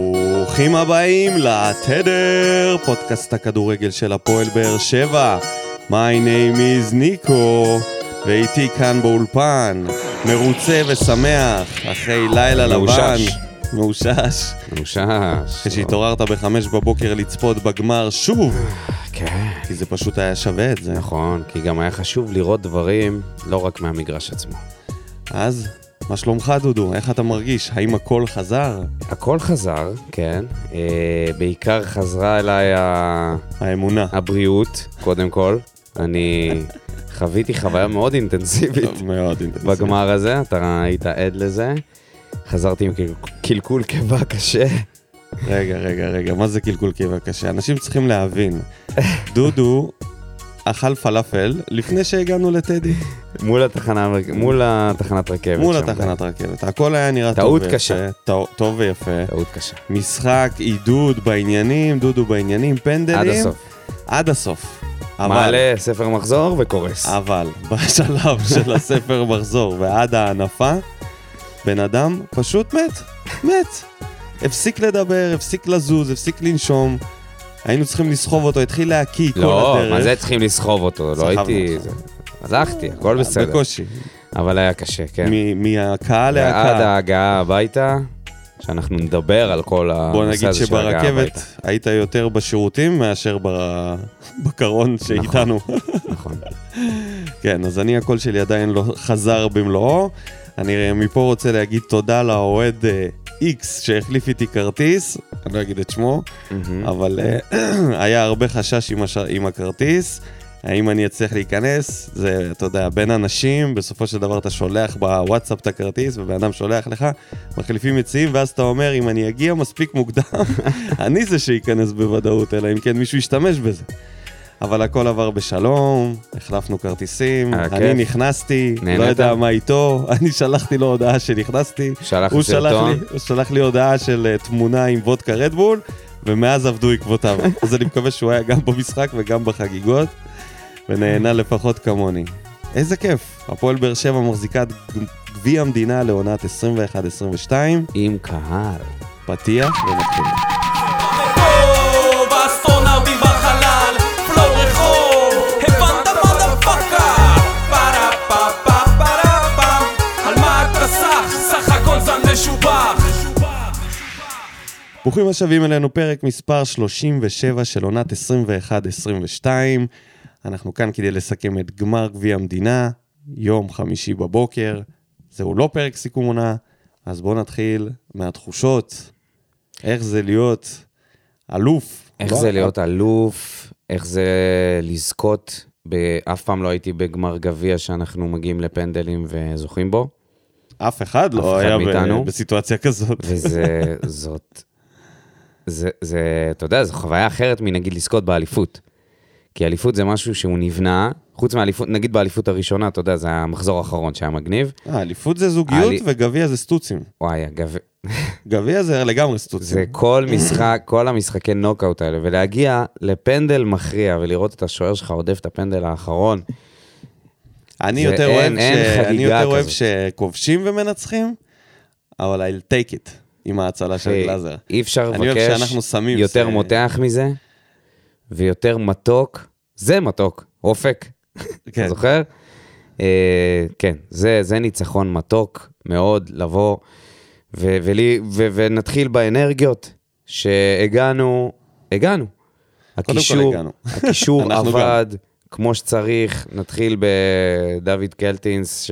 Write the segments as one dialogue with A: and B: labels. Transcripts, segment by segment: A: ברוכים הבאים לתדר, פודקאסט הכדורגל של הפועל באר שבע. My name is ניקו, ואיתי כאן באולפן, מרוצה ושמח, אחרי לילה לבן.
B: מאושש.
A: מאושש.
B: מאושש.
A: אחרי שהתעוררת בחמש בבוקר לצפות בגמר שוב,
B: כן,
A: כי זה פשוט היה שווה את זה.
B: נכון, כי גם היה חשוב לראות דברים לא רק מהמגרש עצמו.
A: אז, מה שלומך דודו? איך אתה מרגיש? האם הכל חזר?
B: הכל חזר, כן. אה, בעיקר חזרה אליי ה...
A: האמונה.
B: הבריאות, קודם כל. אני חוויתי חוויה מאוד אינטנסיבית
A: טוב מאוד אינטנסיבי.
B: אה, בגמר הזה, אתה היית עד לזה. חזרתי עם קל- קלקול קיבה קשה.
A: רגע, רגע, רגע, מה זה קלקול קיבה קשה? אנשים צריכים להבין. דודו אכל פלאפל לפני שהגענו לטדי,
B: מול התחנה, המרכ- מול התחנת רכבת.
A: מול
B: שם. כן.
A: התחנת רכבת. הכל היה נראה טוב
B: טעות
A: ויפה.
B: קשה.
A: טוב- טוב ויפה.
B: טעות קשה.
A: משחק, עידוד בעניינים, דודו בעניינים, פנדלים.
B: עד הסוף.
A: עד הסוף. אבל,
B: מעלה ספר מחזור וקורס.
A: אבל, בשלב של הספר מחזור ועד ההנפה, בן אדם פשוט מת, מת. הפסיק לדבר, הפסיק לזוז, הפסיק לנשום. היינו צריכים לסחוב אותו, התחיל להקיא כל
B: לא,
A: הדרך.
B: מה זה צריכים לסחוב אותו? לא
A: סחבנו
B: הייתי...
A: אותך.
B: הלכתי, הכל בסדר.
A: בקושי.
B: אבל היה קשה, כן.
A: מ- מהקהל
B: ועד
A: להקהל.
B: ההגעה הביתה, שאנחנו נדבר על כל
A: בוא
B: הנושא
A: נגיד
B: הזה של ההגעה הביתה.
A: שברכבת היית יותר בשירותים מאשר ב- בקרון שאיתנו.
B: נכון.
A: כן, אז אני הקול שלי עדיין לא חזר במלואו. אני מפה רוצה להגיד תודה לאוהד אה, איקס שהחליף איתי כרטיס, אני לא אגיד את שמו,
B: מהמם.
A: אבל אה, היה הרבה חשש עם, הש... עם הכרטיס. האם אני אצליח להיכנס? זה, אתה יודע, בין אנשים, בסופו של דבר אתה שולח בוואטסאפ את הכרטיס, ובן אדם שולח לך, מחליפים מציעים, ואז אתה אומר, אם אני אגיע מספיק מוקדם, אני זה שייכנס בוודאות, אלא אם כן מישהו ישתמש בזה. אבל הכל עבר בשלום, החלפנו כרטיסים,
B: היה
A: אני
B: אה, כיף.
A: נכנסתי, לא
B: נהנית?
A: יודע מה איתו, אני שלחתי לו הודעה שנכנסתי,
B: שלח
A: הוא שלח,
B: סרטון.
A: לי, הוא שלח לי הודעה של אה, תמונה עם וודקה רדבול, ומאז עבדו עקבותיו. אז אני מקווה שהוא היה גם במשחק וגם בחגיגות, ונהנה לפחות כמוני. איזה כיף, הפועל באר שבע מחזיקה את גב- גביע המדינה לעונת 21-22,
B: עם קהל.
A: פתיח ונתחיל.
C: פה, באסון ארבי בחלל, פלו רחוב, הבנת מה דפקה? פרה פה פה פרה פם, על מה אתה סח? סך הכל זן משובח
A: ברוכים השבים אלינו, פרק מספר 37 של עונת 21-22. אנחנו כאן כדי לסכם את גמר גביע המדינה, יום חמישי בבוקר. זהו לא פרק סיכום עונה, אז בואו נתחיל מהתחושות. איך זה להיות אלוף?
B: איך
A: לא?
B: זה להיות אלוף, איך זה לזכות, ב- אף פעם לא הייתי בגמר גביע שאנחנו מגיעים לפנדלים וזוכים בו,
A: אף אחד
B: אף
A: לא
B: אחד
A: היה ב-
B: מאיתנו.
A: בסיטואציה כזאת.
B: וזה, זאת, זה, זה, אתה יודע, זו חוויה אחרת מנגיד לזכות באליפות. כי אליפות זה משהו שהוא נבנה, חוץ מאליפות, נגיד באליפות הראשונה, אתה יודע, זה המחזור האחרון שהיה מגניב.
A: אה, אליפות זה זוגיות
B: אלי-
A: וגביע זה סטוצים.
B: וואי, אגב,
A: גביע זה לגמרי סטוצים.
B: זה כל משחק, כל המשחקי נוקאוט האלה, ולהגיע לפנדל מכריע ולראות את השוער שלך עודף את הפנדל האחרון,
A: אני
B: זה
A: יותר
B: אין-
A: אוהב,
B: אין
A: ש... אני
B: חגיגה
A: יותר אוהב
B: כזאת.
A: שכובשים ומנצחים, אבל I'll take it עם ההצלה של
B: אחי,
A: גלאזר.
B: אה, אי אפשר
A: אני אוהב
B: לבקש
A: שאנחנו שמים,
B: יותר
A: זה-
B: מותח מזה, ויותר מתוק, זה מתוק, אופק,
A: כן.
B: אתה זוכר? אה, כן, זה, זה ניצחון מתוק מאוד לבוא, ו, ולי, ו, ונתחיל באנרגיות שהגענו, הגענו.
A: כל
B: הקישור,
A: הגענו.
B: הקישור
A: אנחנו
B: עבד כמו שצריך, נתחיל בדוד קלטינס, ש...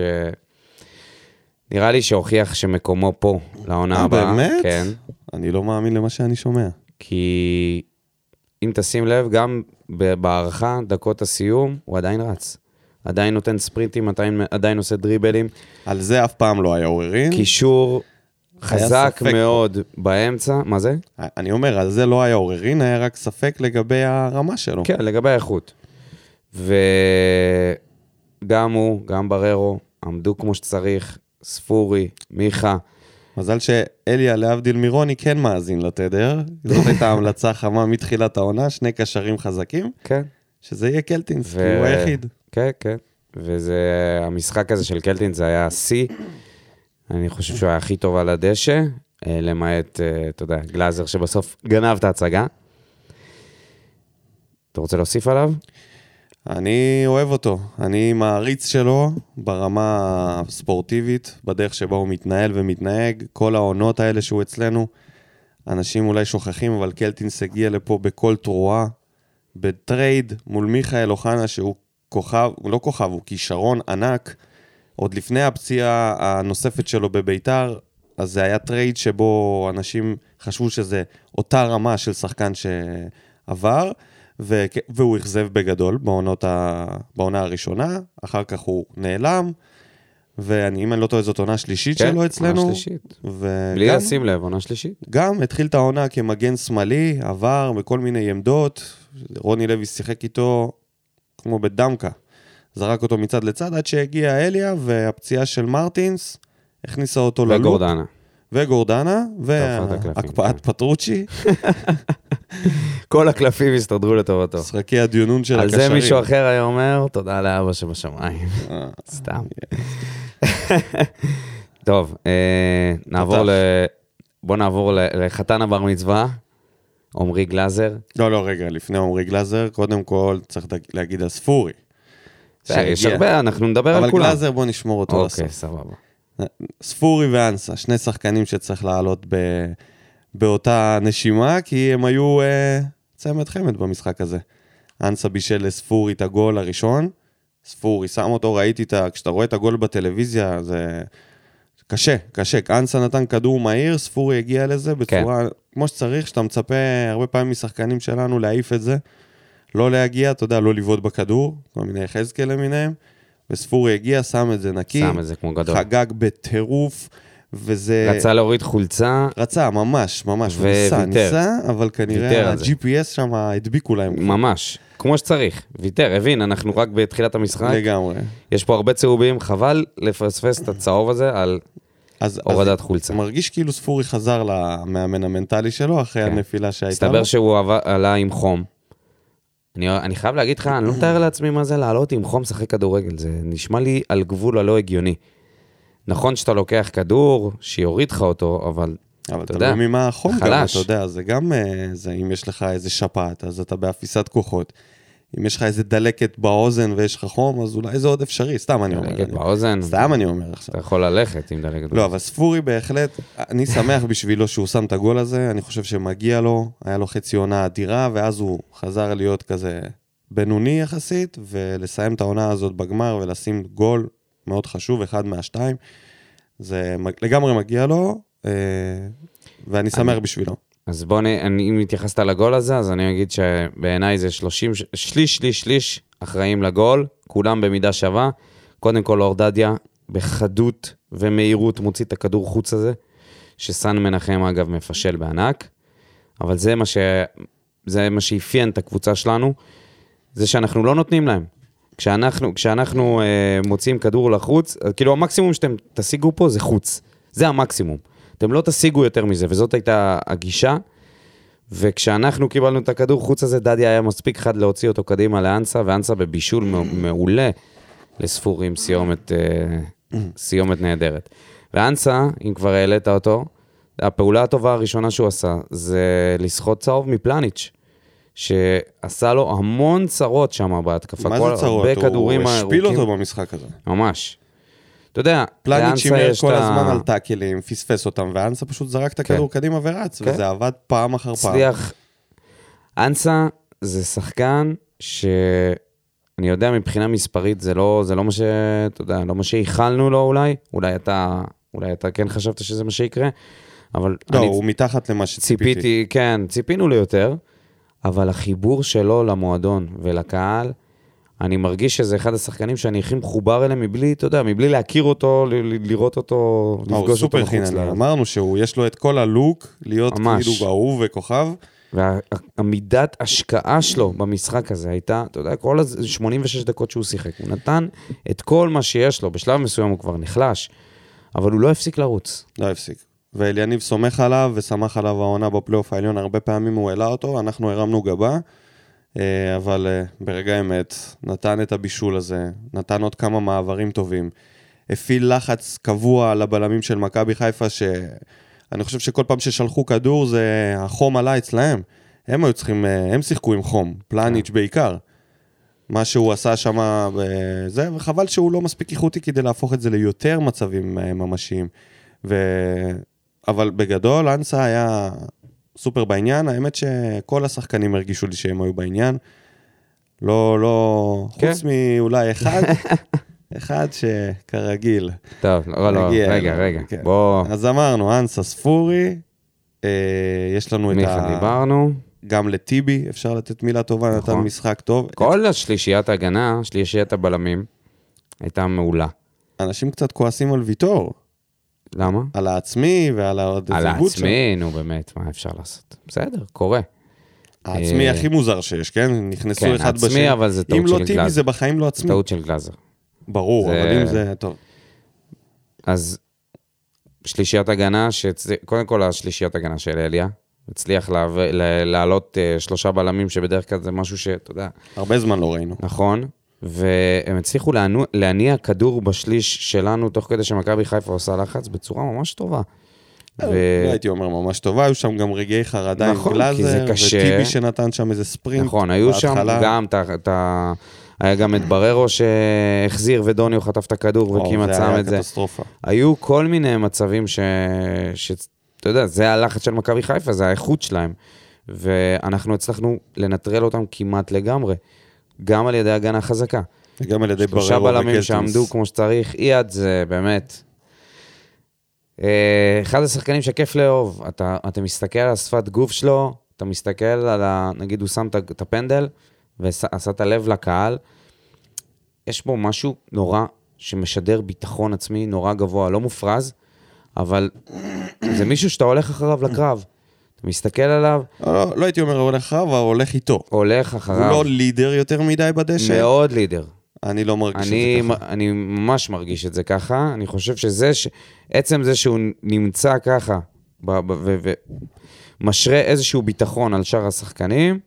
B: נראה לי שהוכיח שמקומו פה, לעונה
A: אה,
B: הבאה.
A: באמת?
B: כן.
A: אני לא מאמין למה שאני שומע.
B: כי אם תשים לב, גם ב- בהערכה, דקות הסיום, הוא עדיין רץ. עדיין נותן ספרינטים, עדיין, עדיין עושה דריבלים.
A: על זה אף פעם לא היה עוררין.
B: קישור חזק
A: ספק.
B: מאוד באמצע. מה זה?
A: אני אומר, על זה לא היה עוררין, היה רק ספק לגבי הרמה שלו.
B: כן, לגבי האיכות. וגם הוא, גם בררו, עמדו כמו שצריך, ספורי, מיכה.
A: מזל שאליה, להבדיל מרוני, כן מאזין לתדר. זאת הייתה המלצה חמה מתחילת העונה, שני קשרים חזקים,
B: כן.
A: שזה יהיה קלטינס,
B: ו-
A: כי הוא היחיד.
B: כן, כן. וזה, המשחק הזה של קלטין זה היה שיא. אני חושב שהוא היה הכי טוב על הדשא. אה, למעט, אה, אתה יודע, גלאזר שבסוף גנב את ההצגה. אתה רוצה להוסיף עליו?
A: אני אוהב אותו, אני מעריץ שלו ברמה הספורטיבית, בדרך שבה הוא מתנהל ומתנהג, כל העונות האלה שהוא אצלנו. אנשים אולי שוכחים, אבל קלטינס הגיע לפה בכל תרועה, בטרייד מול מיכאל אוחנה, שהוא כוכב, הוא לא כוכב, הוא כישרון ענק. עוד לפני הפציעה הנוספת שלו בביתר, אז זה היה טרייד שבו אנשים חשבו שזה אותה רמה של שחקן שעבר, ו... והוא אכזב בגדול בעונות ה... בעונה הראשונה, אחר כך הוא נעלם, ואם אני לא טועה, זאת עונה שלישית
B: כן,
A: שלו
B: עונה
A: אצלנו.
B: שלישית.
A: וגם...
B: בלי לשים לב, עונה שלישית.
A: גם התחיל את העונה כמגן שמאלי, עבר בכל מיני עמדות, רוני לוי שיחק איתו כמו בדמקה. זרק אותו מצד לצד עד שהגיע אליה, והפציעה של מרטינס הכניסה אותו ללופ.
B: וגורדנה.
A: וגורדנה,
B: את הקלפים, כן.
A: והקפאת פטרוצ'י,
B: כל הקלפים הסתדרו לטובתו.
A: משחקי הדיונון של
B: על
A: הקשרים.
B: זה מישהו אחר היה אומר, תודה לאבא שבשמיים.
A: אה,
B: סתם. טוב, אה, נעבור ל... בוא נעבור ל- לחתן הבר מצווה, עמרי גלאזר.
A: לא, לא, רגע, לפני עמרי גלאזר, קודם כל צריך להגיד על ספורי.
B: אה, יש
A: שהגיע.
B: הרבה, אנחנו נדבר
A: אבל
B: על כולם.
A: גלאזר, בוא נשמור אותו לסוף.
B: אוקיי, סבבה.
A: ספורי ואנסה, שני שחקנים שצריך לעלות ב... באותה נשימה, כי הם היו אה, צמד חמד במשחק הזה. אנסה בישל לספורי את הגול הראשון, ספורי שם אותו, ראיתי את ה... כשאתה רואה את הגול בטלוויזיה, זה קשה, קשה. אנסה נתן כדור מהיר, ספורי הגיע לזה בצורה, כן. כמו שצריך, שאתה מצפה הרבה פעמים משחקנים שלנו להעיף את זה. לא להגיע, אתה יודע, לא לבעוט בכדור, כל מיני יחזקאל למיניהם. וספורי הגיע, שם את זה נקי.
B: שם את זה כמו גדול.
A: חגג בטירוף, וזה...
B: רצה להוריד חולצה,
A: רצה, ממש, ממש. הוא ניסה,
B: וויתר.
A: ניסה, אבל
B: ויתר
A: כנראה
B: על זה.
A: ה-GPS שם הדביקו להם.
B: ממש, כמו שצריך. ויתר, הבין, אנחנו רק בתחילת המשחק.
A: לגמרי.
B: יש פה הרבה צהובים, חבל לפספס את הצהוב הזה על
A: אז, אז
B: הורדת חולצה.
A: זה מרגיש כאילו ספורי חזר למאמן המנטלי שלו אחרי
B: כן.
A: הנפילה שהייתה לו.
B: הסתבר שהוא עבר- עלה עם חום. אני, אני חייב להגיד לך, אני לא מתאר לעצמי מה זה לעלות עם חום לשחק כדורגל, זה נשמע לי על גבול הלא הגיוני. נכון שאתה לוקח כדור, שיוריד לך אותו, אבל
A: אבל
B: אתה
A: אתה יודע,
B: יודע,
A: ממה החום גם,
B: חלש.
A: אתה יודע, זה גם, אה, זה, אם יש לך איזה שפעת, אז אתה באפיסת כוחות. אם יש לך איזה דלקת באוזן ויש לך חום, אז אולי זה עוד אפשרי, סתם אני אומר.
B: דלקת
A: אני-
B: באוזן,
A: סתם אני אומר עכשיו.
B: אתה יכול ללכת עם דלקת
A: לא,
B: באוזן.
A: אבל ספורי בהחלט, אני שמח בשבילו שהוא שם את הגול הזה, אני חושב שמגיע לו, היה לו חצי עונה אדירה, ואז הוא חזר להיות כזה בינוני יחסית, ולסיים את העונה הזאת בגמר ולשים גול מאוד חשוב, אחד מהשתיים. זה מג- לגמרי מגיע לו, אה, ואני שמח בשבילו.
B: אז בוא, נ, אני, אם התייחסת לגול הזה, אז אני אגיד שבעיניי זה 30, ש- שליש, שליש, שליש אחראים לגול, כולם במידה שווה. קודם כל, אור דדיה, בחדות ומהירות מוציא את הכדור חוץ הזה, שסן מנחם, אגב, מפשל בענק. אבל זה מה, ש... זה מה שאפיין את הקבוצה שלנו, זה שאנחנו לא נותנים להם. כשאנחנו, כשאנחנו אה, מוציאים כדור לחוץ, אה, כאילו המקסימום שאתם תשיגו פה זה חוץ. זה המקסימום. אתם לא תשיגו יותר מזה, וזאת הייתה הגישה. וכשאנחנו קיבלנו את הכדור חוץ הזה, דדי היה מספיק חד להוציא אותו קדימה לאנסה, ואנסה בבישול מע- מעולה לספורי עם סיומת, אה, סיומת נהדרת. ואנסה, אם כבר העלית אותו, הפעולה הטובה הראשונה שהוא עשה זה לסחוט צהוב מפלניץ', שעשה לו המון צרות שם בהתקפה.
A: מה
B: כל-
A: זה צרות?
B: הרבה כדורים
A: הוא השפיל
B: הארוכים.
A: אותו במשחק הזה.
B: ממש. אתה יודע,
A: פלניץ'
B: לאנסה
A: שימר
B: יש
A: כל
B: את ה-
A: הזמן על טאקלים, פספס אותם, ואנסה פשוט זרק את הכדור קדימה ורץ,
B: כן.
A: וזה עבד פעם אחר פעם.
B: הצליח. אנסה זה שחקן ש... אני יודע, מבחינה מספרית זה לא, זה לא מה ש... אתה יודע, לא מה שייחלנו לו אולי. אולי אתה, אולי אתה כן חשבת שזה מה שיקרה, אבל
A: לא,
B: אני
A: הוא מתחת למה שציפיתי.
B: ציפיתי, כן, ציפינו ליותר, אבל החיבור שלו למועדון ולקהל, אני מרגיש שזה אחד השחקנים שאני הכי מחובר אליהם מבלי, אתה יודע, מבלי להכיר אותו, ל- ל- לראות אותו,
A: אה, הוא
B: לפגוש אותו
A: סופר
B: מחוץ
A: חינני,
B: לארץ.
A: אמרנו שהוא, יש לו את כל הלוק, להיות
B: ממש.
A: כאילו אהוב וכוכב.
B: והמידת השקעה שלו במשחק הזה הייתה, אתה יודע, כל הז- 86 דקות שהוא שיחק, הוא נתן את כל מה שיש לו, בשלב מסוים הוא כבר נחלש, אבל הוא לא הפסיק לרוץ.
A: לא הפסיק. ואליניב סומך עליו, וסמך עליו העונה בפלייאוף העליון, הרבה פעמים הוא העלה אותו, אנחנו הרמנו גבה, אה, אבל אה, ברגע האמת, נתן את הבישול הזה, נתן עוד כמה מעברים טובים, הפעיל לחץ קבוע על הבלמים של מכבי חיפה, ש... אני חושב שכל פעם ששלחו כדור, זה החום עלה אצלהם. הם היו צריכים, אה, הם שיחקו עם חום, פלניץ' בעיקר. מה שהוא עשה שם, זה, וחבל שהוא לא מספיק איכותי כדי להפוך את זה ליותר מצבים אה, ממשיים. ו... אבל בגדול, אנסה היה סופר בעניין, האמת שכל השחקנים הרגישו לי שהם היו בעניין. לא, לא,
B: כן.
A: חוץ מאולי אחד, אחד שכרגיל.
B: טוב, לא, לא,
A: נגיע
B: רגע,
A: אליו,
B: רגע,
A: כן.
B: בוא,
A: אז אמרנו, אנסה ספורי, אה, יש לנו את
B: מיכה דיברנו.
A: גם לטיבי אפשר לתת מילה טובה, נתן
B: נכון.
A: משחק טוב.
B: כל השלישיית ההגנה, שלישיית הבלמים, הייתה מעולה.
A: אנשים קצת כועסים על ויטור,
B: למה?
A: על העצמי ועל העוד
B: על
A: איזה בוט שם.
B: העצמי, נו באמת, מה אפשר לעשות? בסדר, קורה.
A: העצמי
B: אה,
A: הכי מוזר שיש, כן? נכנסו
B: כן,
A: אחד בשני.
B: עצמי, אבל זה טעות
A: אם לא
B: של
A: טיבי
B: גלאזר.
A: זה בחיים לא
B: זו
A: עצמי.
B: טעות של גלאזר.
A: ברור,
B: זה-
A: אבל אם זה... טוב.
B: אז שלישיית הגנה, שהצל... קודם כל השלישיית הגנה של אליה, הצליח להב... ל- להעלות אה, שלושה בלמים, שבדרך כלל זה משהו שאתה יודע,
A: הרבה זמן לא ראינו.
B: נכון, והם הצליחו להנו... להניע כדור בשליש שלנו, תוך כדי שמכבי חיפה עושה לחץ בצורה ממש טובה.
A: לא הייתי אומר ממש טובה, היו שם גם רגעי חרדה עם
B: נכון, כי זה
A: גלאזר,
B: קשה.
A: וטיבי שנתן שם איזה ספרינט.
B: נכון, היו שם
A: בהתחלה.
B: גם את ה- את ה... היה גם את בררו שהחזיר ודוניו חטף את הכדור
A: וואו,
B: וכמעט
A: זה
B: שם
A: היה
B: את זה.
A: קטסטרופה.
B: היו כל מיני מצבים ש... ש... אתה יודע, זה הלחץ של מכבי חיפה, זה האיכות שלהם. ואנחנו הצלחנו לנטרל אותם כמעט לגמרי, גם על ידי הגנה חזקה.
A: וגם על ידי בררו
B: שלושה בלמים
A: וקלטינס.
B: שעמדו כמו שצריך, אייד זה באמת... אה, אחד השחקנים שכיף לאהוב, אתה, אתה מסתכל על השפת גוף שלו, אתה מסתכל על ה... נגיד הוא שם את ה- את הפנדל ועשה את הלב לקהל, יש בו משהו נורא שמשדר ביטחון עצמי נורא גבוה, לא מופרז, אבל זה מישהו שאתה הולך אחריו לקרב. אתה מסתכל עליו,
A: לא, לא, לא הייתי אומר הולך אחריו, אבל הולך איתו.
B: הולך
A: הוא
B: אחריו,
A: לא לידר יותר מדי בדשא,
B: מאוד לידר.
A: אני לא מרגיש את
B: אני,
A: זה ככה.
B: אני ממש מרגיש את זה ככה. אני חושב שזה, ש... עצם זה שהוא נמצא ככה, ב- ב- ומשרה איזשהו ביטחון על שאר השחקנים,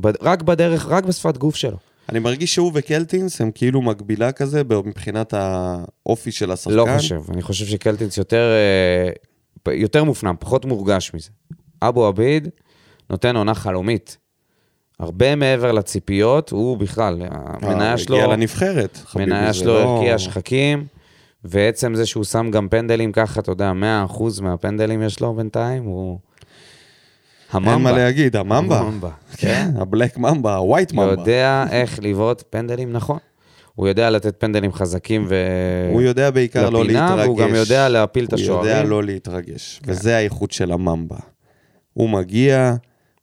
B: ב- רק בדרך, רק בשפת גוף שלו.
A: אני מרגיש שהוא וקלטינס הם כאילו מקבילה כזה ב- מבחינת האופי של השחקן.
B: לא חושב. אני חושב שקלטינס יותר, אה, פ- יותר מופנם, פחות מורגש מזה. אבו עביד נותן עונה חלומית. הרבה מעבר לציפיות, הוא בכלל, המניה שלו...
A: אה, הגיע לנבחרת, חביבי.
B: מניה
A: זה
B: שלו
A: לא-
B: הרקיע שחקים, ועצם זה שהוא שם גם פנדלים ככה, אתה יודע, 100% מהפנדלים יש לו בינתיים, הוא... הממבה.
A: אין מה להגיד, הממבה.
B: הממבה,
A: כן, הבלק ממבה, הווייט
B: הוא
A: ממבה.
B: יודע איך לבעוט פנדלים נכון. הוא יודע לתת פנדלים חזקים ו...
A: הוא יודע בעיקר לא
B: לפינה,
A: להתרגש.
B: והוא גם יודע להפיל את
A: הוא יודע
B: השוערים. כן.
A: לא להתרגש, וזה האיכות של הממבה. הוא מגיע,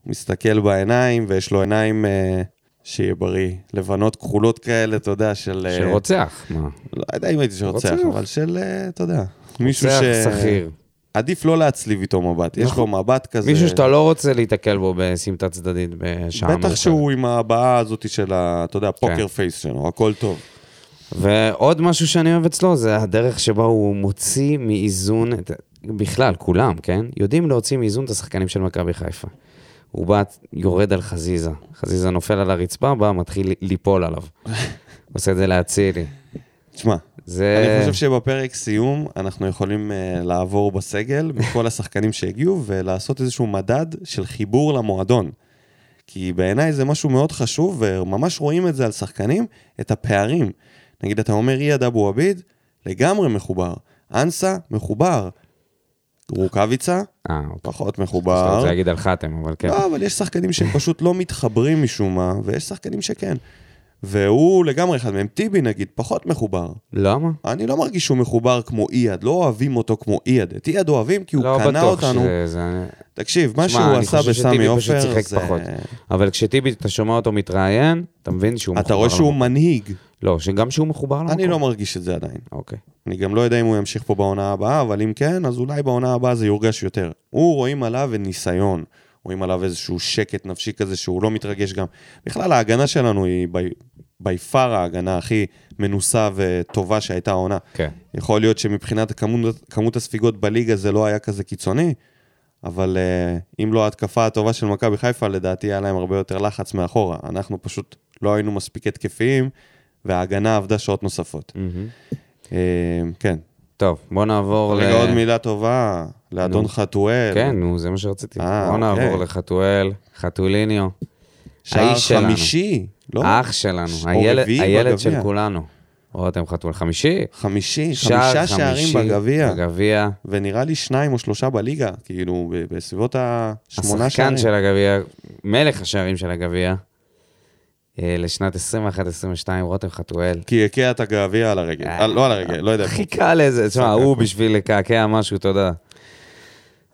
A: הוא מסתכל בעיניים, ויש לו עיניים, אה, שיהיה בריא, לבנות כחולות כאלה, אתה יודע, של... אה,
B: שרוצח, מה?
A: לא יודע אם הייתי שרוצח,
B: רוצח.
A: אבל של, אה, אתה יודע, מישהו
B: רוצח
A: ש...
B: שכיר.
A: עדיף לא להצליב איתו מבט, יש לו מבט כזה.
B: נכון. מישהו שאתה לא רוצה להיתקל בו בסמטה צדדית בשעה מאוחרת.
A: בטח שהוא עם הבעה הזאת של ה... אתה יודע, פוקר
B: כן.
A: פייס שלו, הכל טוב.
B: ועוד משהו שאני אוהב אצלו, זה הדרך שבה הוא מוציא מאיזון, את- בכלל, כולם, כן? יודעים להוציא מאיזון את השחקנים של מכבי חיפה. הוא בא, יורד על חזיזה. חזיזה נופל על הרצפה, בא, מתחיל ליפול עליו. עושה את זה להצילי.
A: תשמע,
B: זה...
A: אני חושב שבפרק סיום אנחנו יכולים אה, לעבור בסגל מכל השחקנים שהגיעו ולעשות איזשהו מדד של חיבור למועדון. כי בעיניי זה משהו מאוד חשוב, וממש רואים את זה על שחקנים, את הפערים. נגיד, אתה אומר אייד אבו עביד, לגמרי מחובר. אנסה, מחובר. רוקאביצה,
B: אה, אוקיי.
A: פחות
B: אני
A: מחובר.
B: רוצה להגיד על חתם, אבל כן.
A: לא, אבל יש שחקנים שהם פשוט לא מתחברים משום מה, ויש שחקנים שכן. והוא לגמרי אחד מהם. טיבי, נגיד, פחות מחובר.
B: למה?
A: אני לא מרגיש שהוא מחובר כמו אייד, לא אוהבים אותו כמו אייד. את אייד אוהבים כי הוא
B: לא
A: קנה
B: בטוח
A: אותנו.
B: שזה... זה-
A: תקשיב, מה
B: שמע,
A: שהוא
B: אני
A: עשה
B: חושב
A: בסמי
B: שטיבי פשוט
A: עופר,
B: שיחק
A: זה...
B: פחות. אבל כשטיבי, אתה שומע אותו מתראיין, אתה מבין שהוא מחובר.
A: אתה רואה שהוא
B: למקום.
A: מנהיג.
B: לא, שגם שהוא מחובר למקום.
A: אני לא מרגיש את זה עדיין.
B: אוקיי.
A: אני גם לא יודע אם הוא ימשיך פה בעונה הבאה, אבל אם כן, אז אולי בעונה הבאה זה יורגש יותר. הוא, רואים עליו ניסיון. רואים עליו איזשהו שקט נפשי כזה שהוא לא מתרגש גם. בכלל, ההגנה שלנו היא בי פאר ההגנה הכי מנוסה וטובה שהייתה העונה.
B: כן.
A: יכול להיות שמבחינת כמות, כמות הספיגות בליגה זה לא היה כזה קיצוני, אבל uh, אם לא ההתקפה הטובה של מכבי חיפה, לדעתי היה להם הרבה יותר לחץ מאחורה. אנחנו פשוט לא היינו מספיק התקפיים, וההגנה עבדה שעות נוספות.
B: מהמם.
A: אה, כן,
B: טוב, בוא נעבור
A: רגע, עוד מילה טובה לאדון
B: אה, נו.
A: חתואל.
B: כן, נו, זה מה שרציתי.
A: אה,
B: בוא נעבור
A: אוקיי.
B: לחתואל, חתוליניו.
A: שער
B: האיש שלנו.
A: חמישי, לא?
B: אח שלנו,
A: ש- או
B: הילד,
A: רביעי
B: הילד
A: בגביע.
B: של כולנו. רותם חתואל חמישי.
A: חמישי,
B: שער
A: חמישה שערים
B: חמישי
A: בגביע.
B: בגביע.
A: ונראה לי שניים או שלושה בליגה, כאילו, ב- בסביבות השמונה שערים.
B: השחקן של הגביע, מלך השערים של הגביע. אה, לשנת 21-22, רותם חתואל.
A: כי הקע את הגביע על הרגל.
B: אה,
A: על- לא על הרגל, לא יודע.
B: חיכה לאיזה, תשמע,
A: סבבה.
B: הוא בשביל לקעקע משהו, תודה.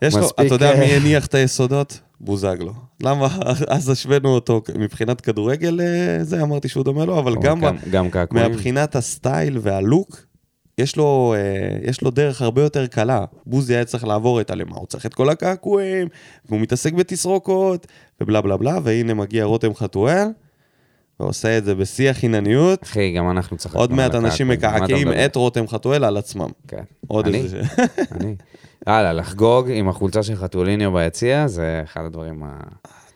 A: יש לו,
B: מספיק,
A: אתה יודע
B: אה.
A: מי הניח את היסודות? בוזגלו. למה אז השווינו אותו מבחינת כדורגל, אה, זה אמרתי שהוא דומה לו, אבל גם ב-
B: גם קעקועים.
A: מבחינת הסטייל והלוק, יש לו, אה, יש לו דרך הרבה יותר קלה. בוזי היה צריך לעבור את הלמה, הוא צריך את כל הקעקועים, והוא מתעסק בתסרוקות, ובלה בלה בלה, והנה מגיע רותם חתואל, ועושה את זה בשיא החינניות.
B: אחי, גם אנחנו צחקנו.
A: עוד
B: על
A: מעט אנשים
B: הקעקועים, מה אתה
A: מקעקעים
B: מדבר?
A: את רותם חתואל על עצמם.
B: כן.
A: עוד
B: אני?
A: איזה... ש-
B: אני. הלאה, לחגוג עם החולצה של חתוליניו ביציע, זה אחד הדברים ה-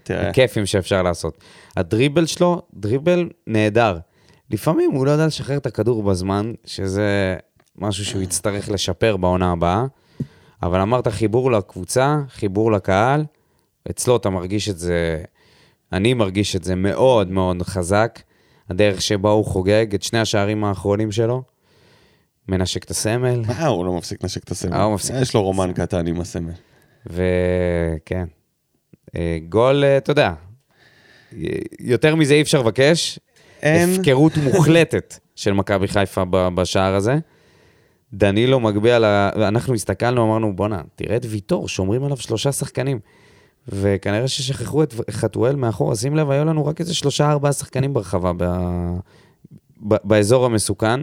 A: תראה,
B: הכיפים שאפשר לעשות. הדריבל שלו, דריבל נהדר. לפעמים הוא לא יודע לשחרר את הכדור בזמן, שזה משהו שהוא יצטרך לשפר בעונה הבאה, אבל אמרת חיבור לקבוצה, חיבור לקהל, אצלו אתה מרגיש את זה, אני מרגיש את זה מאוד מאוד חזק, הדרך שבה הוא חוגג את שני השערים האחרונים שלו, מנשק את הסמל.
A: אה, הוא לא מפסיק לנשק את הסמל.
B: אה, הוא מפסיק
A: יש לו רומן קטן עם הסמל.
B: וכן. אה, גול, אה, אתה יודע, י- יותר מזה אי אפשר לבקש.
A: אין.
B: הפקרות מוחלטת של מכבי חיפה ב- בשער הזה. דנילו מגביה, ל- אנחנו הסתכלנו, אמרנו, בואנה, תראה את ויטור, שומרים עליו שלושה שחקנים. וכנראה ששכחו את ו- חתואל מאחורה. שים לב, היו לנו רק איזה שלושה, ארבעה שחקנים ברחבה ב... ב... באזור המסוכן,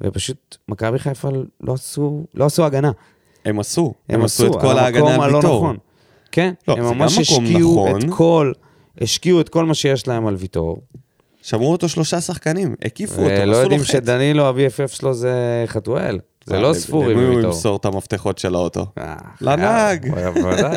B: ופשוט מכבי חיפה לא עשו, לא עשו הגנה.
A: הם עשו, הם עשו את כל
B: על
A: ההגנה
B: המקום
A: על
B: הלא
A: ויטור.
B: נכון. כן,
A: לא,
B: הם
A: זה
B: ממש
A: גם מקום
B: השקיעו
A: נכון.
B: את כל, השקיעו את כל מה שיש להם על ויטור.
A: שמרו אותו שלושה שחקנים, הקיפו אותו,
B: ולא
A: עשו לו
B: אה, לא יודעים
A: חטא.
B: שדנילו, ה-BFF שלו זה חתואל. זה
A: אה,
B: לא
A: למ-
B: ספורי
A: למי הוא
B: מוויטור.
A: ימסור את המפתחות של האוטו?
B: אה,
A: לנהג.
B: חייב, בוודאי.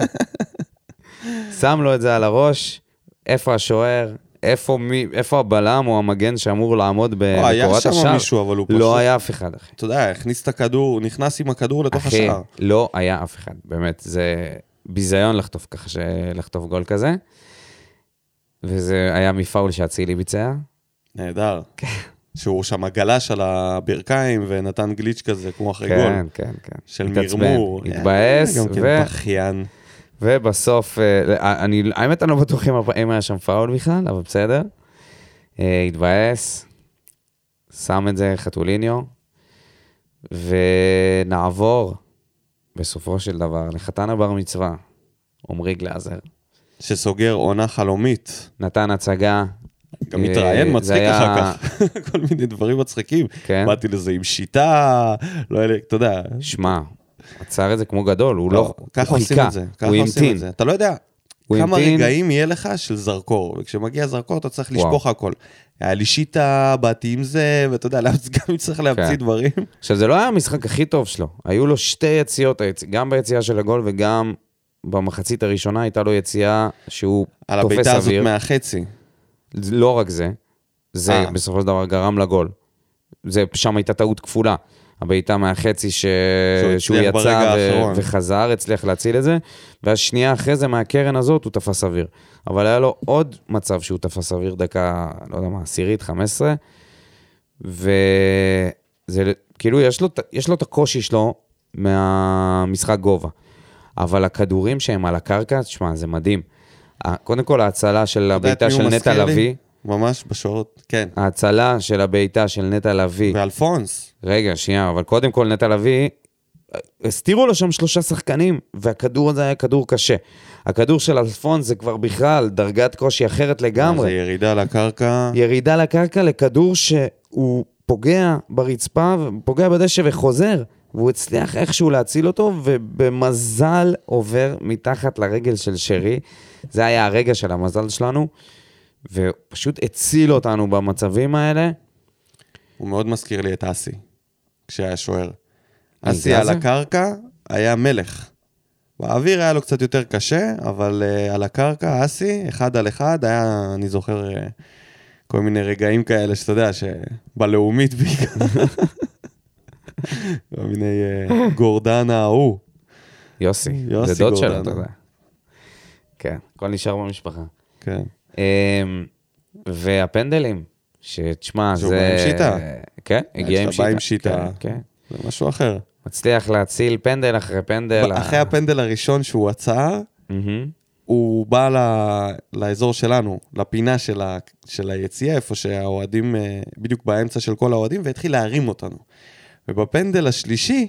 B: שם לו את זה על הראש, איפה השוער, איפה מי- איפה הבלם או המגן שאמור לעמוד
A: לא, היה
B: בקורת
A: שם
B: השער.
A: מישהו, אבל הוא פשוט-
B: לא היה אף אחד, אחי.
A: אתה יודע, הכניס את הכדור, הוא נכנס עם הכדור לתוך
B: אחי,
A: השער.
B: לא היה אף אחד, באמת. זה ביזיון לחטוף ככה, ש- לחטוף גול כזה. וזה היה מפאול שאצילי ביצע.
A: נהדר.
B: כן.
A: שהוא שם גלש על הברכיים ונתן גליץ' כזה, כמו אחרי
B: כן,
A: גול.
B: כן, כן.
A: של
B: התעצבן,
A: מרמור.
B: התבאס,
A: אה, גם
B: ו-
A: כן בכיין.
B: ובסוף, אה, אני, האמת, אני לא בטוח אם הפ- אם היה שם פאול בכלל, אבל בסדר. אה, התבאס, שם את זה חתוליניו, ונעבור בסופו של דבר לחתן הבר מצווה, עמרי גלאזר.
A: שסוגר עונה חלומית.
B: נתן הצגה.
A: גם
B: אה,
A: התראיין
B: זה
A: מצחיק
B: היה-
A: אחר כך. כל מיני דברים מצחיקים.
B: כן.
A: באתי לזה עם שיטה, לא יודע, אתה יודע.
B: שמע, עצר את זה כמו גדול, הוא לא,
A: ככה
B: הוא
A: עושים
B: חיכה,
A: את זה. ככה
B: הוא
A: עושים
B: המתין.
A: את זה. אתה לא יודע
B: הוא
A: כמה
B: המתין.
A: רגעים יהיה לך של זרקור. וכשמגיע זרקור אתה צריך
B: וואו.
A: לשפוך הכל. היה לי שיטה, באתי עם זה, ואתה יודע, להמצ- גם צריך להמציא
B: כן.
A: דברים.
B: עכשיו, זה לא היה המשחק הכי טוב שלו. היו לו שתי יציאות, היצ- גם ביציאה של הגול וגם במחצית הראשונה הייתה לו יציאה שהוא
A: על
B: תופס
A: הבעיטה הזאת
B: אוויר. מה...
A: מהחצי.
B: לא רק זה, זה
A: אה.
B: בסופו של דבר גרם לגול. זה, שם הייתה טעות כפולה. הבעיטה מהחצי ש...
A: שהוא
B: שהוא
A: הצליח
B: יצא
A: ברגע
B: ו...
A: האחרון.
B: וחזר, הצליח להציל את זה, והשנייה אחרי זה, מהקרן הזאת, הוא תפס אוויר. אבל היה לו עוד מצב שהוא תפס אוויר דקה, לא יודע מה, עשירית, 15, וזה כאילו, יש לו, את- יש לו את הקושי שלו מהמשחק גובה. אבל הכדורים שהם על הקרקע, תשמע, זה מדהים. ה- קודם כל, ההצלה של
A: אתה יודע את
B: הבעיטה
A: מי
B: של
A: הוא
B: נטע
A: מזכיר לי?
B: לביא, אה.
A: ממש בשעות, כן.
B: ההצלה של הבעיטה של נטע לביא,
A: ואלפונס,
B: רגע, שנייה, אבל קודם כל נטע לביא, הסתירו לו שם שלושה שחקנים, והכדור הזה היה כדור קשה. הכדור של אלפונס זה כבר בכלל דרגת קושי אחרת
A: זה
B: לגמרי.
A: ירידה לקרקע.
B: ירידה לקרקע לכדור שהוא פוגע ברצפה, פוגע בדשא וחוזר, והוא הצליח איכשהו להציל אותו, ובמזל עובר מתחת לרגל של שרי. זה היה הרגע של המזל שלנו, ופשוט הציל אותנו במצבים האלה.
A: הוא מאוד מזכיר לי את אסי, כשהיה שוער.
B: מי זה
A: אסי על
B: זה?
A: הקרקע היה מלך. באוויר היה לו קצת יותר קשה, אבל uh, על הקרקע, אסי, אחד על אחד, היה, אני זוכר uh, כל מיני רגעים כאלה שאתה יודע, שבלאומית בעיקר. כל מיני אה, גורדנה ההוא.
B: יוסי,
A: יוסי
B: זה דוד שלו, אתה
A: גורדנה.
B: יודע. כן, הכל נשאר במשפחה.
A: כן.
B: אמ, והפנדלים, שתשמע, זה...
A: שהוא בא עם שיטה.
B: כן, הגיע עם
A: כשאתה
B: שיטה.
A: בא עם שיטה.
B: כן, כן.
A: זה משהו אחר.
B: מצליח להציל פנדל אחרי פנדל.
A: אחרי הפנדל הראשון שהוא עצר,
B: מהמם.
A: הוא בא ל... לאזור שלנו, לפינה של, ה... של היציאה, איפה שהאוהדים, אה, בדיוק באמצע של כל האוהדים, והתחיל להרים אותנו. ובפנדל השלישי,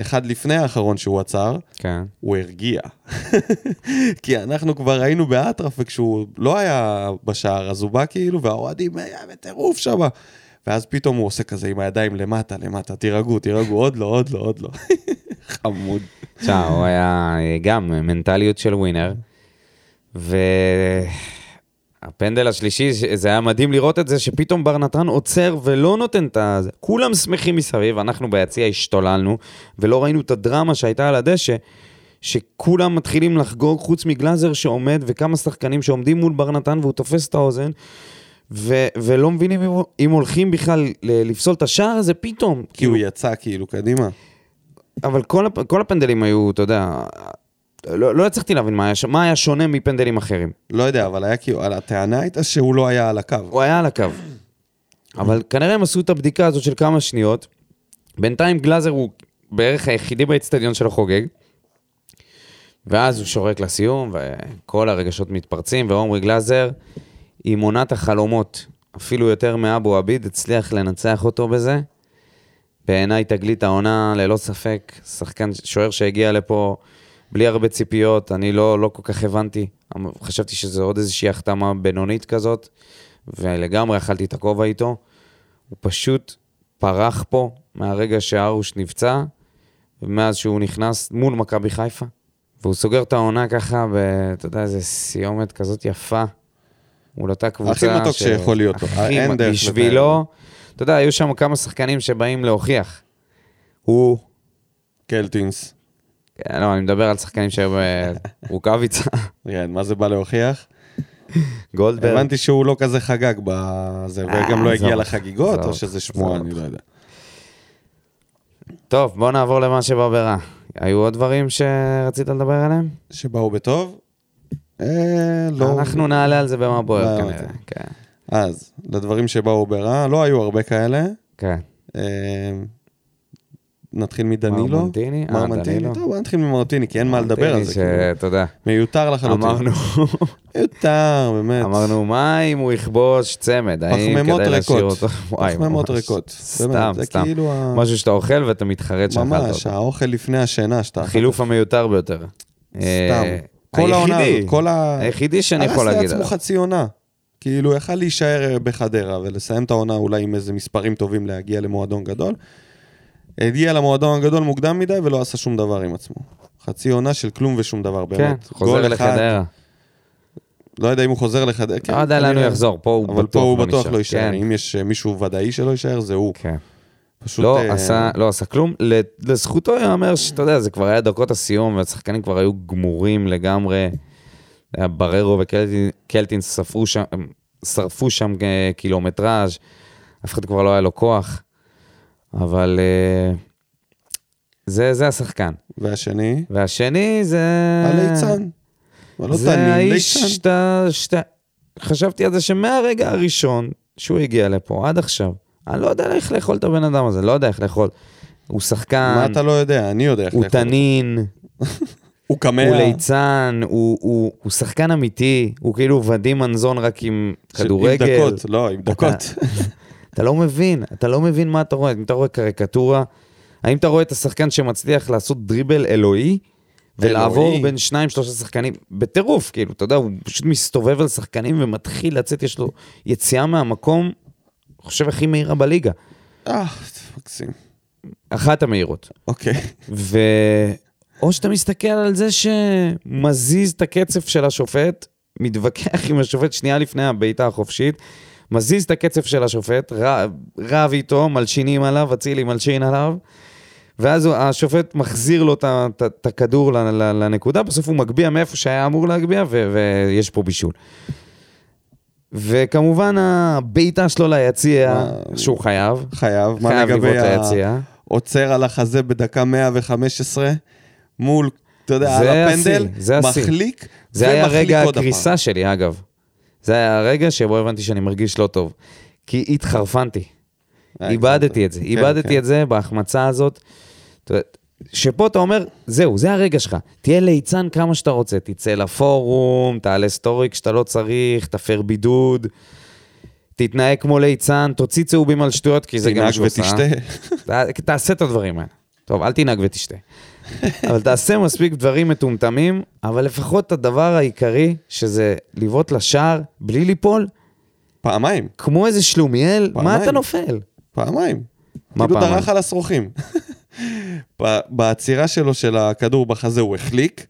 A: אחד לפני האחרון שהוא עצר,
B: כן.
A: הוא הרגיע. כי אנחנו כבר היינו באטרף, וכשהוא לא היה בשער, אז הוא בא כאילו, והאוהדים היה בטירוף שם. ואז פתאום הוא עושה כזה עם הידיים למטה, למטה, תירגעו, תירגעו, עוד לא, עוד לא, עוד לא. חמוד.
B: תשמע, הוא היה אה, גם אה, מנטליות של ווינר. והפנדל השלישי, ש- זה היה מדהים לראות את זה, שפתאום בר נתן עוצר ולא נותן את ה... זה. כולם שמחים מסביב, אנחנו ביציע השתוללנו, ולא ראינו את הדרמה שהייתה על הדשא, שכולם מתחילים לחגוג, חוץ מגלאזר שעומד, וכמה שחקנים שעומדים מול בר נתן והוא תופס את האוזן. ו- ולא מבינים אם, אם הולכים בכלל ל- לפסול את השער הזה פתאום.
A: כי הוא יצא כאילו קדימה.
B: אבל כל, הפ... כל הפנדלים היו, אתה יודע, לא, לא הצלחתי להבין מה היה, ש... מה היה שונה מפנדלים אחרים.
A: לא יודע, אבל היה כאילו, על- הטענה הייתה שהוא לא היה על הקו.
B: הוא היה על הקו. אבל כנראה הם עשו את הבדיקה הזאת של כמה שניות. בינתיים גלאזר הוא בערך היחידי באצטדיון שלו חוגג. ואז הוא שורק לסיום, וכל הרגשות מתפרצים, ועומרי גלאזר, עם עונת החלומות, אפילו יותר מאבו עביד, הצליח לנצח אותו בזה. בעיניי תגלית העונה, ללא ספק, שחקן, שוער שהגיע לפה בלי הרבה ציפיות, אני לא, לא כל כך הבנתי, אמ, חשבתי שזה עוד איזושהי החתמה בינונית כזאת, ולגמרי אכלתי את הכובע איתו. הוא פשוט פרח פה מהרגע שהרוש נפצע, ומאז שהוא נכנס מול מכבי חיפה. והוא סוגר את העונה ככה, ב- אתה יודע, איזה סיומת כזאת יפה. מול אותה קבוצה
A: מתוק שיכול להיות לו.
B: הכי
A: אין
B: מ-
A: דרך
B: בשבילו, אתה יודע, היו שם כמה שחקנים שבאים להוכיח. הוא,
A: קלטינס.
B: כן, לא, אני מדבר על שחקנים שהיו ב- רוקאביצה,
A: כן, מה זה בא להוכיח?
B: גולדברג.
A: הבנתי שהוא לא כזה חגג בזה,
B: אה,
A: וגם לא הגיע
B: עזוב,
A: לחגיגות,
B: עזוב,
A: או שזה שמועה,
B: עזוב.
A: אני לא יודע.
B: טוב, בוא נעבור למה שבא ברע. היו עוד דברים שרצית לדבר עליהם?
A: שבאו בטוב? אה, לא.
B: אנחנו נעלה על זה במה בוער
A: לא,
B: כנראה.
A: אוקיי.
B: כן,
A: אז, לדברים שבאו ברע, לא היו הרבה כאלה.
B: כן.
A: אה, נתחיל מדנילו.
B: מרמנטיני? אה,
A: מרמנטיני?
B: דנילו.
A: טוב, בוא נתחיל ממרטיני, כי אין מה לדבר על זה. כאילו.
B: אתה יודע,
A: מיותר לחלוטין.
B: אמרנו,
A: מיותר, באמת.
B: אמרנו, מה אם הוא יכבוש צמד? האם
A: פחמימות
B: כדאי להשאיר
A: ריקות.
B: אותו? וואי,
A: פחמימות
B: ממש.
A: ריקות.
B: סתם,
A: באמת, זה
B: סתם.
A: כאילו ה-
B: משהו שאתה אוכל ואתה מתחרט שאכלת
A: ממש,
B: אותו.
A: האוכל לפני השינה שאתה...
B: החילוף המיותר ביותר.
A: סתם.
B: אה,
A: כל העונה
B: היחידי.
A: הזאת, כל ה...
B: היחידי שאני יכול להגיד אה.
A: הרס
B: עליו.
A: לעצמו חצי עונה. כאילו, יכל להישאר בחדרה ולסיים את העונה אולי עם איזה מספרים טובים להגיע למועדון גדול. הגיע למועדון הגדול מוקדם מדי ולא עשה שום דבר עם עצמו. חצי עונה של כלום ושום דבר,
B: כן,
A: באמת.
B: חוזר
A: גול אחד,
B: לחדרה.
A: לא יודע אם הוא חוזר לחדרה.
B: לא יודע לאן הוא
A: כנראה.
B: יחזור, פה הוא
A: כן, אה, אבל פה
B: בטוח
A: הוא
B: לא
A: בטוח
B: נשאר.
A: לא יישאר.
B: כן.
A: אם יש אה, מישהו ודאי שלא יישאר, זה הוא.
B: כן.
A: פשוט...
B: לא
A: אה,
B: עשה- לא עשה כלום. ל- לזכותו ייאמר שאתה יודע, זה כבר היה דקות הסיום, והשחקנים כבר היו גמורים לגמרי. היה בררו וקלטין שרפו שם, שרפו שם אה, קילומטראז', אף אחד כבר לא היה לו כוח. אבל אה, זה זה השחקן.
A: והשני?
B: והשני זה...
A: הליצן. אבל לא
B: זה
A: תנין,
B: האיש
A: ליצן.
B: שאתה, שאתה... חשבתי על זה שמהרגע הראשון שהוא הגיע לפה, עד עכשיו, אני לא יודע איך לאכול את הבן אדם הזה, לא יודע איך לאכול. הוא
A: מה
B: שחקן,
A: אתה לא יודע? אני יודע איך
B: הוא
A: לאכול.
B: תנין,
A: הוא קמע.
B: הוא ליצן, הוא, הוא, הוא שחקן אמיתי, הוא כאילו ודים מנזון רק עם
A: של-
B: כדורגל.
A: עם דקות, לא, עם דקות.
B: אתה לא מבין, אתה לא מבין מה אתה רואה. אם אתה רואה קריקטורה, האם אתה רואה את השחקן שמצליח לעשות דריבל אלוהי, ולעבור
A: אלוהי.
B: בין שניים, שלושה שחקנים, בטירוף, כאילו, אתה יודע, הוא פשוט מסתובב על שחקנים ומתחיל לצאת, יש לו יציאה מהמקום, אני חושב, הכי מהירה בליגה.
A: אה, מקסים.
B: אחת המהירות.
A: אוקיי.
B: ו... או שאתה מסתכל על זה שמזיז את הקצף של השופט, מתווכח עם השופט שנייה לפני הבעיטה החופשית, מזיז את הקצף של השופט, רב, רב איתו, מלשינים עליו, אצילי מלשין עליו, ואז הוא- השופט מחזיר לו את ה- את ה- את הכדור ל- ל- לנקודה, בסוף הוא מגביה מאיפה שהיה אמור להגביה, ו- ויש פה בישול. וכמובן הבעיטה שלו ליציע,
A: וואו.
B: שהוא חייב,
A: חייב, מה
B: חייב לבעוט
A: לגבי ה...
B: ליציע.
A: עוצר על החזה בדקה 115, מול, אתה יודע, על
B: זה
A: הפנדל,
B: השיא, זה השיא.
A: מחליק,
B: זה היה
A: ומחליק
B: רגע
A: עוד הפעם.
B: הקריסה שלי, אגב. זה היה הרגע שבו הבנתי שאני מרגיש לא טוב. כי התחרפנתי.
A: אה,
B: איבדתי
A: הגזמת.
B: את זה.
A: כן,
B: איבדתי
A: כן.
B: את זה בהחמצה הזאת. אתה יודע, שפה אתה אומר, זהו, זה הרגע שלך. תהיה ליצן כמה שאתה רוצה. תצא לפורום, תעלה סטורי כשאתה לא צריך, תפר בידוד. תתנהג כמו ליצן, תוציא צהובים על שטויות, כי זה גם מה
A: תנהג
B: שהוא עושה.
A: ותשתה.
B: ת- תעשה את הדברים האלה. טוב, אל תנהג ותשתה. אבל תעשה מספיק דברים מטומטמים, אבל לפחות את הדבר העיקרי, שזה לבעוט לשער בלי ליפול,
A: פעמיים,
B: כמו איזה שלומיאל, מה
A: פעמיים.
B: אתה נופל?
A: פעמיים.
B: מה
A: כאילו
B: פעמיים?
A: דרך על השרוכים. ב- בעצירה שלו של הכדור בחזה הוא החליק,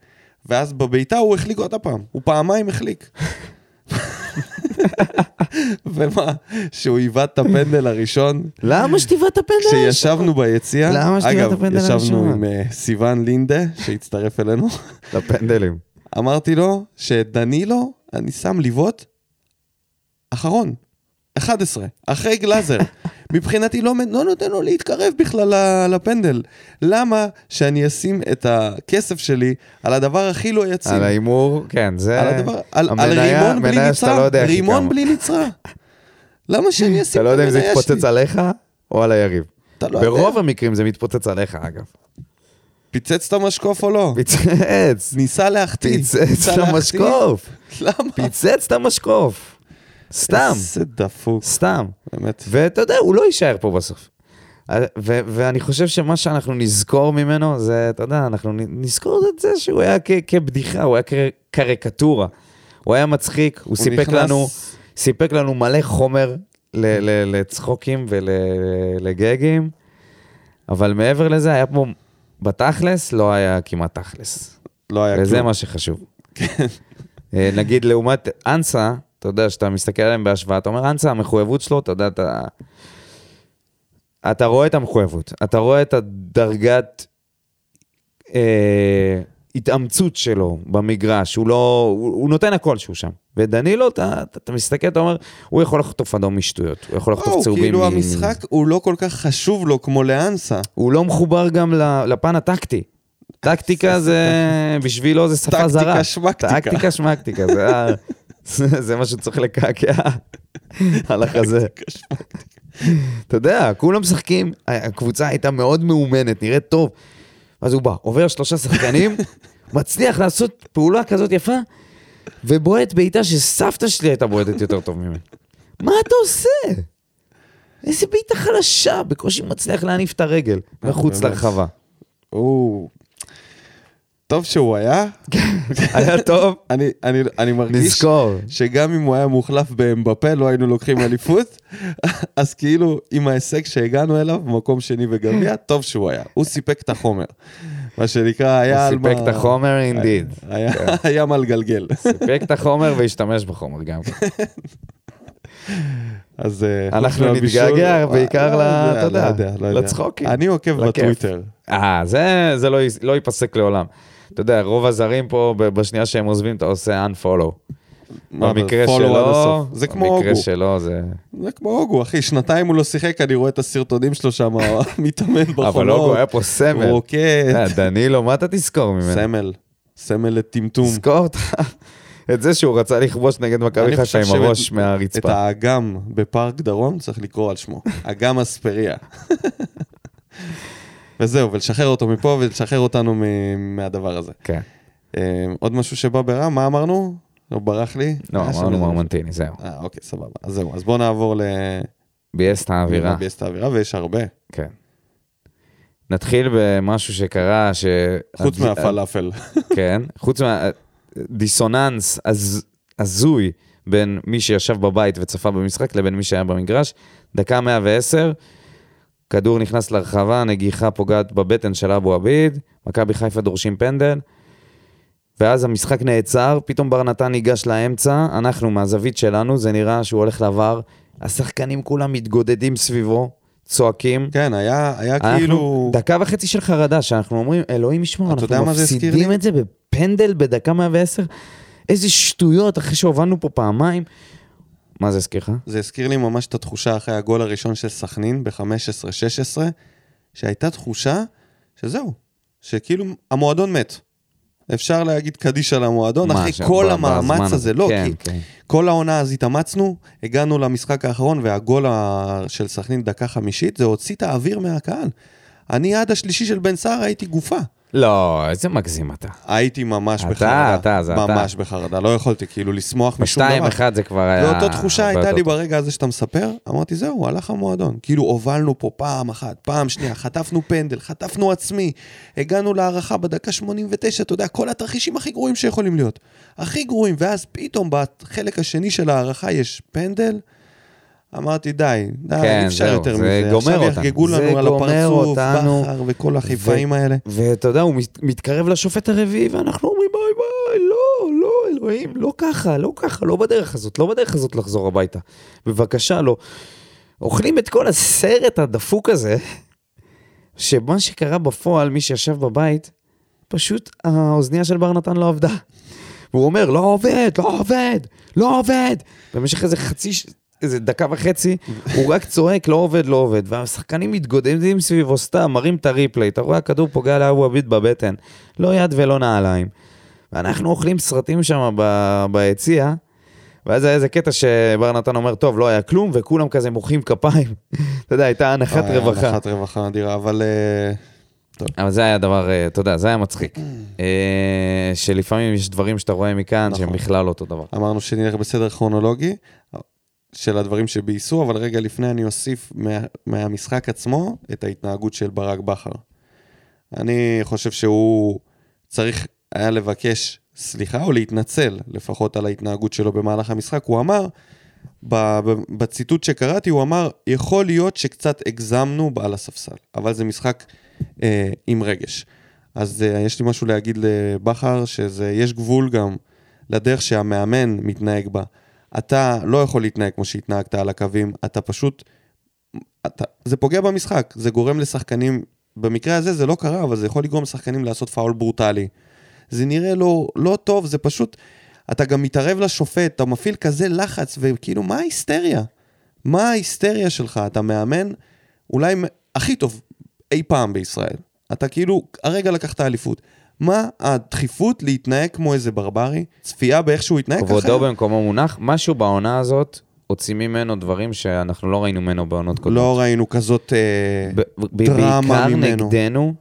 A: ואז בבעיטה הוא החליק עוד הפעם, הוא פעמיים החליק. ומה, שהוא היווט את הפנדל הראשון,
B: למה שתיבע את הפנדל?
A: כשישבנו ביציע,
B: לא, למה שתהיה את
A: אגב,
B: הפנדל
A: ישבנו
B: הראשון?
A: עם אה, סיון לינדה, שהצטרף אלינו,
B: לפנדלים.
A: אמרתי לו שאת דנילו אני שם לבעוט אחרון, 11, אחרי גלאזר. מבחינתי לא, לא נותן לו להתקרב בכלל ל- לפנדל. למה שאני אשים את הכסף שלי על הדבר הכי לא יציב?
B: על ההימור, כן, זה...
A: על הדבר, על, על
B: המניה-
A: רימון בלי
B: מניה שאתה לא
A: נצרה,
B: יודע איך היא
A: רימון
B: קמה.
A: בלי נצרה. למה שאני אשים
B: אתה
A: את
B: לא יודע אם זה
A: המניה שלי?
B: יתפוצץ עליך או על היריב.
A: אתה לא יודע.
B: ברוב המקרים זה מתפוצץ עליך, אגב.
A: פיצץ את המשקוף או לא?
B: פיצץ,
A: ניסה להחטיא.
B: פיצץ את
A: להחטיא.
B: המשקוף.
A: למה?
B: פיצץ את המשקוף. סתם,
A: איזה דפוק,
B: סתם.
A: באמת.
B: ואתה יודע, הוא לא יישאר פה בסוף. אה, ו- ואני חושב שמה שאנחנו נזכור ממנו זה, אתה יודע, אנחנו נ- נזכור את זה שהוא היה כ- כבדיחה, הוא היה כ- קריקטורה. הוא היה מצחיק, הוא סיפק
A: נכנס-
B: לנו, סיפק לנו מלא חומר ל- ל- לצחוקים ולגגים, אבל מעבר לזה, היה פה, בתכלס, לא היה כמעט תכלס.
A: לא היה
B: וזה
A: כלום.
B: מה שחשוב. אה, נגיד לעומת אנסה, אתה יודע, שאתה מסתכל עליהם בהשוואה, אתה אומר, אנסה, המחויבות שלו, אתה יודע, אתה... אתה רואה את המחויבות, אתה רואה את הדרגת אה, התאמצות שלו במגרש, הוא לא, הוא, הוא נותן הכל שהוא שם. ודנילו, אתה, אתה, אתה מסתכל, אתה אומר, הוא יכול לחטוף אדום משטויות, הוא יכול לחטוף
A: וואו,
B: צהובים.
A: כאילו
B: מ-
A: המשחק הוא לא כל כך חשוב לו כמו לאנסה.
B: הוא לא מחובר גם ל- לפן הטקטי. טקטיקה זה, בשבילו זה שפה
A: טקטיקה
B: זרה.
A: שמקטיקה.
B: טקטיקה שמקטיקה, זה ה- זה זה מה שצריך לקעקע על החזה. אתה יודע, כולם משחקים, הקבוצה הייתה מאוד מאומנת, נראית טוב. אז הוא בא, עובר שלושה שחקנים, מצליח לעשות פעולה כזאת יפה, ובועט בעיטה שסבתא שלי הייתה בועטת יותר טוב ממני. מה אתה עושה? איזה בעיטה חלשה, בקושי מצליח להניף את הרגל מחוץ
A: באמת.
B: לרחבה.
A: הוא... טוב שהוא היה,
B: היה טוב,
A: אני, אני, אני מרגיש
B: נזכור.
A: שגם אם הוא היה מוחלף באמבפה, לא היינו לוקחים אליפות. אז כאילו, עם ההישג שהגענו אליו, מקום שני בגביע, טוב שהוא היה. הוא סיפק את החומר. מה שנקרא,
B: הוא
A: היה על מה...
B: סיפק את החומר כן. אינדיד.
A: היה- היה מה לגלגל.
B: סיפק את החומר והשתמש בחומר גם. כן.
A: אז אה, חוץ
B: אנחנו
A: מהבישול-
B: נתגעגע
A: וואי,
B: בעיקר
A: לא
B: ל-
A: יודע,
B: אתה יודע,
A: לא יודע, לא יודע.
B: לצחוקים.
A: אני עוקב
B: לכיף.
A: בטוויטר.
B: אה, זה, זה לא, ייס- לא ייפסק לעולם. אתה יודע, רוב הזרים פה, ב- בשנייה שהם עוזבים, אתה עושה unfollow.
A: מה,
B: במקרה
A: follow עד
B: שלו,
A: הסוף. זה כמו הוגו.
B: במקרה שלו זה...
A: זה כמו הוגו, אחי, שנתיים הוא לא שיחק, אני רואה את הסרטונים שלו שם, מתאמן בחולות.
B: אבל הוגו היה פה
A: הוא
B: סמל. אה,
A: רוקד.
B: דנילו, מה אתה תזכור ממנו?
A: סמל, סמל לטמטום.
B: תזכור את ה- את זה שהוא רצה לכבוש נגד מכבי
A: אני
B: חיפה
A: חושב
B: עם
A: שאת-
B: הראש
A: את
B: מהרצפה.
A: האגם בפארק דרום צריך לקרוא על שמו, אגם אספריה. וזהו, ולשחרר אותו מפה ולשחרר אותנו מ- מהדבר הזה.
B: כן.
A: אה, עוד משהו שבא ברע, מה אמרנו? לא ברח לי?
B: לא,
A: היה שם
B: אמרנו
A: איזה-
B: מרמנטיני, זהו.
A: אה, אוקיי, סבבה. אז זהו, אז בואו נעבור ל-
B: ביאס את האווירה.
A: לביאס את האווירה, ויש הרבה.
B: כן. נתחיל במשהו שקרה, ש...
A: חוץ מהפלאפל.
B: כן, חוץ מהדיסוננס הזוי בין מי שישב בבית וצפה במשחק לבין מי שהיה במגרש. דקה 110, כדור נכנס לרחבה, נגיחה פוגעת בבטן של אבו עביד, מכבי חיפה דורשים פנדל, ואז המשחק נעצר, פתאום בר נתן ניגש לאמצע, אנחנו מהזווית שלנו, זה נראה שהוא הולך לעבר, השחקנים כולם מתגודדים סביבו, צועקים.
A: כן, היה היה
B: אנחנו-
A: כאילו...
B: דקה וחצי של חרדה, שאנחנו אומרים, אלוהים ישמור,
A: אתה יודע
B: אנחנו
A: מה זה הזכיר
B: מפסידים
A: לי?
B: את זה בפנדל בדקה 110. איזה שטויות, אחרי שהובלנו פה פעמיים. מה זה הזכיר לך?
A: זה הזכיר לי ממש את התחושה אחרי הגול הראשון של סכנין ב-15-16, שהייתה תחושה שזהו, שכאילו המועדון מת. אפשר להגיד קדיש על המועדון,
B: מה,
A: אחרי
B: ש-
A: כל
B: ב- בזמן
A: המאמץ
B: הזה.
A: הזה, לא,
B: כן,
A: כי
B: כן.
A: כל העונה אז התאמצנו, הגענו למשחק האחרון, והגול ה- של סכנין דקה חמישית, זה הוציא את האוויר מהקהל. אני עד השלישי של בן סער הייתי גופה.
B: לא, איזה מגזים אתה.
A: הייתי ממש
B: אתה,
A: בחרדה.
B: אתה, זה אתה.
A: ממש בחרדה, לא יכולתי כאילו לשמוח משום דבר.
B: בשתיים אחד זה כבר היה...
A: ואותה תחושה
B: הרבה
A: הייתה לי
B: יותר טוב.
A: ברגע הזה שאתה מספר, אמרתי, זהו, הלך המועדון. כאילו, הובלנו פה פעם אחת, פעם שנייה, חטפנו פנדל, חטפנו עצמי, הגענו להערכה בדקה 89, אתה יודע, כל התרחישים הכי גרועים שיכולים להיות. הכי גרועים, ואז פתאום בחלק השני של ההערכה יש פנדל. אמרתי, די, די,
B: כן,
A: אי אפשר
B: זהו,
A: יותר
B: זה
A: מזה.
B: גומר
A: עכשיו
B: אותנו.
A: יחגגו
B: זה
A: לנו על
B: גומר
A: הפרצוף,
B: אותנו.
A: בכר וכל החיפאים האלה.
B: ואתה יודע, הוא מת- מתקרב לשופט הרביעי, ואנחנו אומרים, ביי ביי, לא, לא, אלוהים, לא ככה, לא ככה, לא בדרך הזאת, לא בדרך הזאת לחזור הביתה. בבקשה, לא. אוכלים את כל הסרט הדפוק הזה, שמה שקרה בפועל, מי שישב בבית, פשוט האוזנייה של בר נתן לא עבדה. והוא אומר, לא עובד, לא עובד, לא עובד. במשך איזה חצי, ש- איזה דקה וחצי, הוא רק צועק, לא עובד, לא עובד. והשחקנים מתגודדים סביבו סתם, מראים את הריפליי, אתה רואה, הכדור פוגע לאבו עביד בבטן. לא יד ולא נעליים. ואנחנו אוכלים סרטים שם ב- ביציע, ואז היה איזה קטע שבר נתן אומר, טוב, לא היה כלום, וכולם כזה מוחאים כפיים. אתה יודע, הייתה הנחת
A: אה,
B: רווחה.
A: הנחת רווחה אדירה, אבל... אה,
B: אבל זה היה דבר, אה, אתה יודע, זה היה מצחיק. אה, שלפעמים יש דברים שאתה רואה מכאן שהם
A: נכון.
B: בכלל לא אותו דבר.
A: אמרנו שנלך בסדר כרונולוגי של הדברים שבייסו, אבל רגע לפני אני אוסיף מה, מהמשחק עצמו את ההתנהגות של ברק בכר. אני חושב שהוא צריך היה לבקש סליחה או להתנצל לפחות על ההתנהגות שלו במהלך המשחק. הוא אמר, ב- ב- בציטוט שקראתי, הוא אמר, יכול להיות שקצת הגזמנו על הספסל, אבל זה משחק אה, עם רגש. אז אה, יש לי משהו להגיד לבכר, שזה, יש גבול גם לדרך שהמאמן מתנהג בה. אתה לא יכול להתנהג כמו שהתנהגת על הקווים, אתה פשוט... אתה, זה פוגע במשחק, זה גורם לשחקנים, במקרה הזה זה לא קרה, אבל זה יכול לגרום לשחקנים לעשות פאול ברוטלי. זה נראה לא, לא טוב, זה פשוט... אתה גם מתערב לשופט, אתה מפעיל כזה לחץ, וכאילו, מה ההיסטריה? מה ההיסטריה שלך? אתה מאמן אולי מ- הכי טוב אי פעם בישראל. אתה כאילו, הרגע לקחת אליפות. מה הדחיפות להתנהג כמו איזה ברברי? צפייה באיך שהוא התנהג ככה?
B: כבודו במקומו מונח, משהו בעונה הזאת הוציא ממנו דברים שאנחנו לא ראינו ממנו בעונות קודמות.
A: לא ראינו כזאת... אה,
B: ב- ב-
A: דרמה
B: בעיקר
A: ממנו.
B: נגדנו,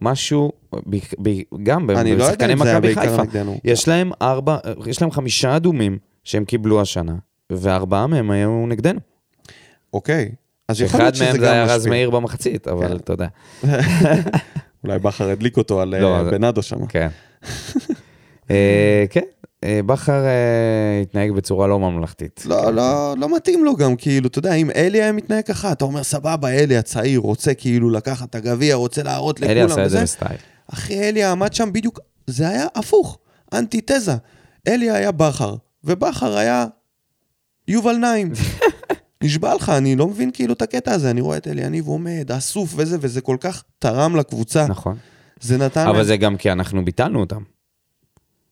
B: משהו, ב- ב- גם ב-
A: אני לא יודע
B: בשחקני
A: אם זה היה
B: מכבי
A: בעיקר
B: חיפה.
A: נגדנו.
B: יש להם ארבע, אה, יש להם חמישה אדומים שהם קיבלו השנה, וארבעה מהם היו נגדנו.
A: אוקיי. אז יכול
B: אחד
A: להיות
B: מהם
A: שזה
B: זה היה
A: גם
B: רז
A: משפיע.
B: מאיר במחצית, אבל
A: כן.
B: אתה יודע.
A: אולי בכר הדליק אותו על אה,
B: לא, זה-
A: בנאדו שם.
B: כן. אה, כן, אה, בכר אה, התנהג בצורה לא ממלכתית.
A: לא, לא, לא מתאים לו גם, כאילו, אתה יודע, אם אלי היה מתנהג ככה, אתה אומר, סבבה, אלי הצעיר, רוצה כאילו לקחת את הגביע, רוצה להראות לכולם.
B: אלי עשה את זה
A: וזה.
B: בסטייל.
A: אחי, אלי עמד שם בדיוק, זה היה הפוך, אנטיתזה. אלי היה בכר, ובכר היה יובל נעים. נשבע לך, אני לא מבין כאילו את הקטע הזה, אני רואה את אלי יניב עומד, אסוף וזה, וזה כל כך תרם לקבוצה.
B: נכון.
A: זה נתן...
B: אבל
A: להם-
B: זה גם כי אנחנו ביטלנו אותם.
A: כן,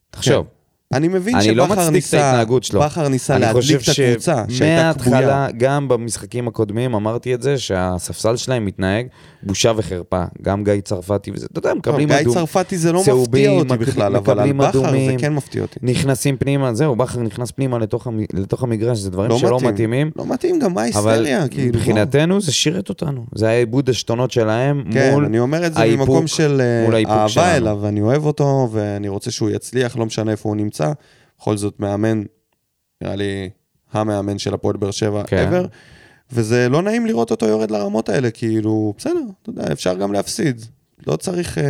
B: תחשוב,
A: אני מבין
B: אני לא
A: שבכר
B: מצדיק את
A: ניסה,
B: ההתנהגות שלו.
A: בכר ניסה
B: אני
A: להדליק
B: חושב
A: את הקבוצה, שהייתה כבויה.
B: שמההתחלה, גם במשחקים הקודמים, אמרתי את זה, שהספסל שלהם מתנהג בושה וחרפה. גם גיא צרפתי וזה, אתה יודע, הם
A: טוב,
B: מקבלים
A: גיא
B: אדום,
A: צרפתי זה לא מפתיע
B: צהובים,
A: אותי
B: מקב-
A: בכלל, אבל על
B: מקבלים
A: בכר זה
B: אדומים.
A: כן מפתיע אותי.
B: נכנסים פנימה, זהו, בכר נכנס פנימה לתוך המ- לתוך המגרש, זה דברים
A: לא
B: שלא
A: מתאים.
B: מתאימים.
A: לא מתאים גם מה
B: אבל
A: ההיסטריה, כאילו. מה?
B: מבחינתנו זה שירת אותנו, זה היה עיבוד עשתונות שלהם
A: כן,
B: מול
A: אני אומר את זה
B: האיפוק-
A: ממקום של אה,
B: מול האיפוק
A: אהבה
B: שלנו.
A: אליו, אני אוהב אותו, ואני רוצה שהוא יצליח, לא משנה איפה הוא נמצא. בכל זאת, מאמן, נראה לי, המאמן של הפועל באר שבע
B: כן.
A: ever. וזה לא נעים לראות אותו יורד לרמות האלה, כאילו, בסדר, אתה יודע, אפשר גם להפסיד. לא צריך... אה,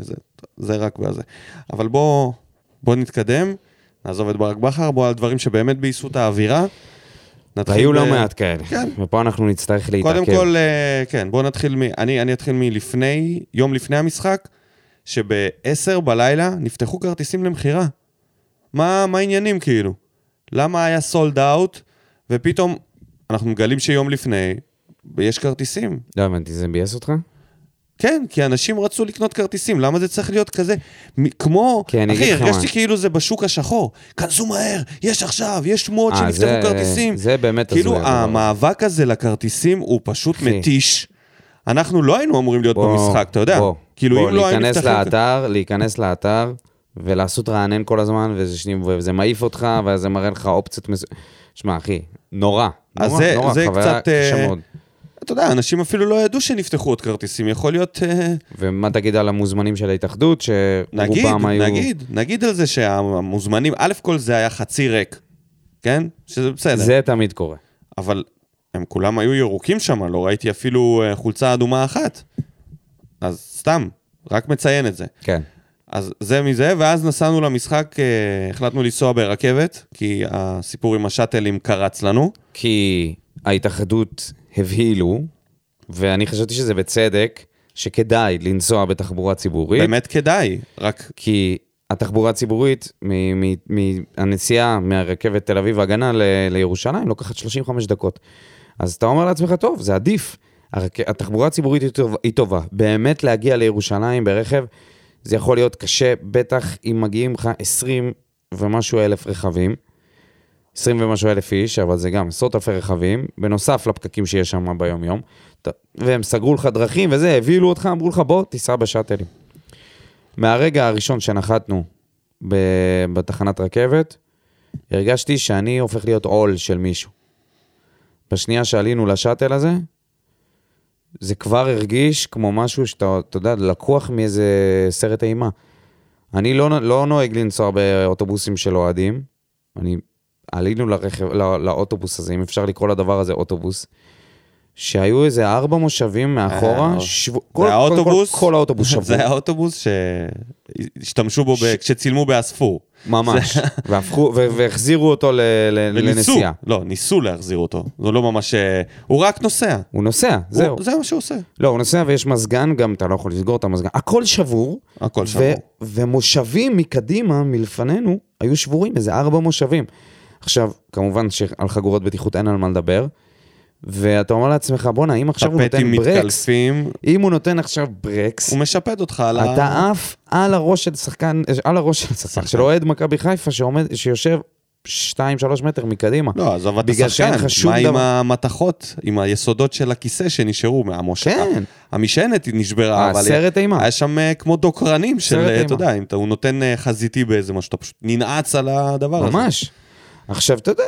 A: זה, זה רק בזה. אבל בוא, בוא נתקדם, נעזוב את ברק בכר, בוא על דברים שבאמת בייסו את האווירה. נתחיל
B: והיו לא
A: ב-
B: מעט כאלה,
A: כן.
B: ופה אנחנו נצטרך להתעכב.
A: קודם כל, אה, כן, בואו נתחיל מ... אני, אני אתחיל מלפני, יום לפני המשחק, שב-10 בלילה נפתחו כרטיסים למכירה. מה, מה העניינים כאילו? למה היה סולד אאוט, ופתאום אנחנו מגלים שיום לפני יש כרטיסים?
B: לא הבנתי, זה ביאס אותך?
A: כן, כי אנשים רצו לקנות כרטיסים, למה זה צריך להיות כזה? מ- כמו,
B: כן, אני
A: אחי,
B: אגיד לך
A: הרגשתי
B: מה.
A: כאילו זה בשוק השחור. כנסו מהר, יש עכשיו, יש שמועות
B: אה,
A: שנפתחו
B: זה-
A: כרטיסים.
B: זה באמת הזוי
A: כאילו,
B: הדבר הזה.
A: המאבק הזה לכרטיסים הוא פשוט
B: אחי.
A: מתיש. אנחנו לא היינו אמורים להיות
B: בוא,
A: במשחק, אתה יודע.
B: בוא,
A: כאילו,
B: בוא,
A: אם לא היינו
B: להיכנס
A: נפתחים...
B: לאתר, להיכנס לאתר, ולעשות רענן כל הזמן, וזה, שני, וזה מעיף אותך, ואז זה מראה לך אופציות מס... שמע, אחי, נורא.
A: אז
B: נורא,
A: זה-
B: נורא,
A: זה
B: חוויה
A: קצת, אה,
B: קשה מאוד.
A: אתה יודע, אנשים אפילו לא ידעו שנפתחו עוד כרטיסים, יכול להיות... אה,
B: ומה תגיד על המוזמנים של ההתאחדות,
A: נגיד,
B: שרובם היו...
A: נגיד, נגיד על זה שהמוזמנים, א' כל זה היה חצי ריק, כן? שזה בסדר.
B: זה תמיד קורה.
A: אבל הם כולם היו ירוקים שם, לא ראיתי אפילו אה, חולצה אדומה אחת. אז סתם, רק מציין את זה.
B: כן.
A: אז זה מזה, ואז נסענו למשחק, אה, החלטנו לנסוע ברכבת, כי הסיפור עם השאטלים קרץ לנו.
B: אוקיי. כי ההתאחדות הבהילו, ואני חשבתי שזה בצדק, שכדאי לנסוע בתחבורה ציבורית.
A: באמת כדאי, רק
B: כי התחבורה הציבורית, מ- מ- מ- הנסיעה מהרכבת תל אביב הגנה ל- לירושלים לוקחת 35 דקות. אז אתה אומר לעצמך, טוב, זה עדיף. הרק- התחבורה הציבורית היא טוב- היא טובה. באמת להגיע לירושלים ברכב, זה יכול להיות קשה, בטח אם מגיעים לך 20 ומשהו אלף רכבים. 20 ומשהו אלף איש, אבל זה גם עשרות אלפי רכבים, בנוסף לפקקים שיש שם ביום-יום. אתה- והם סגרו לך דרכים וזה, הבהילו אותך, אמרו לך, בוא, תיסע בשאטלים. מהרגע הראשון שנחתנו ב... בתחנת רכבת, הרגשתי שאני הופך להיות עול של מישהו. בשנייה שעלינו לשאטל הזה, זה כבר הרגיש כמו משהו שאתה, אתה יודע, לקוח מאיזה סרט אימה. אני לא, נו- לא נוהג לנסוע באוטובוסים של אוהדים. אני... עלינו לרכב, לא, לאוטובוס הזה, אם אפשר לקרוא לדבר הזה אוטובוס, שהיו איזה ארבע מושבים מאחורה,
A: אה,
B: שבו... כל-
A: זה
B: כל-
A: האוטובוס,
B: כל, כל האוטובוס שבוע.
A: זה האוטובוס שהשתמשו בו ב- כשצילמו באספור.
B: ממש, והפכו, ו- והחזירו אותו ל- ל-
A: וניסו,
B: לנסיעה.
A: לא, ניסו להחזיר אותו. זה לא ממש... אה, הוא רק נוסע.
B: הוא נוסע, זהו.
A: הוא- זה מה שהוא עושה.
B: לא, הוא נוסע ויש מזגן, גם אתה לא יכול לסגור את המזגן. הכל שבור.
A: הכל
B: ו-
A: שבור.
B: ומושבים מקדימה, מלפנינו, היו שבורים, איזה ארבע מושבים. עכשיו, כמובן שעל חגורות בטיחות אין על מה לדבר, ואתה אומר לעצמך, בואנה, אם עכשיו הוא
A: טפטים
B: נותן ברקס,
A: מתקלפים,
B: אם הוא נותן עכשיו ברקס,
A: הוא משפד אותך על ה...
B: אתה עף על הראש של שחקן, על הראש של שחקן,
A: שחקן.
B: של אוהד מכבי חיפה, שעומד- שיושב 2-3 מטר מקדימה.
A: לא, עזוב את
B: בגלל שאין לך
A: השחקן,
B: שום
A: מה עם
B: דבר.
A: המתכות, עם היסודות של הכיסא שנשארו מהמושך?
B: כן.
A: המשענת היא נשברה, אבל
B: הסרט אימה.
A: היה שם אה, כמו דוקרנים של,
B: סרט
A: אה, אתה
B: אימה.
A: יודע, אם אתה- הוא נותן אה, חזיתי באיזה משהו, אתה פשוט ננעץ על הדבר הזה.
B: ממש. עכשיו, אתה יודע,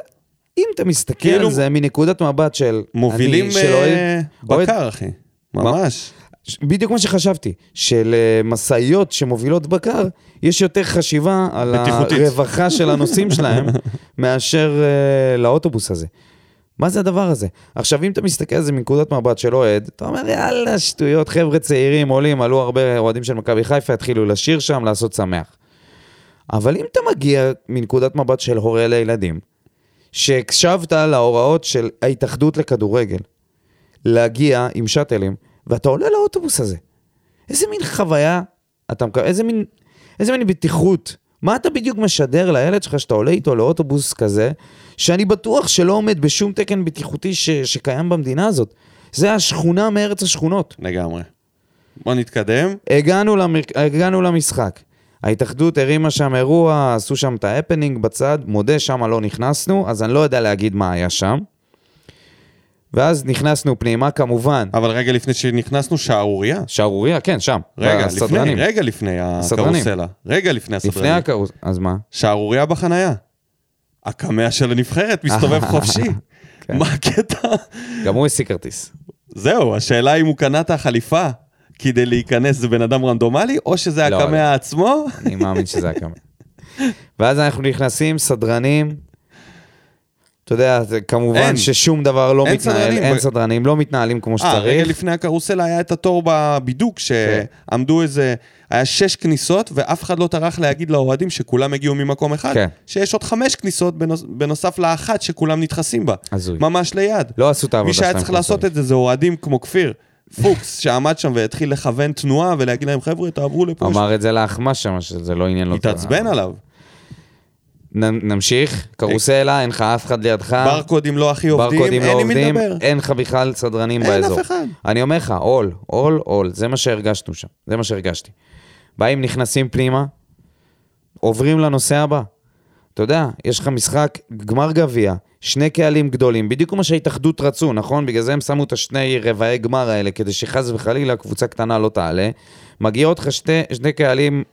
B: אם אתה מסתכל
A: כאילו-
B: על זה מנקודת מבט של...
A: מובילים
B: אני- של אוהד-
A: אה,
B: אוהד-
A: בקר, אחי. ממש.
B: ש- בדיוק מה שחשבתי, של אה, משאיות שמובילות בקר, יש יותר חשיבה על
A: בטיחותית.
B: הרווחה של הנוסעים שלהם, מאשר אה, לאוטובוס הזה. מה זה הדבר הזה? עכשיו, אם אתה מסתכל על זה מנקודת מבט של אוהד, אתה אומר, יאללה, שטויות, חבר'ה צעירים עולים, עלו הרבה אוהדים של מכבי חיפה, התחילו לשיר שם, לעשות שמח. אבל אם אתה מגיע מנקודת מבט של הורה לילדים, שהקשבת להוראות של ההתאחדות לכדורגל, להגיע עם שאטלים, ואתה עולה לאוטובוס הזה. איזה מין חוויה אתה מקבל, איזה מין, איזה מין בטיחות. מה אתה בדיוק משדר לילד שלך שאתה עולה איתו לאוטובוס כזה, שאני בטוח שלא עומד בשום תקן בטיחותי ש, שקיים במדינה הזאת. זה השכונה מארץ השכונות.
A: לגמרי. בוא נתקדם.
B: הגענו, למר... הגענו למשחק. ההתאחדות הרימה שם אירוע, עשו שם את ההפנינג בצד, מודה שמה לא נכנסנו, אז אני לא יודע להגיד מה היה שם. ואז נכנסנו פנימה, כמובן.
A: אבל רגע לפני שנכנסנו, שערורייה.
B: שערוריה, כן, שם.
A: רגע, לפני,
B: בסדרנים.
A: רגע לפני
B: הסדרנים.
A: הקרוסלה. רגע לפני
B: לפני
A: הסדרנים.
B: הקרוס... אז מה?
A: שערורייה בחנייה. הקמע של הנבחרת מסתובב חופשי.
B: כן.
A: מה הקטע?
B: גם הוא השיג כרטיס.
A: זהו, השאלה אם הוא קנה את החליפה כדי להיכנס זה בן אדם רנדומלי, או שזה
B: לא,
A: הקמע עצמו.
B: אני מאמין שזה הקמע. ואז אנחנו נכנסים, סדרנים. אתה יודע, זה כמובן
A: אין.
B: ששום דבר לא
A: אין
B: מתנהל,
A: סדרנים.
B: אין
A: ב-
B: סדרנים, לא מתנהלים כמו
A: אה, רגע
B: שצריך.
A: לפני הקרוסלה היה את התור בבידוק,
B: כן.
A: שעמדו איזה, היה שש כניסות, ואף אחד לא טרח להגיד לאוהדים שכולם הגיעו ממקום אחד,
B: כן.
A: שיש עוד חמש כניסות בנוס- בנוסף לאחת שכולם נדחסים בה.
B: הזוי.
A: ממש ליד.
B: לא עשו את העבודה
A: מי
B: שלהם.
A: שהיה צריך
B: כמו
A: לעשות את זה זה אוהדים כמו כפיר. פוקס שעמד שם והתחיל לכוון תנועה ולהגיד להם, חבר'ה, תעברו לפה.
B: אמר את זה לאחמ"ש שם, שזה לא עניין לו.
A: התעצבן עליו.
B: נ- נמשיך, קרוסלה, אין לך אף אחד לידך.
A: ברקודים לא הכי עובדים,
B: אה. ברקודים לא
A: אין עם מי
B: עובדים,
A: לדבר.
B: אין לך בכלל סדרנים
A: אין
B: באזור.
A: אף אחד.
B: אני אומר לך, עול, עול, עול, זה מה שהרגשנו שם, זה מה שהרגשתי. באים, נכנסים פנימה, עוברים לנושא הבא. אתה יודע, יש לך משחק גמר גביע, שני קהלים גדולים, בדיוק כמו שההתאחדות רצו, נכון? בגלל זה הם שמו את השני רבעי גמר האלה, כדי שחס וחלילה קבוצה קטנה לא תעלה. מגיעות לך שתי, שני קהלים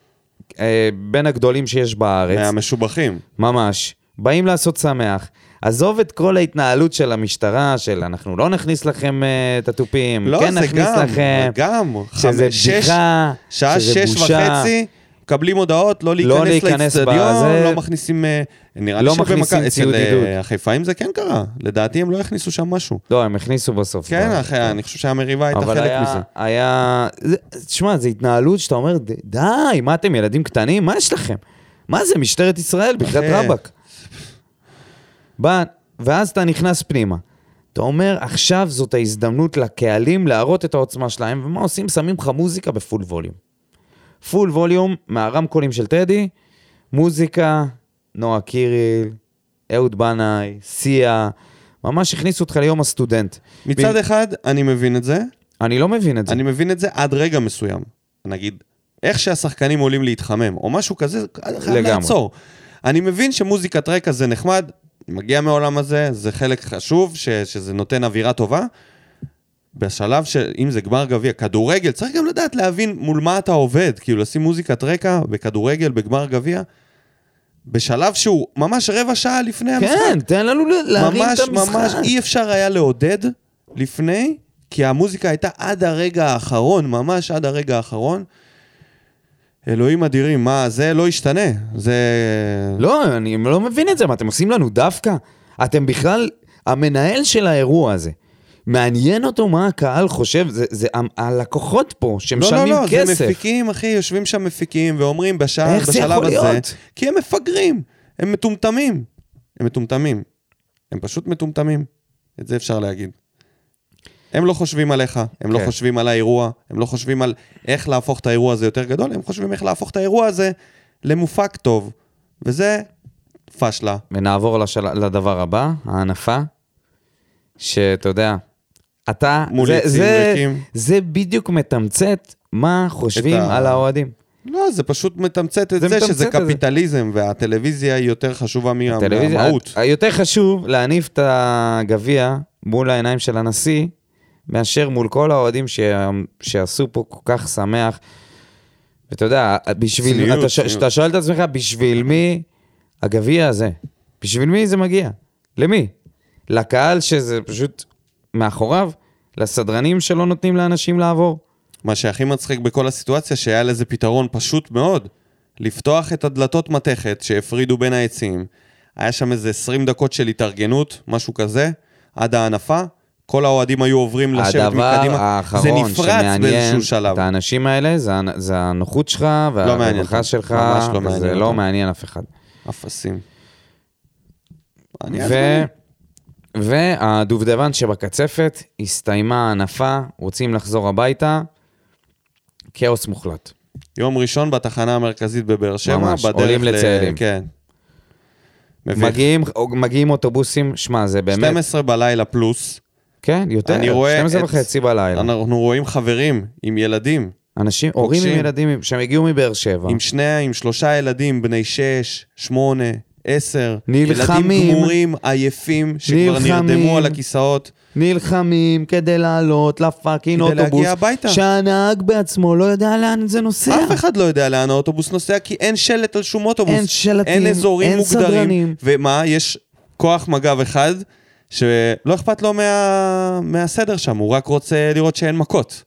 B: אה, בין הגדולים שיש בארץ.
A: מהמשובחים.
B: כן, ממש. באים לעשות שמח. עזוב את כל ההתנהלות של המשטרה, של אנחנו לא נכניס לכם אה, את התופים,
A: לא,
B: כן
A: זה
B: נכניס
A: גם,
B: לכם,
A: זה גם.
B: שזה
A: חמש- שש-
B: בדיחה,
A: שעה
B: שזה
A: שש
B: בושה.
A: וחצי, מקבלים הודעות, לא
B: לא
A: להיכנס
B: להיכנס
A: לאצטדיון,
B: בזה.
A: לא מכניסים... אה, נראה לי
B: לא מכניסים
A: שבמכבי, אצל
B: ציוד
A: אה,
B: עידוד.
A: החיפאים זה כן קרה. לדעתי הם לא הכניסו שם משהו.
B: לא, הם הכניסו בסוף.
A: כן,
B: כבר.
A: אחי, אני חושב שהמריבה הייתה
B: לא, אבל
A: חלק
B: היה-
A: מזה.
B: היה... זה- תשמע, זו התנהלות שאתה אומר, "ד- די, מה אתם ילדים קטנים? מה יש לכם? מה זה, משטרת ישראל, בחייאת
A: אחי.
B: רבאק. בא, ואז אתה נכנס פנימה. אתה אומר, עכשיו זאת ההזדמנות לקהלים להראות את העוצמה שלהם, ומה עושים? שמים לך מוזיקה בפול ווליום. פול ווליום מהרמקולים של טדי, מוזיקה, נועה קיריל, אהוד בנאי, סיה, ממש הכניסו אותך ליום הסטודנט.
A: מצד
B: ב-
A: אחד, אני מבין את זה,
B: אני לא מבין את זה.
A: אני מבין את זה עד רגע מסוים. נגיד, איך שהשחקנים עולים להתחמם, או משהו כזה, חייב
B: לגמרי.
A: לעצור. אני מבין שמוזיקת רקע זה נחמד, מגיע מהעולם הזה, זה חלק חשוב, ש, שזה נותן אווירה טובה. בשלב שאם זה גמר גביע, כדורגל, צריך גם לדעת להבין מול מה אתה עובד. כאילו, לשים מוזיקת רקע בכדורגל, בגמר גביע, בשלב שהוא ממש רבע שעה לפני המשחק.
B: כן, תן לנו ל- להרים את
A: ממש
B: המשחק.
A: ממש אי אפשר היה לעודד לפני, כי המוזיקה הייתה עד הרגע האחרון, ממש עד הרגע האחרון. אלוהים אדירים, מה, זה לא ישתנה. זה...
B: לא, אני לא מבין את זה, מה אתם עושים לנו דווקא? אתם בכלל המנהל של האירוע הזה. מעניין אותו מה הקהל חושב, זה, זה ה- הלקוחות פה
A: לא, לא,
B: שמשלמים
A: לא,
B: כסף.
A: זה מפיקים, אחי, יושבים שם מפיקים ואומרים בשעה,
B: איך זה
A: בשלב
B: יכול
A: הזה,
B: להיות?
A: כי הם מפגרים, הם מטומטמים. הם מטומטמים. הם פשוט מטומטמים. את זה אפשר להגיד. הם לא חושבים עליך, הם כן. לא
B: כן.
A: חושבים על האירוע, הם לא חושבים על איך להפוך את האירוע הזה יותר גדול, הם חושבים איך להפוך את האירוע הזה למופק טוב, וזה פשלה.
B: ונעבור לשל... לדבר הבא, הענפה, שאתה יודע, אתה,
A: מול
B: זה,
A: יציעים
B: זה,
A: ריקים.
B: זה בדיוק מתמצת מה חושבים
A: ה-
B: על האוהדים.
A: לא, זה פשוט מתמצת את
B: זה
A: זה, זה שזה
B: מתמצת את זה.
A: קפיטליזם, והטלוויזיה היא יותר חשובה מה-
B: הטלוויזיה-
A: מהמהות.
B: ה- יותר חשוב להניף את הגביע מול העיניים של הנשיא, מאשר מול כל האוהדים ש- שעשו פה כל כך שמח. ואתה יודע, בשביל,
A: צניעות,
B: אתה, ש-
A: צניעות.
B: אתה שואל את עצמך, בשביל מי הגביע הזה? בשביל מי זה מגיע? למי? לקהל שזה פשוט מאחוריו? לסדרנים שלא נותנים לאנשים לעבור?
A: מה שהכי מצחיק בכל הסיטואציה, שהיה לזה פתרון פשוט מאוד. לפתוח את הדלתות מתכת שהפרידו בין העצים. היה שם איזה 20 דקות של התארגנות, משהו כזה, עד ההנפה. כל האוהדים היו עוברים לשבת מקדימה.
B: הדבר האחרון
A: זה נפרץ
B: שמעניין
A: באיזשהו שלב. לא
B: את האנשים האלה, זה, הנ- זה הנוחות שלך
A: מעניין אותם.
B: והרווחה שלך,
A: ממש לא
B: זה
A: מעניין
B: לא
A: אותם.
B: מעניין אף אחד.
A: אפסים. אני לא- אז
B: ו... והדובדבן שבקצפת, הסתיימה הענפה, רוצים לחזור הביתה, כאוס מוחלט.
A: יום ראשון בתחנה המרכזית בבאר שבע.
B: ממש,
A: בדרך
B: עולים
A: ל-
B: לצאלים.
A: כן. מביך.
B: מגיעים, מגיעים אוטובוסים, שמע, זה באמת...
A: 12 בלילה פלוס.
B: כן, יותר,
A: אני רואה...
B: 12
A: את-
B: וחצי בלילה.
A: אנחנו רואים חברים עם ילדים.
B: אנשים, הורים עם
A: פוגשים.
B: ילדים שהם הגיעו מבאר שבע.
A: עם שני, עם שלושה ילדים בני שש, שמונה, עשר.
B: נלחמים.
A: ילדים גמורים, עייפים, שכבר
B: נלחמים.
A: נרדמו על הכיסאות.
B: נלחמים כדי לעלות לפאקינג
A: כדי
B: אוטובוס.
A: להגיע הביתה.
B: שהנהג בעצמו לא יודע לאן זה נוסע.
A: אף אחד לא יודע לאן האוטובוס נוסע, כי אין שלט על שום אוטובוס.
B: אין שלטים,
A: אין אזורים
B: אין
A: מוגדרים.
B: סדרנים.
A: ומה, יש כוח מג"ב אחד, שלא אכפת לו מה... מהסדר שם, הוא רק רוצה לראות שאין מכות.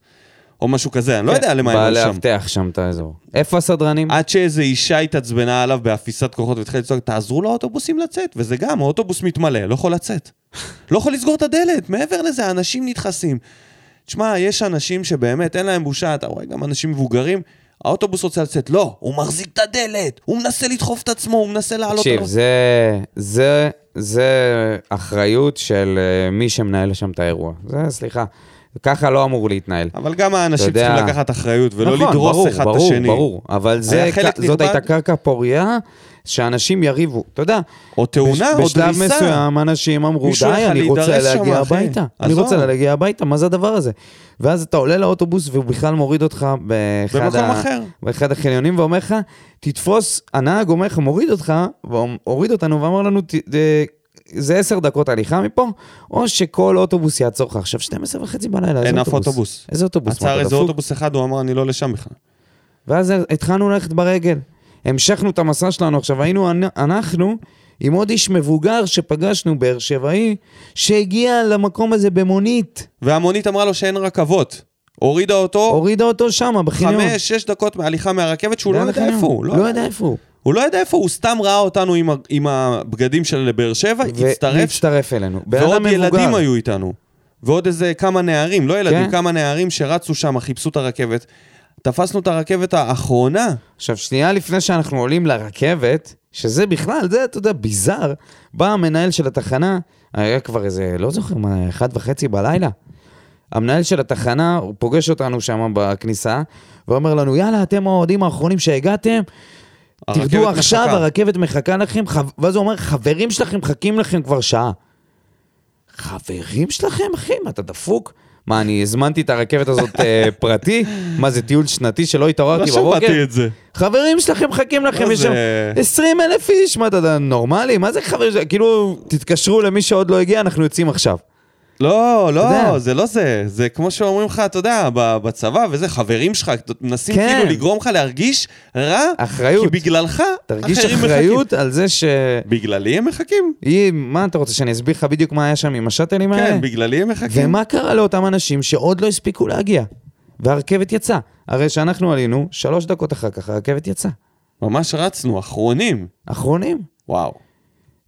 A: או משהו כזה,
B: כן.
A: אני לא יודע למה
B: בא
A: הם שם.
B: לאבטח שם את האזור. איפה הסדרנים?
A: עד שאיזה אישה התעצבנה עליו באפיסת כוחות והתחילה לצעוק, תעזרו לאוטובוסים לצאת. וזה גם, האוטובוס מתמלא, לא יכול לצאת. לא יכול לסגור את הדלת, מעבר לזה, האנשים נדחסים. תשמע, יש אנשים שבאמת אין להם בושה, אתה רואה גם אנשים מבוגרים, האוטובוס רוצה לצאת, לא, הוא מחזיק את הדלת, הוא מנסה לדחוף את עצמו, הוא מנסה לעלות...
B: תקשיב,
A: על-
B: זה, זה, זה אחריות של אה, מי שמנהל שם את האירוע. זה, סליחה, ככה לא אמור להתנהל.
A: אבל גם האנשים
B: אתה יודע-
A: צריכים לקחת אחריות ולא
B: נכון,
A: לדרוס
B: ברור,
A: אחד את
B: ברור,
A: השני.
B: ברור, אבל זה,
A: היה חלק
B: כ-
A: נכבד.
B: זאת הייתה קרקע פוריה שאנשים יריבו. אתה יודע,
A: או תאונה,
B: בש-
A: או
B: בשלב
A: דריסה.
B: מסוים אנשים אמרו,
A: מישהו
B: די,
A: יכל
B: אני רוצה
A: להידרס שם,
B: להגיע
A: אחי.
B: הביתה. אני
A: עזוב.
B: רוצה להגיע הביתה, מה זה הדבר הזה? ואז אתה עולה לאוטובוס והוא בכלל מוריד אותך באחד,
A: במקום אחר.
B: באחד החניונים ואומר לך, תתפוס, הנהג אומר לך, מוריד אותך, והוא הוריד אותנו ואמר לנו, "ת- אה, זה עשר דקות הליכה מפה, או שכל אוטובוס יעצור לך. עכשיו, 12 וחצי בלילה, איזה
A: אין אף
B: אוטובוס?
A: אוטובוס.
B: איזה אוטובוס? מה,
A: עצר
B: אתה
A: איזה
B: דפוק?
A: אוטובוס אחד, הוא אמר, אני לא לשם בכלל.
B: ואז התחלנו ללכת ברגל. המשכנו את המסע שלנו. עכשיו, היינו אנ- אנחנו עם עוד איש מבוגר שפגשנו, באר שבעי, שהגיע למקום הזה במונית.
A: והמונית אמרה לו שאין רכבות. הורידה אותו
B: הורידה אותו שמה, בחניון.
A: חמש, שש דקות מהליכה מהרכבת, שהוא לא
B: ליד
A: יודע
B: החניון.
A: איפה הוא.
B: לא יודע איפה הוא.
A: הוא לא יודע איפה, הוא סתם ראה אותנו עם ה- עם הבגדים של באר שבע, הצטרף,
B: והצטרף אלינו. בן אדם
A: ועוד
B: מבוגר.
A: ילדים היו איתנו. ועוד איזה כמה נערים, לא ילדים,
B: כן.
A: כמה נערים שרצו שם, חיפשו את הרכבת. תפסנו את הרכבת האחרונה.
B: עכשיו, שנייה לפני שאנחנו עולים לרכבת, שזה בכלל, זה, אתה יודע, ביזאר, בא המנהל של התחנה, היה כבר איזה, לא זוכר מה, אחת וחצי בלילה. המנהל של התחנה, הוא פוגש אותנו שם בכניסה, ואומר לנו, יאללה, אתם האוהדים האחרונים שהגעתם, תרדו
A: הרכבת
B: עכשיו,
A: מחכה."
B: הרכבת מחכה לכם, חב... ואז הוא אומר, חברים שלכם מחכים לכם כבר שעה. חברים שלכם, אחי? מה, אתה דפוק? מה, אני הזמנתי את הרכבת הזאת אה, פרטי? מה, זה טיול שנתי שלא
A: לא
B: התעוררתי בבוקר?
A: שמעתי את זה.
B: חברים שלכם מחכים לכם,
A: מה
B: יש
A: זה?
B: שם 20 אלף איש, מה אתה נורמלי? מה זה חברים שלכם? כאילו, תתקשרו למי שעוד לא הגיע, אנחנו יוצאים עכשיו.
A: לא,
B: אתה
A: לא,
B: יודע.
A: זה לא זה. זה כמו שאומרים לך, אתה יודע, ב- בצבא וזה, חברים שלך, מנסים
B: כן.
A: כאילו לגרום לך להרגיש רע,
B: אחריות.
A: כי בגללך
B: תרגיש
A: אחרים
B: אחריות
A: מחכים.
B: על זה ש...
A: בגללי הם מחכים?
B: אם- מה אתה רוצה, שאני אסביר לך בדיוק מה היה שם עם השאטלים האלה?
A: כן, בגללי הם מחכים.
B: אה. ומה קרה לאותם אנשים שעוד לא הספיקו להגיע? והרכבת יצאה. הרי שאנחנו עלינו, שלוש דקות אחר כך הרכבת יצאה.
A: ממש רצנו, אחרונים.
B: אחרונים.
A: וואו.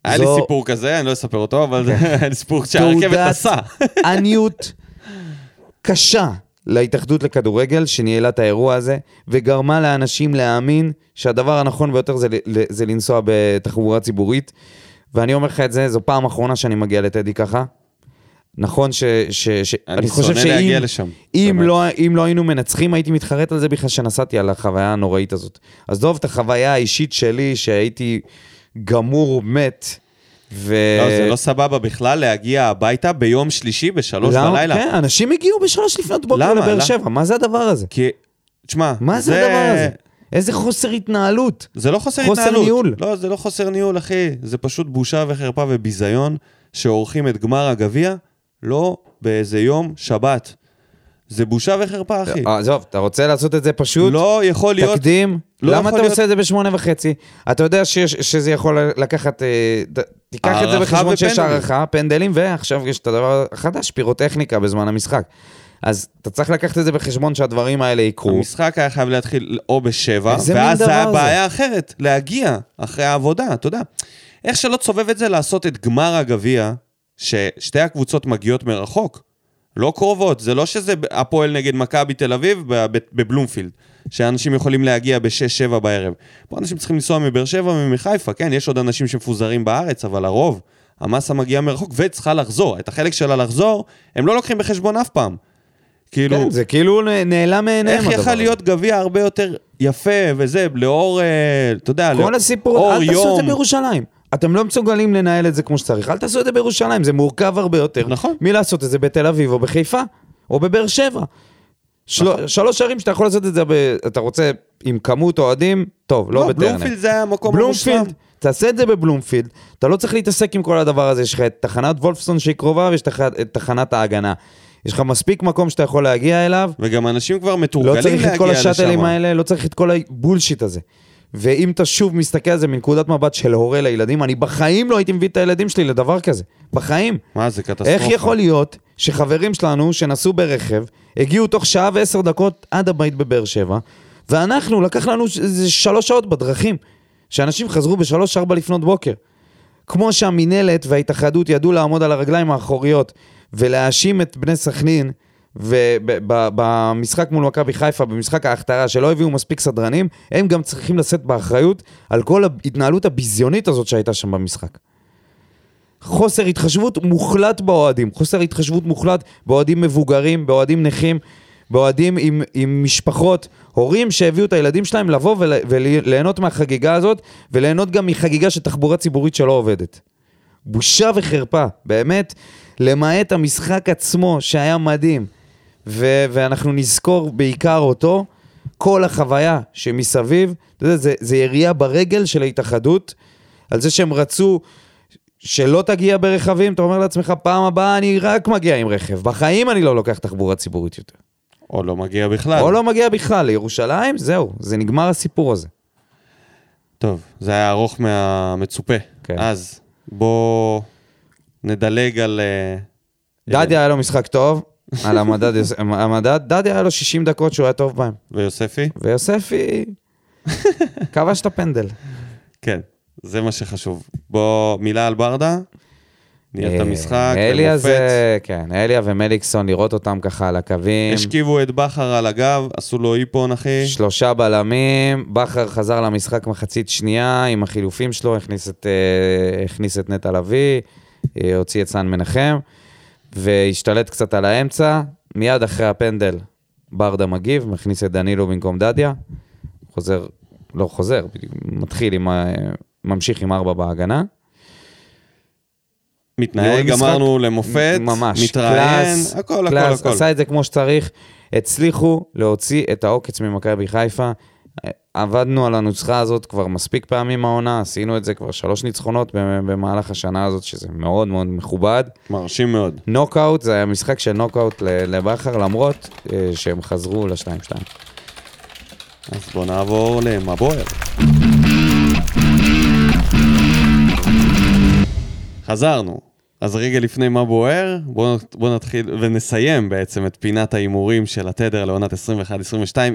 A: היה לי
B: זו- אוקיי.
A: סיפור כזה, אני לא אספר אותו, אבל היה לי סיפור שהרכבת
B: תעודת
A: נסעה.
B: עניות קשה להתאחדות לכדורגל שניהלה את האירוע הזה, וגרמה לאנשים להאמין שהדבר הנכון ביותר זה, ל- ל- זה לנסוע בתחבורה ציבורית. ואני אומר לך את זה, זו פעם אחרונה שאני מגיע לטדי ככה. נכון ש... ש, ש
A: אני שונא להגיע לשם,
B: אם
A: באמת.
B: לא, אם לא היינו מנצחים, הייתי מתחרט על זה בכלל שנסעתי על החוויה הנוראית הזאת. אז עזוב את החוויה האישית שלי, שהייתי גמור מת. ו...
A: לא, זה לא סבבה בכלל להגיע הביתה ביום שלישי בשלוש
B: למה?
A: בלילה.
B: כן, אנשים הגיעו בשלוש לפנות בוקר
A: למה?
B: לבאר
A: למה?
B: שבע, מה זה הדבר הזה?
A: כי, תשמע,
B: מה זה, הדבר הזה? איזה חוסר התנהלות.
A: זה לא חוסר
B: חוסר
A: התנהלות.
B: ניהול.
A: לא, זה לא חוסר ניהול, אחי. זה פשוט בושה וחרפה וביזיון שעורכים את גמר הגביע, לא באיזה יום שבת. זה בושה וחרפה, אחי.
B: עזוב, אתה רוצה לעשות את זה פשוט?
A: לא יכול להיות...
B: אה, תקדים?
A: לא
B: למה
A: יכול
B: אתה
A: להיות-
B: עושה את זה בשמונה וחצי? אתה יודע שיש- שזה יכול לקחת... אה, ד- תיקח את זה
A: הערכה
B: בחשבון שיש
A: ופנדלים.
B: הערכה, פנדלים, ועכשיו יש את הדבר החדש, פירוטכניקה בזמן המשחק. אז אתה צריך לקחת את זה בחשבון שהדברים האלה יקרו.
A: המשחק היה חייב להתחיל או בשבע,
B: איזה מין
A: ואז זה
B: דבר
A: היה
B: זה?
A: בעיה אחרת, להגיע אחרי העבודה, אתה יודע. איך שלא תסובב את זה לעשות את גמר הגביע, ששתי הקבוצות מגיעות מרחוק, לא קרובות, זה לא שזה הפועל נגד מכבי תל אביב בב- בבלומפילד, שאנשים יכולים להגיע ב-6-7 בערב. פה אנשים צריכים לנסוע מבאר שבע ומחיפה, כן, יש עוד אנשים שמפוזרים בארץ, אבל הרוב, המסה מגיעה מרחוק וצריכה לחזור. את החלק שלה לחזור, הם לא לוקחים בחשבון אף פעם. כאילו...
B: כן, זה כאילו נ- נעלם מעיניהם
A: איך
B: הדבר
A: יכל
B: הזה.
A: להיות גביע הרבה יותר יפה וזה, לאור, אה, אתה יודע, לאור
B: כל הסיפור, אל תעשו את
A: יום.
B: זה בירושלים. אתם לא מסוגלים לנהל את זה כמו שצריך, אל תעשו את זה בירושלים, זה מורכב הרבה יותר.
A: נכון.
B: מלעשות את זה בתל אביב או בחיפה, או בבאר שבע. של...
A: נכון.
B: שלוש ערים שאתה יכול לעשות את זה, ב... אתה רוצה עם כמות אוהדים, טוב, לא,
A: לא,
B: בטרנר.
A: בלומפילד זה היה המקום המושלם.
B: בלומפילד, תעשה את זה בבלומפילד, אתה לא צריך להתעסק עם כל הדבר הזה, יש לך את תחנת וולפסון שהיא קרובה ויש תח... את תחנת ההגנה. יש לך מספיק מקום שאתה יכול להגיע אליו,
A: וגם אנשים כבר מתורגלים
B: לא
A: להגיע לשם.
B: צריך את כל השאטלים האלה, לא צריך את כל הבולשיט הזה. ואם אתה שוב מסתכל על זה מנקודת מבט של הורה לילדים, אני בחיים לא הייתי מביא את הילדים שלי לדבר כזה. בחיים.
A: מה זה, קטסטרופה.
B: איך יכול להיות שחברים שלנו שנסעו ברכב, הגיעו תוך שעה ועשר דקות עד הבית בבאר שבע, ואנחנו, לקח לנו ש- איזה שלוש שעות בדרכים, שאנשים חזרו בשלוש ארבע לפנות בוקר. כמו שהמינהלת וההתאחדות ידעו לעמוד על הרגליים האחוריות ולהאשים את בני סכנין ובמשחק מול מכבי חיפה, במשחק ההכתרה, שלא הביאו מספיק סדרנים, הם גם צריכים לשאת באחריות על כל ההתנהלות הביזיונית הזאת שהייתה שם במשחק. חוסר התחשבות מוחלט באוהדים, חוסר התחשבות מוחלט באוהדים מבוגרים, באוהדים נכים, באוהדים עם, עם משפחות, הורים שהביאו את הילדים שלהם לבוא ול, וליהנות מהחגיגה הזאת, וליהנות גם מחגיגה של תחבורה ציבורית שלא עובדת. בושה וחרפה, באמת, למעט המשחק עצמו שהיה מדהים, ו- ואנחנו נזכור בעיקר אותו, כל החוויה שמסביב, אתה יודע, זה, זה ירייה ברגל של ההתאחדות, על זה שהם רצו שלא תגיע ברכבים, אתה אומר לעצמך, פעם הבאה אני רק מגיע עם רכב. בחיים אני לא לוקח תחבורה ציבורית יותר.
A: או לא מגיע בכלל.
B: או לא מגיע בכלל לירושלים, זהו, זה נגמר הסיפור הזה.
A: טוב, זה היה ארוך מהמצופה.
B: כן.
A: אז בוא נדלג על... אה,
B: דדיה היה לו משחק טוב, על המדד, המדד, דדיה היה לו 60 דקות שהוא היה טוב בהם.
A: ויוספי?
B: ויוספי כבש את הפנדל.
A: כן, זה מה שחשוב. בוא, מילה על ברדה. ניהל את המשחק,
B: אה, אליה זה, כן, אליה ומליקסון, לראות אותם ככה על הקווים.
A: השכיבו את בכר על הגב, עשו לו איפון, אחי.
B: שלושה בלמים, בכר חזר למשחק מחצית שנייה עם החילופים שלו, הכניס את, אה, הכניס את נטע לביא, אה, הוציא את סאן מנחם, והשתלט קצת על האמצע. מיד אחרי הפנדל, ברדה מגיב, מכניס את דנילו במקום דדיה, חוזר, לא חוזר, בדיוק, מתחיל עם, ה- ממשיך עם ארבע בהגנה.
A: מתנהל,
B: ניהול לא משחק
A: גמרנו למופת.
B: ממש.
A: מתראיין,
B: קלאס,
A: הכל, הכל,
B: קלאס,
A: הכל.
B: עשה את זה כמו שצריך. הצליחו להוציא את העוקץ ממכבי חיפה. עבדנו על הנוסחה הזאת כבר מספיק פעמים העונה, עשינו את זה כבר שלוש ניצחונות במ- במהלך השנה הזאת, שזה מאוד מאוד מכובד.
A: מרשים מאוד.
B: נוקאוט, זה היה משחק של נוקאוט ל- לבכר, למרות אה, שהם חזרו ל-2-2.
A: אז בוא נעבור למה בוער. חזרנו. אז רגע לפני מה בוער, בואו בוא נתחיל ונסיים בעצם את פינת ההימורים של התדר לעונת 21-22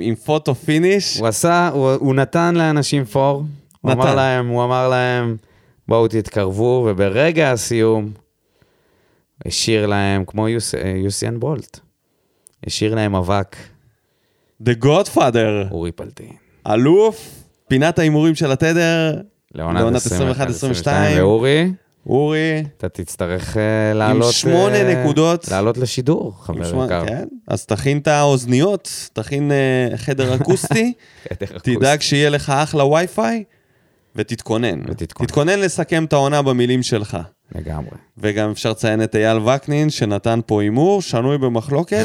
A: עם פוטו פיניש.
B: הוא עשה, הוא, הוא נתן לאנשים פור. הוא
A: נתן.
B: אמר להם, הוא אמר להם, בואו תתקרבו, וברגע הסיום, השאיר להם, כמו יוס, אה, יוסיאן בולט, השאיר להם אבק,
A: The Godfather,
B: אורי פלטין.
A: אלוף, פינת ההימורים של התדר, לעונת
B: לעונת
A: 21-22.
B: 21-22. ואורי,
A: אורי.
B: אתה תצטרך אה, לעלות...
A: שמונה
B: אה,
A: נקודות.
B: לעלות לשידור,
A: עם
B: חבר
A: שמונה-
B: יקר.
A: כן, אז תכין את האוזניות, תכין אה, חדר אקוסטי.
B: חדר אקוסטי.
A: תדאג שיהיה לך אחלה וי-פיי, ותתכונן.
B: ותתכונן.
A: תתכונן לסכם את העונה במילים שלך.
B: לגמרי.
A: וגם אפשר לציין את אייל וקנין, שנתן פה הימור, שנוי במחלוקת.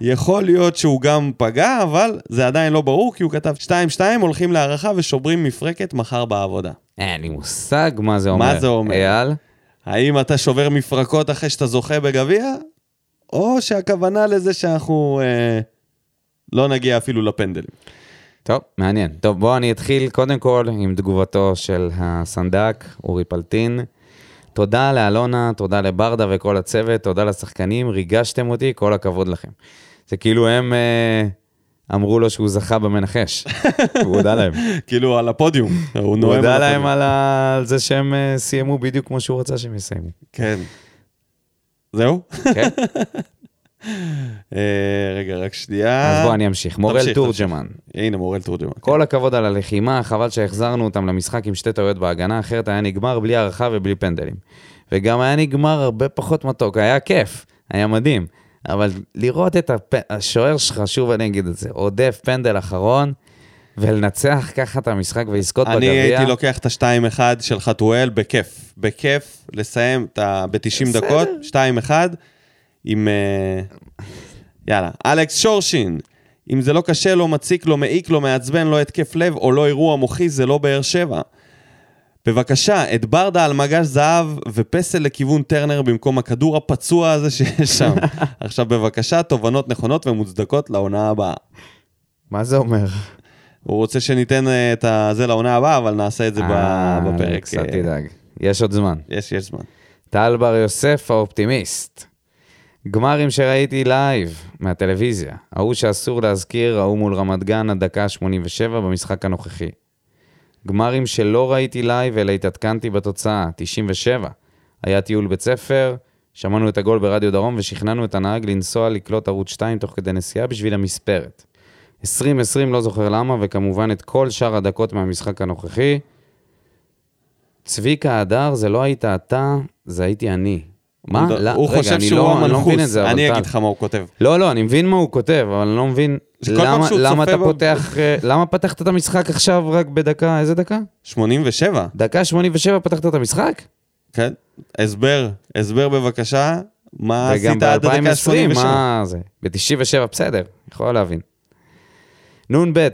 A: יכול להיות שהוא גם פגע, אבל זה עדיין לא ברור, כי הוא כתב 2-2, הולכים להערכה ושוברים מפרקת מחר בעבודה.
B: אין לי מושג מה זה אומר.
A: זה אומר?
B: אייל?
A: האם אתה שובר מפרקות אחרי שאתה זוכה בגביע, או שהכוונה לזה שאנחנו אה, לא נגיע אפילו לפנדלים?
B: טוב, מעניין. טוב, בואו אני אתחיל קודם כל עם תגובתו של הסנדק, אורי פלטין. תודה לאלונה, תודה לברדה וכל הצוות, תודה לשחקנים, ריגשתם אותי, כל הכבוד לכם. זה כאילו הם אה, אמרו לו שהוא זכה במנחש. הוא הודה להם.
A: כאילו, על הפודיום. הוא
B: הוא
A: נואם
B: הודה
A: על
B: להם
A: הפודיום.
B: על, ה... על זה שהם אה, סיימו בדיוק כמו שהוא רצה שהם יסיימו.
A: כן. זהו?
B: כן?
A: אה, רגע, רק שנייה.
B: אז בואו אני אמשיך. מורל
A: תמשיך,
B: תורג'מן.
A: הנה, מורל תורג'מן.
B: כל הכבוד על הלחימה, חבל שהחזרנו אותם למשחק עם שתי טעויות בהגנה, אחרת היה נגמר בלי הערכה ובלי פנדלים. וגם היה נגמר הרבה פחות מתוק, היה כיף, היה מדהים. אבל לראות את הפ... השוער שלך, שוב אני אגיד את זה, עודף פנדל אחרון, ולנצח ככה את המשחק ולזכות
A: אני
B: בגביע.
A: הייתי לוקח את ה-2-1 של חתואל בכיף. בכיף לסיים את ה... ב-90 דקות, 2-1, עם... אה, יאללה. אלכס שורשין, אם זה לא קשה לו, מציק לו, מעיק לו, מעצבן לו התקף לב או לא אירוע מוחי, זה לא באר שבע. בבקשה, את ברדה על מגש זהב ופסל לכיוון טרנר במקום הכדור הפצוע הזה שיש שם. עכשיו בבקשה, תובנות נכונות ומוצדקות לעונה הבאה.
B: מה זה אומר?
A: הוא רוצה שניתן אה, את ה- זה לעונה הבאה, אבל נעשה את זה ב-
B: אה,
A: בפרק.
B: אלכס, אל
A: אה,
B: תדאג. יש עוד זמן.
A: יש, יש זמן.
B: טל בר יוסף האופטימיסט. גמרים שראיתי לייב מהטלוויזיה. ההוא שאסור להזכיר, ההוא מול רמת גן, הדקה ה-87 במשחק הנוכחי. גמרים שלא ראיתי לייב, אלא התעדכנתי בתוצאה, 97. היה טיול בית ספר, שמענו את הגול ברדיו דרום ושכנענו את הנהג לנסוע לקלוט ערוץ 2 תוך כדי נסיעה בשביל המספרת. 2020 לא זוכר למה, וכמובן את כל שאר הדקות מהמשחק הנוכחי. צביקה הדר, זה לא היית אתה, זה הייתי אני. מה?
A: הוא-
B: לא,
A: הוא
B: רגע,
A: חושב
B: אני
A: שהוא
B: לא- אני לא
A: המנחוס.
B: מבין את זה, אבל
A: אני
B: טל.
A: אגיד לך מה הוא כותב.
B: לא, לא, אני מבין מה הוא כותב, אבל אני לא מבין
A: שכל פעם
B: למה,
A: שהוא
B: למה
A: צופה
B: אתה
A: בו-
B: פותח... אה, למה פתחת את המשחק עכשיו רק בדקה, איזה דקה?
A: 87,
B: דקה 87 פתחת את המשחק?
A: כן? הסבר, הסבר בבקשה, מה
B: וגם
A: אה, עשית עד הדקה
B: ב-2020,
A: 87?
B: מה זה? ב-97, בסדר, יכול להבין. נ"ב,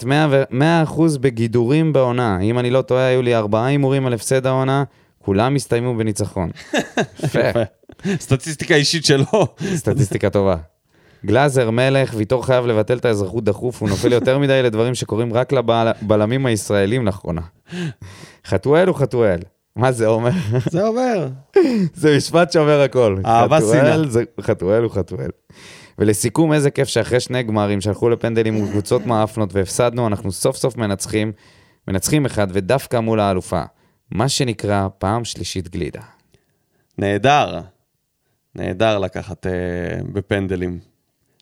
B: 100% בגידורים בעונה. אם אני לא טועה, היו לי ארבעה הימורים על הפסד העונה, כולם הסתיימו בניצחון. יפה,
A: סטטיסטיקה אישית שלו.
B: סטטיסטיקה טובה. גלאזר, מלך, ויטור חייב לבטל את האזרחות דחוף, הוא נופל יותר מדי לדברים שקורים רק לבלמים הישראלים לאחרונה. חתואל הוא חתואל. מה זה אומר?
A: זה אומר.
B: זה משפט שאומר הכל.
A: אהבה,
B: חתואל
A: שנאה.
B: זה- חתואל הוא חתואל. ולסיכום, איזה כיף שאחרי שני גמרים שהלכו לפנדלים מול קבוצות מאפנות והפסדנו, אנחנו סוף סוף מנצחים, מנצחים אחד ודווקא מול האלופה. מה שנקרא פעם שלישית גלידה.
A: נהדר. נהדר לקחת אה, בפנדלים.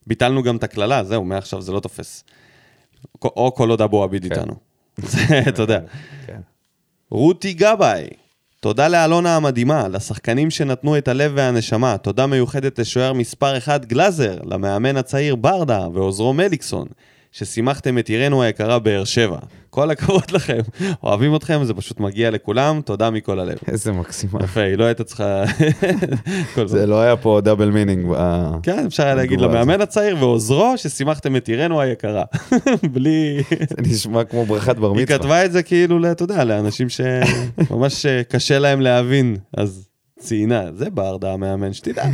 A: ביטלנו גם את הקללה, זהו, מעכשיו זה לא תופס. או- או כל עוד אבו עביד
B: כן.
A: איתנו. זה, אתה יודע.
B: כן.
A: רותי גבאי, תודה לאלונה המדהימה, לשחקנים שנתנו את הלב והנשמה, תודה מיוחדת לשוער מספר 1 גלאזר, למאמן הצעיר ברדה ועוזרו מליקסון, ששימחתם את עירנו היקרה באר שבע. כל הכבוד לכם, אוהבים אתכם, זה פשוט מגיע לכולם, תודה מכל הלב.
B: איזה מקסימה.
A: יפה, היא לא הייתה צריכה... כל זה.
B: זה לא היה פה אה, דאבל מינינג.
A: כן, אפשר היה להגיד
B: התגובה
A: למאמן הצעיר ועוזרו ששימחתם את עירנו היקרה. בלי...
B: זה נשמע כמו ברכת בר
A: היא
B: מצווה.
A: כתבה את זה כאילו, ל- אתה יודע, לאנשים שממש אה, קשה להם להבין, אז ציינה, זה ברדה המאמן, שתדע,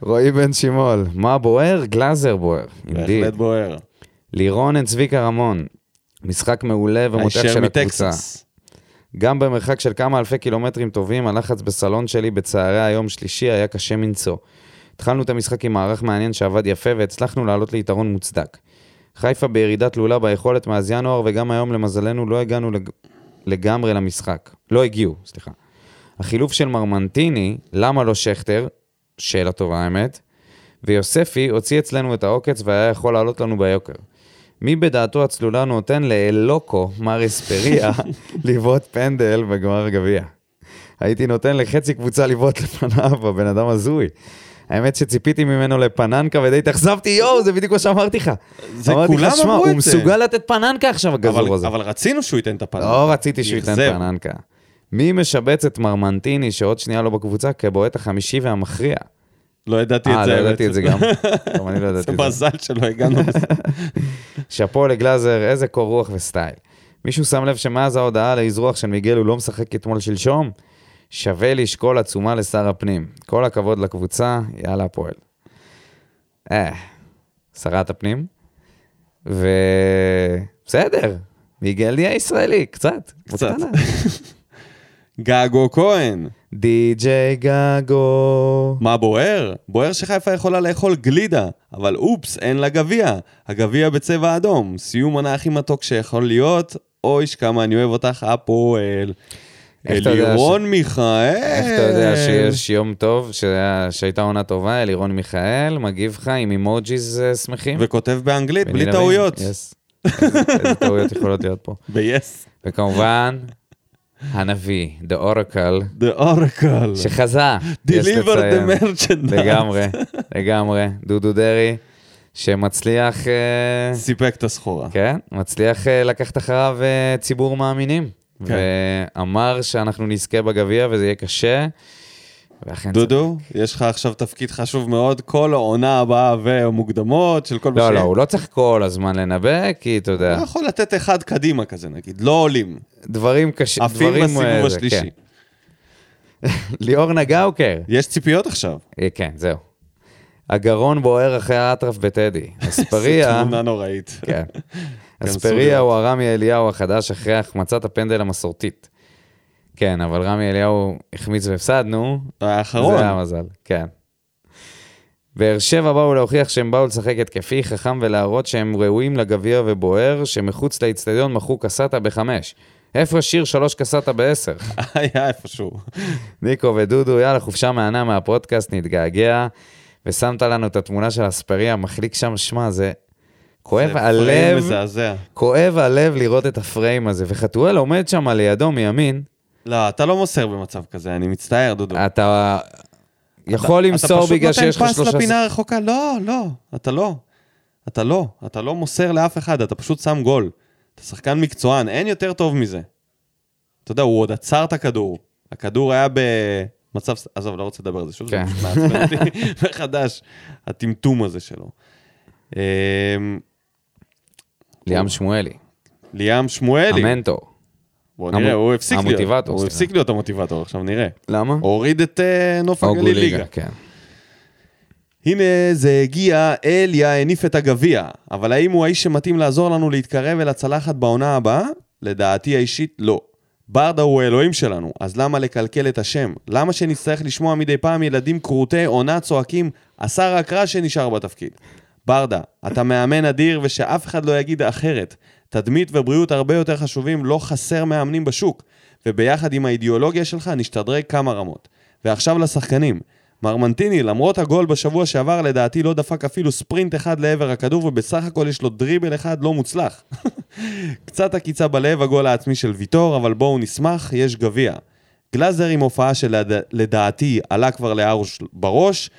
B: רועי בן שימול, מה בוער? גלאזר בוער. אינדיד.
A: בהחלט בוער.
B: לירון את צביקה רמון, משחק מעולה ומותח
A: הישר
B: של הקבוצה.
A: מטקסס.
B: גם במרחק של כמה אלפי קילומטרים טובים, הלחץ בסלון שלי בצהרי היום שלישי היה קשה מנשוא. התחלנו את המשחק עם מערך מעניין שעבד יפה והצלחנו לעלות ליתרון מוצדק. חיפה בירידה תלולה ביכולת מאז ינואר, וגם היום למזלנו לא הגענו לג... לגמרי למשחק. לא הגיעו, סליחה. החילוף של מרמנטיני, למה לא שכטר? שאלה טובה האמת. ויוספי הוציא אצלנו את העוקץ והיה יכול לעלות לנו ביוקר. מי בדעתו הצלולה נותן לאלוקו, מר אספריה, לבעוט פנדל בגמר הגביע? הייתי נותן לחצי קבוצה לבעוט לפניו, הבן אדם הזוי. האמת שציפיתי ממנו לפננקה ודי התאכזבתי, יואו, זה בדיוק מה שאמרתי לך.
A: זה
B: אמרתי לך,
A: כולם
B: "שמע,
A: אמרו
B: הוא
A: את זה."
B: מסוגל לתת פננקה עכשיו, הגזור
A: אבל
B: הזה.
A: אבל רצינו שהוא ייתן את הפנים.
B: לא רציתי שהוא ייתן
A: אכזב.
B: פרננקה. מי משבץ את מרמנטיני, שעוד שנייה לא בקבוצה, כבועט החמישי והמכריע?
A: לא ידעתי את
B: אה,
A: זה.
B: לא
A: האמת.
B: ידעתי את זה גם. גם אני לא
A: זה
B: ידעתי את זה.
A: מזל שלא הגענו לזה.
B: שאפו לגלאזר, איזה קור רוח וסטייל. מישהו שם לב שמאז ההודעה על האזרוח של מיגל הוא לא משחק אתמול שלשום? שווה לשקול עצומה לשר הפנים. כל הכבוד לקבוצה, יאללה הפועל. אה, שרת הפנים. ו... בסדר, מיגל נהיה ישראלי, קצת.
A: קצת.
B: בקטנה.
A: גגו כהן,
B: די.ג'יי גגו.
A: מה בוער? בוער שחיפה יכולה לאכול גלידה, אבל אופס, אין לה גביע. הגביע בצבע אדום, סיום עונה הכי מתוק שיכול להיות, אויש כמה אני אוהב אותך, הפועל.
B: איך אתה יודע ש-
A: אלירון מיכאל.
B: איך אתה
A: אה.
B: יודע שיש יום טוב, שהיה- שהייתה עונה טובה, אלירון מיכאל מגיב לך עם אימוג'יז אה, שמחים?
A: וכותב באנגלית, בלי
B: ונלהבים.
A: טעויות.
B: Yes. איזה איזה טעויות יכולות להיות פה.
A: ב-yes.
B: וכמובן, הנביא, The Oracle,
A: The Oracle.
B: שחזה, יש
A: Deliver the
B: לציין.
A: merchandise.
B: לגמרי, לגמרי. דודו דרעי, שמצליח, אה,
A: סיפק את הסחורה.
B: כן, מצליח אה, לקחת אחריו אה, ציבור מאמינים.
A: כן.
B: ואמר שאנחנו נזכה בגביע וזה יהיה קשה. ואכן צדק.
A: דודו, יש לך עכשיו תפקיד חשוב מאוד, כל העונה הבאה והמוקדמות של כל מה
B: לא, לא, הוא לא צריך כל הזמן לנבא, כי אתה יודע,
A: אתה יכול לתת אחד קדימה כזה, נגיד, לא עולים.
B: דברים קשים,
A: עפים
B: דברים...
A: בסיבוב
B: אה, זה,
A: השלישי.
B: כן. ליאור נגאוקר.
A: יש ציפיות עכשיו.
B: אה, כן, זהו. הגרון בוער אחרי האטרף בטדי.
A: זו
B: אספריה,
A: תמונה נוראית.
B: כן.
A: כנסו
B: אספריה
A: לראות.
B: הוא הרמי אליהו החדש אחרי החמצת הפנדל המסורתית. כן, אבל רמי אליהו החמיץ והפסדנו,
A: האחרון.
B: זה המזל, כן. באר שבע באו להוכיח שהם באו לשחק התקפי, חכם ולהראות שהם ראויים לגביע ובוער, שמחוץ לאיצטדיון מכרו קסטה בחמש. איפה שיר שלוש קסטה בעשר?
A: היה איפשהו.
B: ניקו ודודו, יאללה, חופשה מהנה מהפודקאסט, נתגעגע. ושמת לנו את התמונה של אספריה, מחליק שם, שמע, זה... כואב
A: זה פריים
B: הלב,
A: מזעזע.
B: כואב הלב לראות את הפריים הזה, וחתואל עומד שם לידו מימין,
A: לא, אתה לא מוסר במצב כזה, אני מצטער, דודו.
B: אתה יכול
A: לא. אתה-
B: למסור בגלל שיש לך
A: אתה פשוט נותן פס
B: שלושה...
A: לפינה הרחוקה, לא, לא, אתה לא. אתה לא, אתה לא מוסר לאף אחד, אתה פשוט שם גול. אתה שחקן מקצוען, אין יותר טוב מזה. אתה יודע, הוא עוד עצר את הכדור. הכדור היה במצב... ס- עזוב, לא רוצה לדבר על זה שוב, זה
B: כן.
A: פשוט מעצבן אותי מחדש, הטמטום הזה שלו. אמ,
B: ליאם שמואלי,
A: ליאם שמואלי,
B: המנטור.
A: בוא נראה,
B: המו-
A: הוא הפסיק להיות.
B: המוטיבטור,
A: הוא
B: סליחה.
A: הפסיק להיות המוטיבטור, עכשיו נראה.
B: למה?
A: הוריד את אה, נוף
B: או
A: הגליל
B: גוליגה,
A: ליגה.
B: כן.
A: הנה זה הגיע, אליה הניף את הגביע, אבל האם הוא האיש שמתאים לעזור לנו להתקרב אל הצלחת בעונה הבאה? לדעתי האישית, לא. ברדה הוא האלוהים שלנו, אז למה לקלקל את השם? למה שנצטרך לשמוע מדי פעם ילדים כרותי עונה צועקים, השר רק רע שנשאר בתפקיד? ברדה, אתה מאמן אדיר ושאף אחד לא יגיד אחרת. תדמית ובריאות הרבה יותר חשובים, לא חסר מאמנים בשוק. וביחד עם האידיאולוגיה שלך נשתדרג כמה רמות. ועכשיו לשחקנים. מרמנטיני, למרות הגול בשבוע שעבר, לדעתי לא דפק אפילו ספרינט אחד לעבר הכדור, ובסך הכל יש לו דריבל אחד לא מוצלח. קצת עקיצה בלב הגול העצמי של ויטור, אבל בואו נשמח, יש גביע. גלאזר עם הופעה שלדעתי עלה כבר לארוש בראש.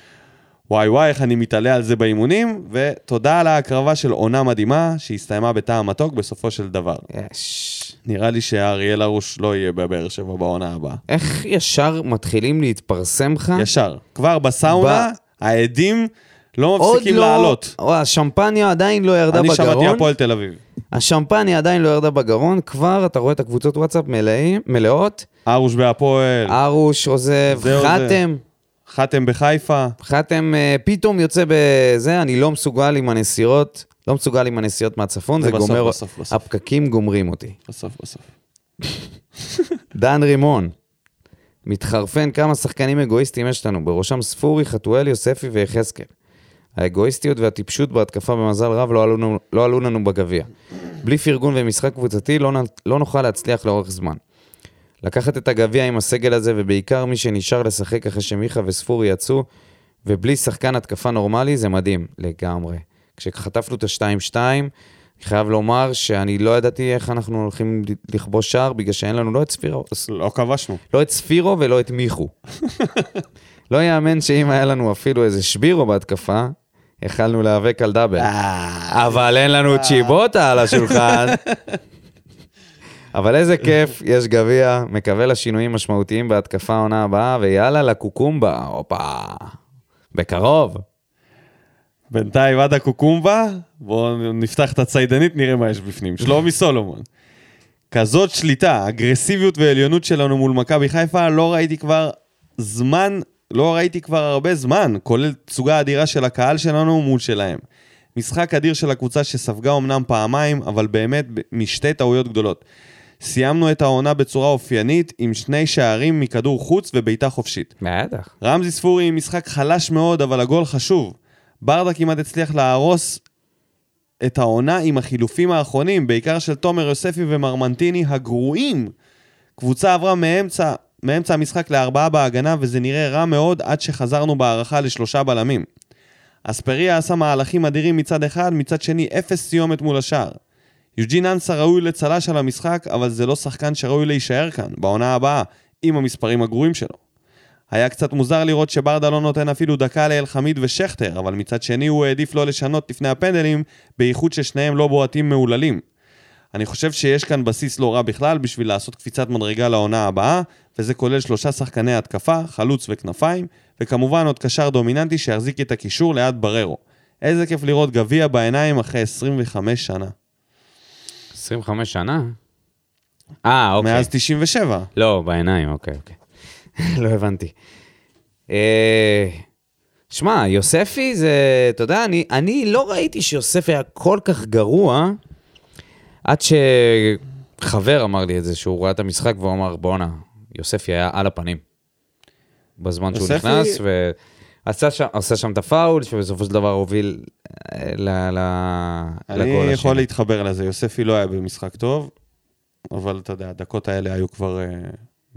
A: וואי וואי, איך אני מתעלה על זה באימונים, ותודה על ההקרבה של עונה מדהימה, שהסתיימה בטעם מתוק בסופו של דבר.
B: יש.
A: נראה לי שאריאל הרוש לא יהיה בבאר שבע בעונה הבאה.
B: איך ישר מתחילים להתפרסם לך?
A: ישר. כבר בסאונה, העדים לא מפסיקים
B: עוד לא-
A: לעלות.
B: או, השמפניה עדיין לא ירדה
A: אני שמעתי
B: בגרון.
A: הפועל תל אביב.
B: השמפניה עדיין לא ירדה בגרון, כבר אתה רואה את הקבוצות וואטסאפ מלאים- מלאות.
A: ארוש בהפועל,
B: אה. ארוש עוזב,
A: זהו זה. אה,
B: חתם,
A: חתם בחיפה.
B: חתם אה, פתאום יוצא בזה, אני לא מסוגל עם הנסיעות, לא מסוגל עם הנסיעות מהצפון,
A: זה
B: זה
A: בסוף,
B: גומר,
A: בסוף, בסוף.
B: הפקקים גומרים אותי.
A: בסוף, בסוף.
B: דן רימון, מתחרפן כמה שחקנים אגואיסטים יש לנו, בראשם ספורי, חתואל, יוספי ויחזקאל. האגואיסטיות והטיפשות בהתקפה במזל רב לא עלו, לנו- לא עלו לנו בגביע. בלי פרגון ומשחק קבוצתי לא, נ- לא נוכל להצליח לאורך זמן. לקחת את הגביע עם הסגל הזה, ובעיקר מי שנשאר לשחק אחרי שמיכה וספורי יצאו, ובלי שחקן התקפה נורמלי, זה מדהים לגמרי. כשחטפנו את ה-2-2, אני חייב לומר שאני לא ידעתי איך אנחנו הולכים לכבוש שער, בגלל שאין לנו לא את ספירו,
A: לא כבשנו.
B: לא את ספירו ולא את מיכו. לא יאמן שאם היה לנו אפילו איזה שבירו בהתקפה, יכלנו להיאבק על דאבל.
A: אה,
B: אבל אין לנו צ'יבוטה על השולחן. אבל איזה כיף, יש גביע, מקווה לשינויים משמעותיים בהתקפה העונה הבאה, ויאללה לקוקומבה, הופה. בקרוב.
A: בינתיים עד הקוקומבה, בואו נפתח את הציידנית, נראה מה יש בפנים. שלומי סולומון. כזאת שליטה, אגרסיביות ועליונות שלנו מול מכבי חיפה, לא ראיתי כבר זמן, לא ראיתי כבר הרבה זמן, כולל תצוגה אדירה של הקהל שלנו מול שלהם. משחק אדיר של הקבוצה שספגה אמנם פעמיים, אבל באמת ב- משתי טעויות גדולות. סיימנו את העונה בצורה אופיינית, עם שני שערים מכדור חוץ ובעיטה חופשית.
B: בטח.
A: רמזי ספורי עם משחק חלש מאוד, אבל הגול חשוב. ברדה כמעט הצליח להרוס את העונה עם החילופים האחרונים, בעיקר של תומר יוספי ומרמנטיני הגרועים. קבוצה עברה מאמצע, מאמצע המשחק לארבעה בהגנה, וזה נראה רע מאוד עד שחזרנו בהערכה לשלושה בלמים. אספריה עשה מהלכים אדירים מצד אחד, מצד שני אפס סיומת מול השער. יוג'ין אנסה ראוי לצל"ש על המשחק, אבל זה לא שחקן שראוי להישאר כאן, בעונה הבאה, עם המספרים הגרועים שלו. היה קצת מוזר לראות שברדה לא נותן אפילו דקה לאלחמיד ושכטר, אבל מצד שני הוא העדיף לא לשנות לפני הפנדלים, בייחוד ששניהם לא בועטים מהוללים. אני חושב שיש כאן בסיס לא רע בכלל בשביל לעשות קפיצת מדרגה לעונה הבאה, וזה כולל שלושה שחקני התקפה, חלוץ וכנפיים, וכמובן עוד קשר דומיננטי שיחזיק את הקישור ליד בררו. איזה כיף לראות גביע בעיניים אחרי 25 שנה.
B: 25 שנה? אה, אוקיי.
A: מאז 97.
B: לא, בעיניים, אוקיי, אוקיי. לא הבנתי. אה, שמע, יוספי זה, אתה יודע, אני, אני לא ראיתי שיוספי היה כל כך גרוע, עד שחבר אמר לי את זה, שהוא ראה את המשחק והוא אמר, בואנה, יוספי היה על הפנים. בזמן שהוא
A: יוספי-
B: נכנס, ועשה שם, עשה שם את הפאול, שבסופו של דבר הוביל אה, ל, ל,
A: אני
B: לגול
A: יכול
B: השני.
A: להתחבר לזה, יוספי לא היה במשחק טוב, אבל אתה יודע, הדקות האלה היו כבר אה,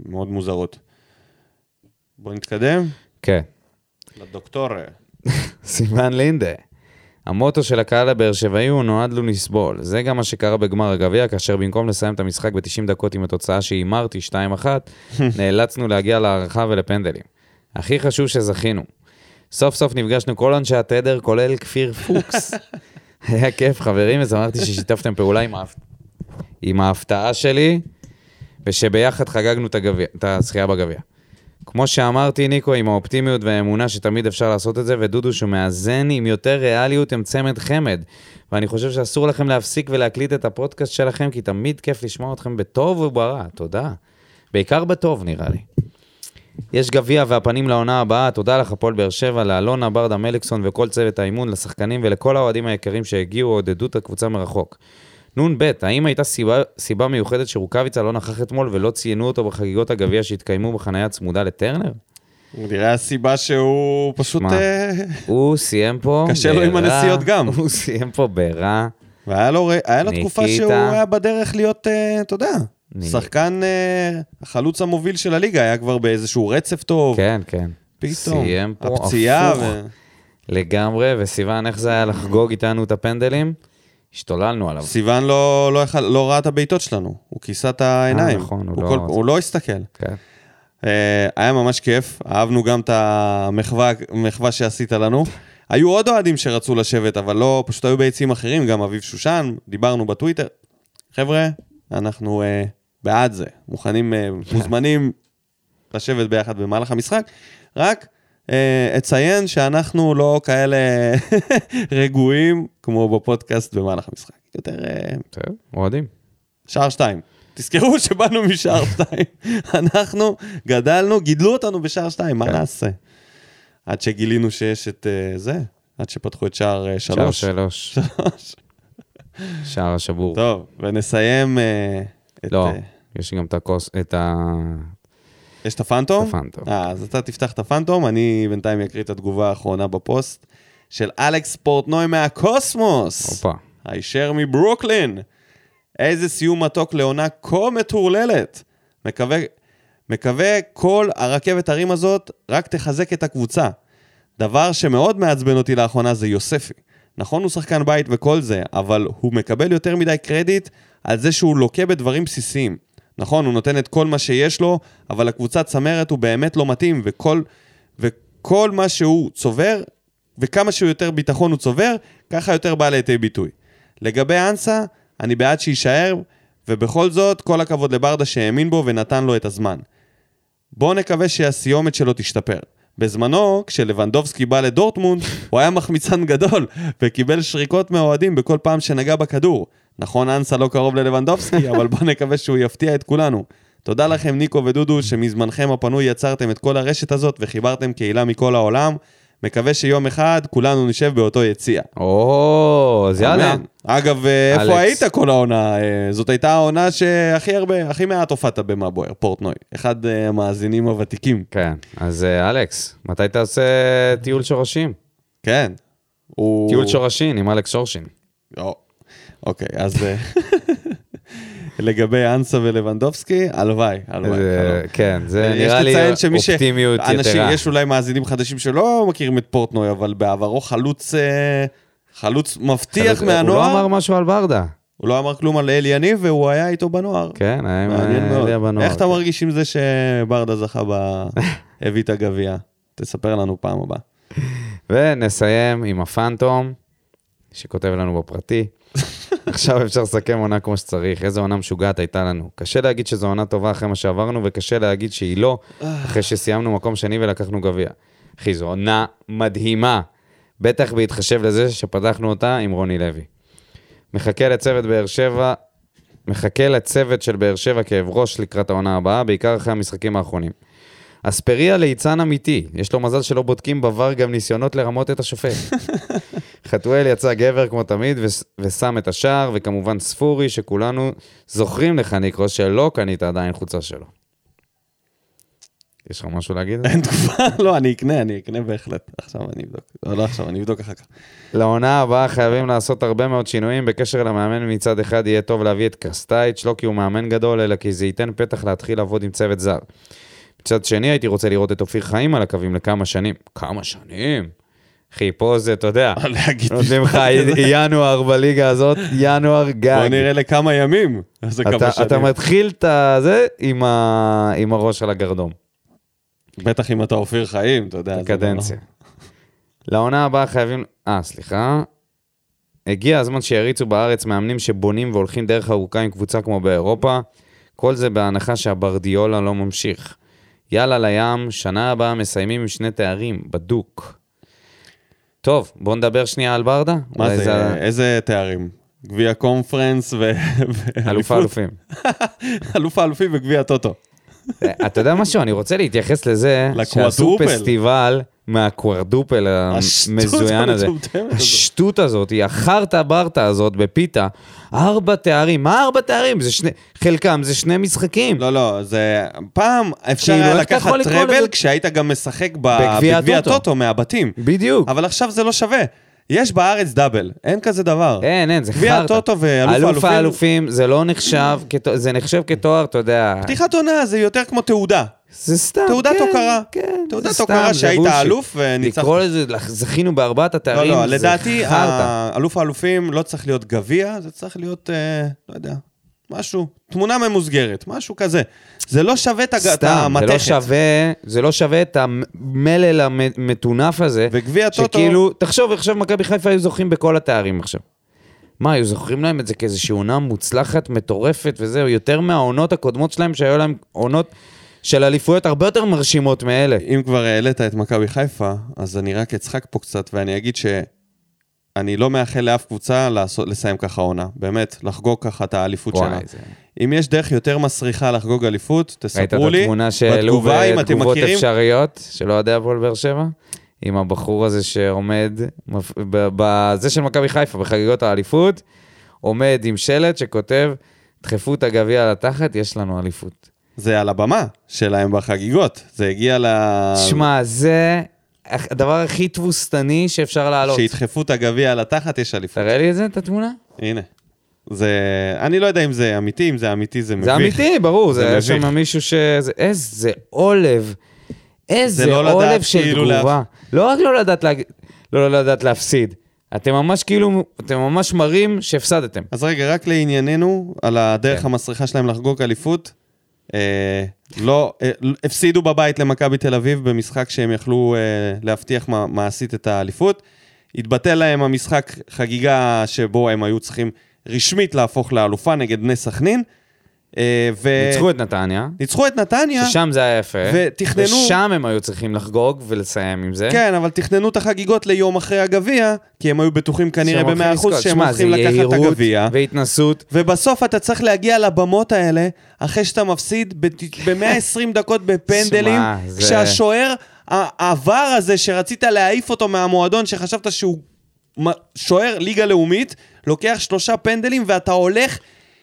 A: מאוד מוזרות. בואו נתקדם
B: כן.
A: לדוקטור.
B: סיון לינדה. המוטו של הקהל הבאר שבעי הוא נועד לו לסבול. זה גם מה שקרה בגמר הגביע, כאשר במקום לסיים את המשחק ב-90 דקות עם התוצאה שהימרתי 2-1, נאלצנו להגיע להערכה ולפנדלים. הכי חשוב שזכינו. סוף סוף נפגשנו כל אנשי התדר, כולל כפיר פוקס. היה כיף, חברים, אז אמרתי ששיתפתם פעולה עם, ההפ... עם ההפתעה שלי, ושביחד חגגנו את, הגביע, את הזכייה בגביע. כמו שאמרתי, ניקו, עם האופטימיות והאמונה שתמיד אפשר לעשות את זה, ודודו שמאזן עם יותר ריאליות הם צמד חמד. ואני חושב שאסור לכם להפסיק ולהקליט את הפודקאסט שלכם, כי תמיד כיף לשמוע אתכם בטוב וברע, תודה. בעיקר בטוב, נראה לי. יש גביע והפנים לעונה הבאה, תודה לך, הפועל באר שבע, לאלונה, ברדה מליקסון וכל צוות האימון, לשחקנים ולכל האוהדים היקרים שהגיעו, עודדו את הקבוצה מרחוק. נ"ב, האם הייתה סיבה, סיבה מיוחדת שרוקאביצה לא נכח אתמול ולא ציינו אותו בחגיגות הגביע שהתקיימו בחניה צמודה לטרנר?
A: נראה הסיבה שהוא פשוט...
B: שמע.
A: אה,
B: הוא סיים פה
A: קשה לו עם הנסיעות גם.
B: הוא סיים פה ברע.
A: והיה לו, ר- היה לו תקופה
B: ניקיטה.
A: שהוא היה בדרך להיות, אה, אתה יודע,
B: ני-
A: שחקן אה, החלוץ המוביל של הליגה, היה כבר באיזשהו רצף טוב.
B: כן, כן.
A: פתאום.
B: סיים פה
A: הפציעה
B: הפוך.
A: ו...
B: לגמרי, וסיוון, איך זה היה לחגוג איתנו את הפנדלים? השתוללנו עליו.
A: סיוון לא, לא, יכל- לא ראה את הבעיטות שלנו, הוא כיסה את העיניים.
B: נכון, הוא
A: הוא,
B: לא-
A: כל, הוא לא הסתכל.
B: כן.
A: אה, היה ממש כיף, אהבנו גם את המחווה המחווה שעשית לנו. היו עוד אוהדים שרצו לשבת, אבל לא, פשוט היו ביציעים אחרים, גם אביב שושן, דיברנו בטוויטר. חבר'ה, אנחנו אה, בעד זה, מוכנים, אה, מוזמנים לשבת ביחד במהלך המשחק. רק אה, אציין שאנחנו לא כאלה רגועים כמו בפודקאסט במהלך המשחק. יותר אה,
B: בסדר, אוהדים.
A: שער שתיים. תזכרו שבאנו משער שתיים. אנחנו גדלנו, גידלו אותנו בשער שתיים,
B: כן.
A: מה נעשה? עד שגילינו שיש את אה, זה, עד שפתחו את שער אה,
B: שער
A: שלוש.
B: שלוש.
A: שלוש.
B: שער השבור.
A: טוב, ונסיים אה, את...
B: לא,
A: אה,
B: יש גם את הכוס, את ה...
A: יש את הפנטום?
B: את הפנטום.
A: אה, אז אתה תפתח את הפנטום, אני בינתיים אקריא את התגובה האחרונה בפוסט של אלכס פורטנוי מהקוסמוס.
B: הופה.
A: הישר מברוקלין. איזה סיום מתוק לעונה כה מטורללת. מקווה, מקווה כל הרכבת הרים הזאת רק תחזק את הקבוצה. דבר שמאוד מעצבן אותי לאחרונה זה יוספי. נכון, הוא שחקן בית וכל זה, אבל הוא מקבל יותר מדי קרדיט על זה שהוא לוקה בדברים בסיסיים. נכון, הוא נותן את כל מה שיש לו, אבל לקבוצת צמרת הוא באמת לא מתאים, וכל, וכל מה שהוא צובר, וכמה שהוא יותר ביטחון הוא צובר, ככה יותר בא לידי ביטוי. לגבי אנסה, אני בעד שיישאר, ובכל זאת, כל הכבוד לברדה שהאמין בו ונתן לו את הזמן. בואו נקווה שהסיומת שלו תשתפר. בזמנו, כשלבנדובסקי בא לדורטמונד, הוא היה מחמיצן גדול, וקיבל שריקות מהאוהדים בכל פעם שנגע בכדור. נכון, אנסה לא קרוב ללבנדובסקי, אבל בואו נקווה שהוא יפתיע את כולנו. תודה לכם, ניקו ודודו, שמזמנכם הפנוי יצרתם את כל הרשת הזאת וחיברתם קהילה מכל העולם. מקווה שיום אחד כולנו נשב באותו יציע.
B: או, אז יאללה.
A: אמן. אגב, אה, איפה
B: אלכס.
A: היית כל העונה? אה, זאת הייתה העונה שהכי הרבה, הכי מעט הופעת במה בוער, פורטנוי. אחד אה, המאזינים הוותיקים.
B: כן, אז אה, אלכס, מתי תעשה טיול שורשים?
A: כן. הוא...
B: טיול שורשים עם אלכס שורשין.
A: או. אוקיי, אז אה, לגבי אנסה ולבנדובסקי, הלוואי, הלוואי.
B: זה-
A: חלום.
B: כן, זה
A: אה, יש
B: נראה לי
A: לציין שמי ש-
B: אופטימיות
A: אנשים,
B: יתרה.
A: יש אולי מאזינים חדשים שלא מכירים את פורטנוי, אבל בעברו חלוץ... אה, חלוץ מבטיח
B: אבל הוא לא
A: מהנוער,
B: אמר משהו על ברדה.
A: הוא לא אמר כלום על אלי יניב, והוא היה איתו בנוער.
B: כן, היה עם
A: מעניין מאוד.
B: אליה בנוער.
A: איך אתה מרגיש עם זה שברדה זכה ב... הביא את הגביע? תספר לנו פעם הבאה.
B: ונסיים עם הפנטום, שכותב לנו בפרטי. עכשיו אפשר לסכם עונה כמו שצריך, איזו עונה משוגעת הייתה לנו. קשה להגיד שזו עונה טובה אחרי מה שעברנו, וקשה להגיד שהיא לא, אחרי שסיימנו מקום שני ולקחנו גביע. אחי, זו עונה מדהימה, בטח בהתחשב לזה שפתחנו אותה עם רוני לוי. מחכה לצוות באר שבע, מחכה לצוות של באר שבע כאב ראש לקראת העונה הבאה, בעיקר אחרי המשחקים האחרונים. אספריה ליצן אמיתי, יש לו מזל שלא בודקים בVAR גם ניסיונות לרמות את השופט. חתואל יצא גבר כמו תמיד וס- ושם את השער, וכמובן ספורי, שכולנו זוכרים לך, ניקרו, שלא קנית עדיין חולצה שלו. יש לך משהו להגיד?
A: אין תגובה, לא, אני אקנה, אני אקנה בהחלט. עכשיו אני אבדוק. לא, לא עכשיו, אני אבדוק אחר כך.
B: לעונה הבאה חייבים לעשות הרבה מאוד שינויים. בקשר למאמן מצד אחד יהיה טוב להביא את קרסטייץ', לא כי הוא מאמן גדול, אלא כי זה ייתן פתח להתחיל לעבוד עם צוות זר. מצד שני, הייתי רוצה לראות את אופיר חיים על הקווים לכמה שנים. כמה שנים? אחי, פה זה, אתה יודע,
A: לא להגיד
B: נותנים לך ינואר בליגה הזאת, ינואר גג.
A: בוא נראה לכמה ימים. זה כמה
B: אתה, אתה
A: שנים.
B: מתחיל את זה עם, ה... עם הראש על הגרדום.
A: בטח אם אתה אופיר חיים, אתה יודע. זה
B: קדנציה.
A: לא-
B: לעונה הבאה חייבים... אה, סליחה. הגיע הזמן שיריצו בארץ מאמנים שבונים והולכים דרך ארוכה עם קבוצה כמו באירופה. כל זה בהנחה שהברדיולה לא ממשיך. יאללה לים, שנה הבאה מסיימים עם שני תארים, בדוק. טוב, בואו נדבר שנייה על ברדה.
A: מה
B: אולי
A: זה, אה, איזה תארים? גביע קונפרנס ו...
B: אלוף
A: ואליפות?
B: האלופים.
A: אלוף האלופים וגביע הטוטו.
B: אה, אתה יודע משהו? אני רוצה להתייחס לזה שעשו
A: לקוואדרופל.
B: פסטיבל מהקוורדופל
A: השטות
B: המזוין הזה.
A: המטומטמת הזאת.
B: השטות הזאת, היא החרטה ברטה הזאת בפיתה. ארבע תארים, מה ארבע תארים? זה שני, חלקם זה שני משחקים.
A: לא, לא, זה... פעם אפשר
B: כאילו,
A: היה
B: איך אתה
A: לקחת
B: יכול לקרוא
A: טראבל
B: לזה-
A: כשהיית גם משחק ב-
B: בגביע
A: בגביע
B: הטוטו.
A: הטוטו מהבתים.
B: בדיוק.
A: אבל עכשיו זה לא שווה. יש בארץ דאבל, אין כזה דבר.
B: אין, אין, זה חרטא.
A: גביע הטוטו ואלוף
B: אלוף
A: האלופים- אה.
B: האלופים, זה לא נחשב, כתו- זה נחשב כתואר, אתה יודע.
A: פתיחת עונה זה יותר כמו תעודה.
B: זה סתם,
A: תעודת
B: כן,
A: הוקרה.
B: כן,
A: תעודת
B: זה סתם,
A: הוקרה
B: זה
A: שהיית
B: בולשיט.
A: אלוף וניצחת.
B: לקרוא לזה, לח- זכינו בארבעת
A: לא,
B: התארים,
A: לא,
B: זה
A: לדעתי,
B: חרטא.
A: ה- אלוף האלופים לא צריך להיות גביע, זה צריך להיות, אה, לא יודע, משהו, תמונה ממוסגרת, משהו כזה. זה לא שווה את הג- את
B: סתם, זה לא
A: המתכת.
B: שווה, זה לא שווה את המלל המטונף הזה.
A: וגביע הטוטו-
B: שכאילו, תחשוב, עכשיו מכבי חיפה היו זוכים בכל התארים עכשיו. מה, היו זוכרים להם את זה כאיזושהי עונה מוצלחת, מטורפת וזהו, יותר מהעונות הקודמות שלהם, שהיו להם עונות של אליפויות הרבה יותר מרשימות מאלה.
A: אם כבר העלית את מכבי חיפה, אז אני רק אצחק פה קצת ואני אגיד שאני לא מאחל לאף קבוצה לעשות, לסיים ככה עונה. באמת, לחגוג ככה את האליפות
B: וואי,
A: שלה.
B: זה-
A: אם יש דרך יותר מסריחה לחגוג אליפות,
B: ראית את
A: תספרו לי.
B: התמונה שהעלו
A: בתגובה, אם אתם
B: בתגובות
A: מכירים-
B: אפשריות של אוהדי הפועל באר שבע? עם הבחור הזה שעומד, מפ- ב- בזה של מכבי חיפה, בחגיגות האליפות, עומד עם שלט שכותב, דחפו את הגביע על התחת, יש לנו אליפות.
A: זה על הבמה שלהם בחגיגות. זה הגיע ל...
B: שמע, זה הח- הדבר הכי תבוסתני שאפשר להעלות.
A: שידחפו את הגביע על התחת, יש אליפות.
B: תראה לי את זה, את התמונה.
A: הנה. זה... אני לא יודע אם זה אמיתי, אם זה אמיתי זה מביך.
B: זה אמיתי, ברור,
A: זה
B: זה היה
A: מביך.
B: שם מישהו ש... זה- איזה עולב,
A: זה
B: איזה
A: לא לדעת
B: עולב של
A: כאילו לה-
B: תגובה. לא רק לא לדעת להג- לא לדעת להפסיד, אתם ממש כאילו, אתם ממש מראים שהפסדתם.
A: אז רגע, רק לענייננו, על הדרך
B: כן.
A: המסריחה שלהם לחגוג אליפות. אה, לא, אה, הפסידו בבית למכבי תל אביב במשחק שהם יכלו אה, להבטיח מע- מעשית את האליפות. התבטל להם המשחק חגיגה שבו הם היו צריכים רשמית להפוך לאלופה נגד בני סכנין. אה, ו...
B: ניצחו את נתניה,
A: ניצחו את נתניה.
B: ששם זה היה יפה.
A: ותכננו-
B: ושם הם היו צריכים לחגוג ולסיים עם זה.
A: כן, אבל תכננו את החגיגות ליום אחרי הגביע, כי הם היו בטוחים כנראה
B: שהם הולכים
A: במאה
B: לזכות.
A: אחוז שהם
B: שמע,
A: הולכים
B: זה
A: לקחת את
B: יהירות
A: הגביע.
B: והתנסות.
A: ובסוף אתה צריך להגיע לבמות האלה, אחרי שאתה מפסיד ב-120 דקות בפנדלים,
B: שמע, זה-
A: כשהשוער, העבר הזה שרצית להעיף אותו מהמועדון, שחשבת שהוא מ- שוער ליגה לאומית, לוקח שלושה פנדלים ואתה הולך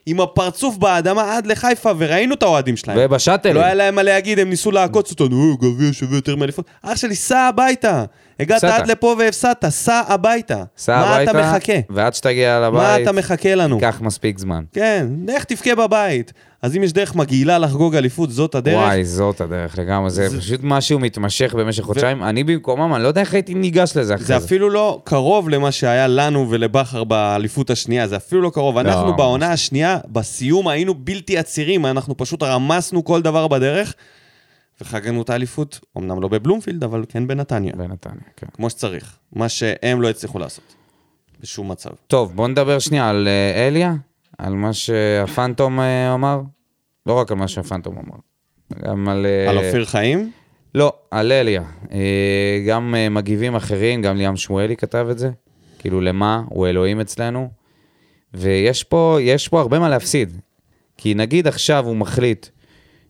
A: עם הפרצוף באדמה עד לחיפה, וראינו את האוהדים שלהם.
B: ובשאטלים.
A: לא היה להם מה להגיד, הם ניסו לעקוץ אותנו, "אה, גביע שווה יותר מאליפות. אח שלי, סע הביתה. הגעת
B: הפסדת.
A: עד לפה והפסדת, סע הביתה.
B: סע
A: מה
B: הביתה,
A: אתה מחכה?
B: ועד שתגיע לבית,
A: מה אתה מחכה לנו?
B: ייקח מספיק זמן.
A: כן, לך תבכה בבית. אז אם יש דרך מגעילה לחגוג אליפות, זאת הדרך.
B: וואי, זאת הדרך לגמרי, זה, פשוט משהו מתמשך במשך חודשיים. אני במקומם, אני לא יודע איך הייתי ניגש לזה אחרי
A: זה
B: זה.
A: אפילו לא קרוב למה שהיה לנו ולבכר באליפות השנייה, זה אפילו לא קרוב. אנחנו
B: לא.
A: בעונה השנייה, בסיום היינו בלתי עצירים, אנחנו פשוט רמסנו כל דבר בדרך, וחגגנו את האליפות, אמנם לא בבלומפילד, אבל כן בנתניה.
B: בנתניה, כן.
A: כמו שצריך. מה שהם לא הצליחו לעשות. בשום מצב.
B: טוב, בוא נדבר שנייה על אה, אליה, על מה שהפנטום אה, אמר. לא רק על מה שהפנטום אמר, גם על... אה,
A: על אופיר חיים?
B: לא, על אליה. אה, גם אה, מגיבים אחרים, גם ליאם שמואלי כתב את זה. כאילו, למה? הוא אלוהים אצלנו. ויש פה, יש פה הרבה מה להפסיד. כי נגיד עכשיו הוא מחליט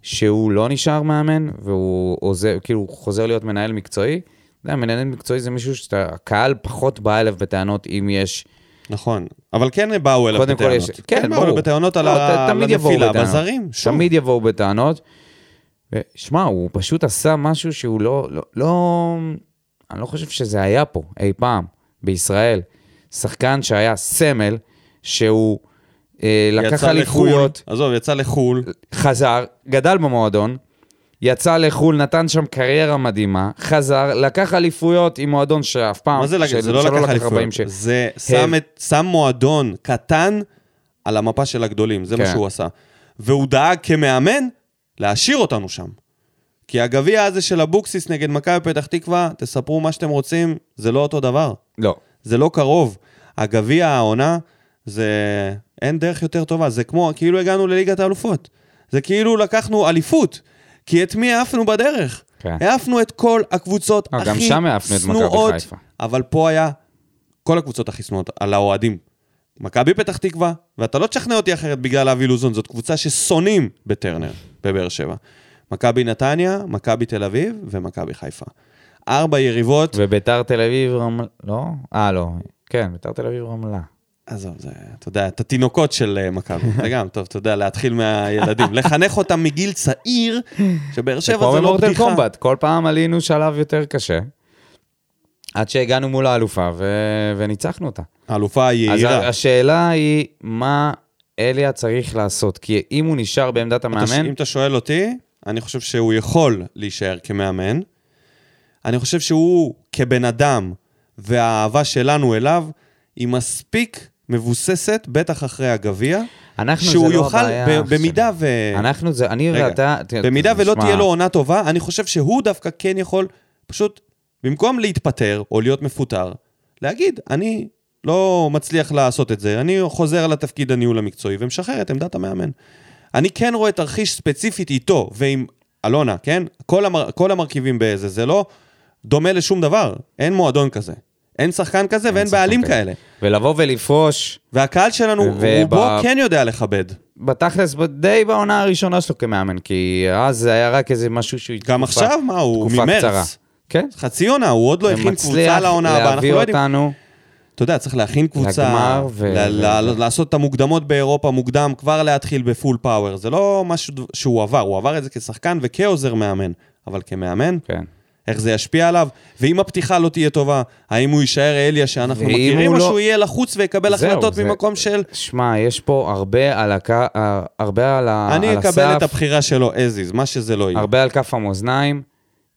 B: שהוא לא נשאר מאמן, והוא עוזר, כאילו, הוא חוזר להיות מנהל מקצועי. אתה יודע, מנהל מקצועי זה מישהו שהקהל פחות בא אליו בטענות אם יש...
A: נכון. אבל כן באו אליו
B: קודם כל
A: בטענות.
B: יש...
A: כן, באו אליו בטענות על
B: לא,
A: ה-
B: ת-
A: על
B: תמיד יבואו
A: הנפילה
B: בטענות.
A: בזרים. שוב.
B: תמיד יבואו בטענות. ו- שמע, הוא פשוט עשה משהו שהוא לא, לא, לא... אני לא חושב שזה היה פה אי פעם, בישראל. שחקן שהיה סמל, שהוא אה, לקח
A: יצא
B: אליפויות,
A: לחו"ל,
B: אה,
A: עזוב, יצא לחו"ל.
B: חזר, גדל במועדון, יצא לחו"ל, נתן שם קריירה מדהימה, חזר, לקח אליפויות עם מועדון שאף פעם...
A: מה זה לקח?
B: של-
A: זה לא
B: שלא
A: לקח
B: 40
A: אליפויות.
B: ש-
A: זה שם את- שם מועדון קטן על המפה של הגדולים, זה מה
B: כן.
A: שהוא עשה. והוא דאג כמאמן להשאיר אותנו שם. כי הגביע הזה של אבוקסיס נגד מכבי פתח תקווה, תספרו מה שאתם רוצים, זה לא אותו דבר.
B: לא.
A: זה לא קרוב. הגביע העונה, זה... אין דרך יותר טובה. זה כמו, כאילו הגענו לליגת האלופות. זה כאילו לקחנו אליפות. כי את מי העפנו בדרך?
B: כן.
A: העפנו את כל הקבוצות
B: אה,
A: הכי
B: גם שם העפנו את מכבי
A: שנואות,
B: חיפה.
A: אבל פה היה כל הקבוצות הכי שנואות, על האוהדים. מכבי פתח תקווה, ואתה לא תשכנע אותי אחרת בגלל אבי לוזון, זאת קבוצה ששונאים בטרנר, בבאר שבע. מכבי נתניה, מכבי תל אביב ומכבי חיפה. ארבע יריבות,
B: וביתר תל אביב רמלה, לא? אה, לא. כן, ביתר תל אביב רמלה.
A: עזוב, זה, אתה יודע, את התינוקות של אה, מכבי, זה גם טוב, אתה יודע, להתחיל מהילדים, לחנך אותם מגיל צעיר, שבאר שבע
B: כמו
A: זה לא
B: במורטל
A: בדיחה.
B: קומבט, כל פעם עלינו שלב יותר קשה, עד שהגענו מול האלופה ו- וניצחנו אותה.
A: האלופה
B: אז אה,
A: היהירה.
B: ה- השאלה היא, מה אליה צריך לעשות? כי אם הוא נשאר בעמדת
A: אתה-
B: המאמן,
A: אם אתה שואל אותי, אני חושב שהוא יכול להישאר כמאמן. אני חושב שהוא, כבן אדם, והאהבה שלנו אליו, היא מספיק מבוססת, בטח אחרי הגביע,
B: אנחנו זה
A: שהוא
B: לא
A: יוכל,
B: הבעיה.
A: ב- במידה ו...
B: אנחנו זה, אני
A: רגע,
B: ואתה... תראה,
A: במידה
B: זה
A: ולא
B: נשמע-
A: תהיה לו עונה טובה, אני חושב שהוא דווקא כן יכול, פשוט, במקום להתפטר או להיות מפוטר, להגיד, אני לא מצליח לעשות את זה, אני חוזר לתפקיד הניהול המקצועי ומשחרר את עמדת המאמן. אני כן רואה תרחיש ספציפית איתו ועם אלונה, כן? כל, המר... כל המרכיבים באיזה, זה לא דומה לשום דבר. אין מועדון כזה. אין שחקן כזה ואין
B: שחקן
A: בעלים
B: כזה.
A: כאלה.
B: ולבוא ולפרוש,
A: והקהל שלנו,
B: וב-
A: רובו כן יודע לכבד.
B: בתכלס, ב- די בעונה הראשונה שלו כמאמן, כי אז זה היה רק איזה משהו שהוא...
A: גם
B: תקופה-
A: עכשיו, מה, הוא
B: תקופה
A: ממרץ.
B: קצרה. כן.
A: חצי עונה, הוא עוד לא הכין קבוצה לעונה הבאה, אנחנו לא
B: להביא
A: יודעים.
B: אותנו,
A: אתה יודע, צריך להכין קבוצה,
B: לגמר ו-
A: ל-
B: ו-
A: ל- לעשות את המוקדמות באירופה מוקדם, כבר להתחיל בפול פאוור. זה לא משהו דו- שהוא עבר, הוא עבר את זה כשחקן וכעוזר מאמן. אבל כמאמן,
B: כן.
A: איך זה ישפיע עליו? ואם הפתיחה לא תהיה טובה, האם הוא יישאר אליה שאנחנו
B: ואם
A: מכירים,
B: הוא
A: או
B: לא-
A: שהוא יהיה לחוץ ויקבל
B: זהו,
A: החלטות
B: זה-
A: ממקום של...
B: שמע, יש פה הרבה על, הק... אה, הרבה על, ה...
A: אני
B: על
A: אקבל את
B: הסף,
A: הבחירה שלו as is, מה שזה לא יהיה.
B: הרבה על כף המאזניים.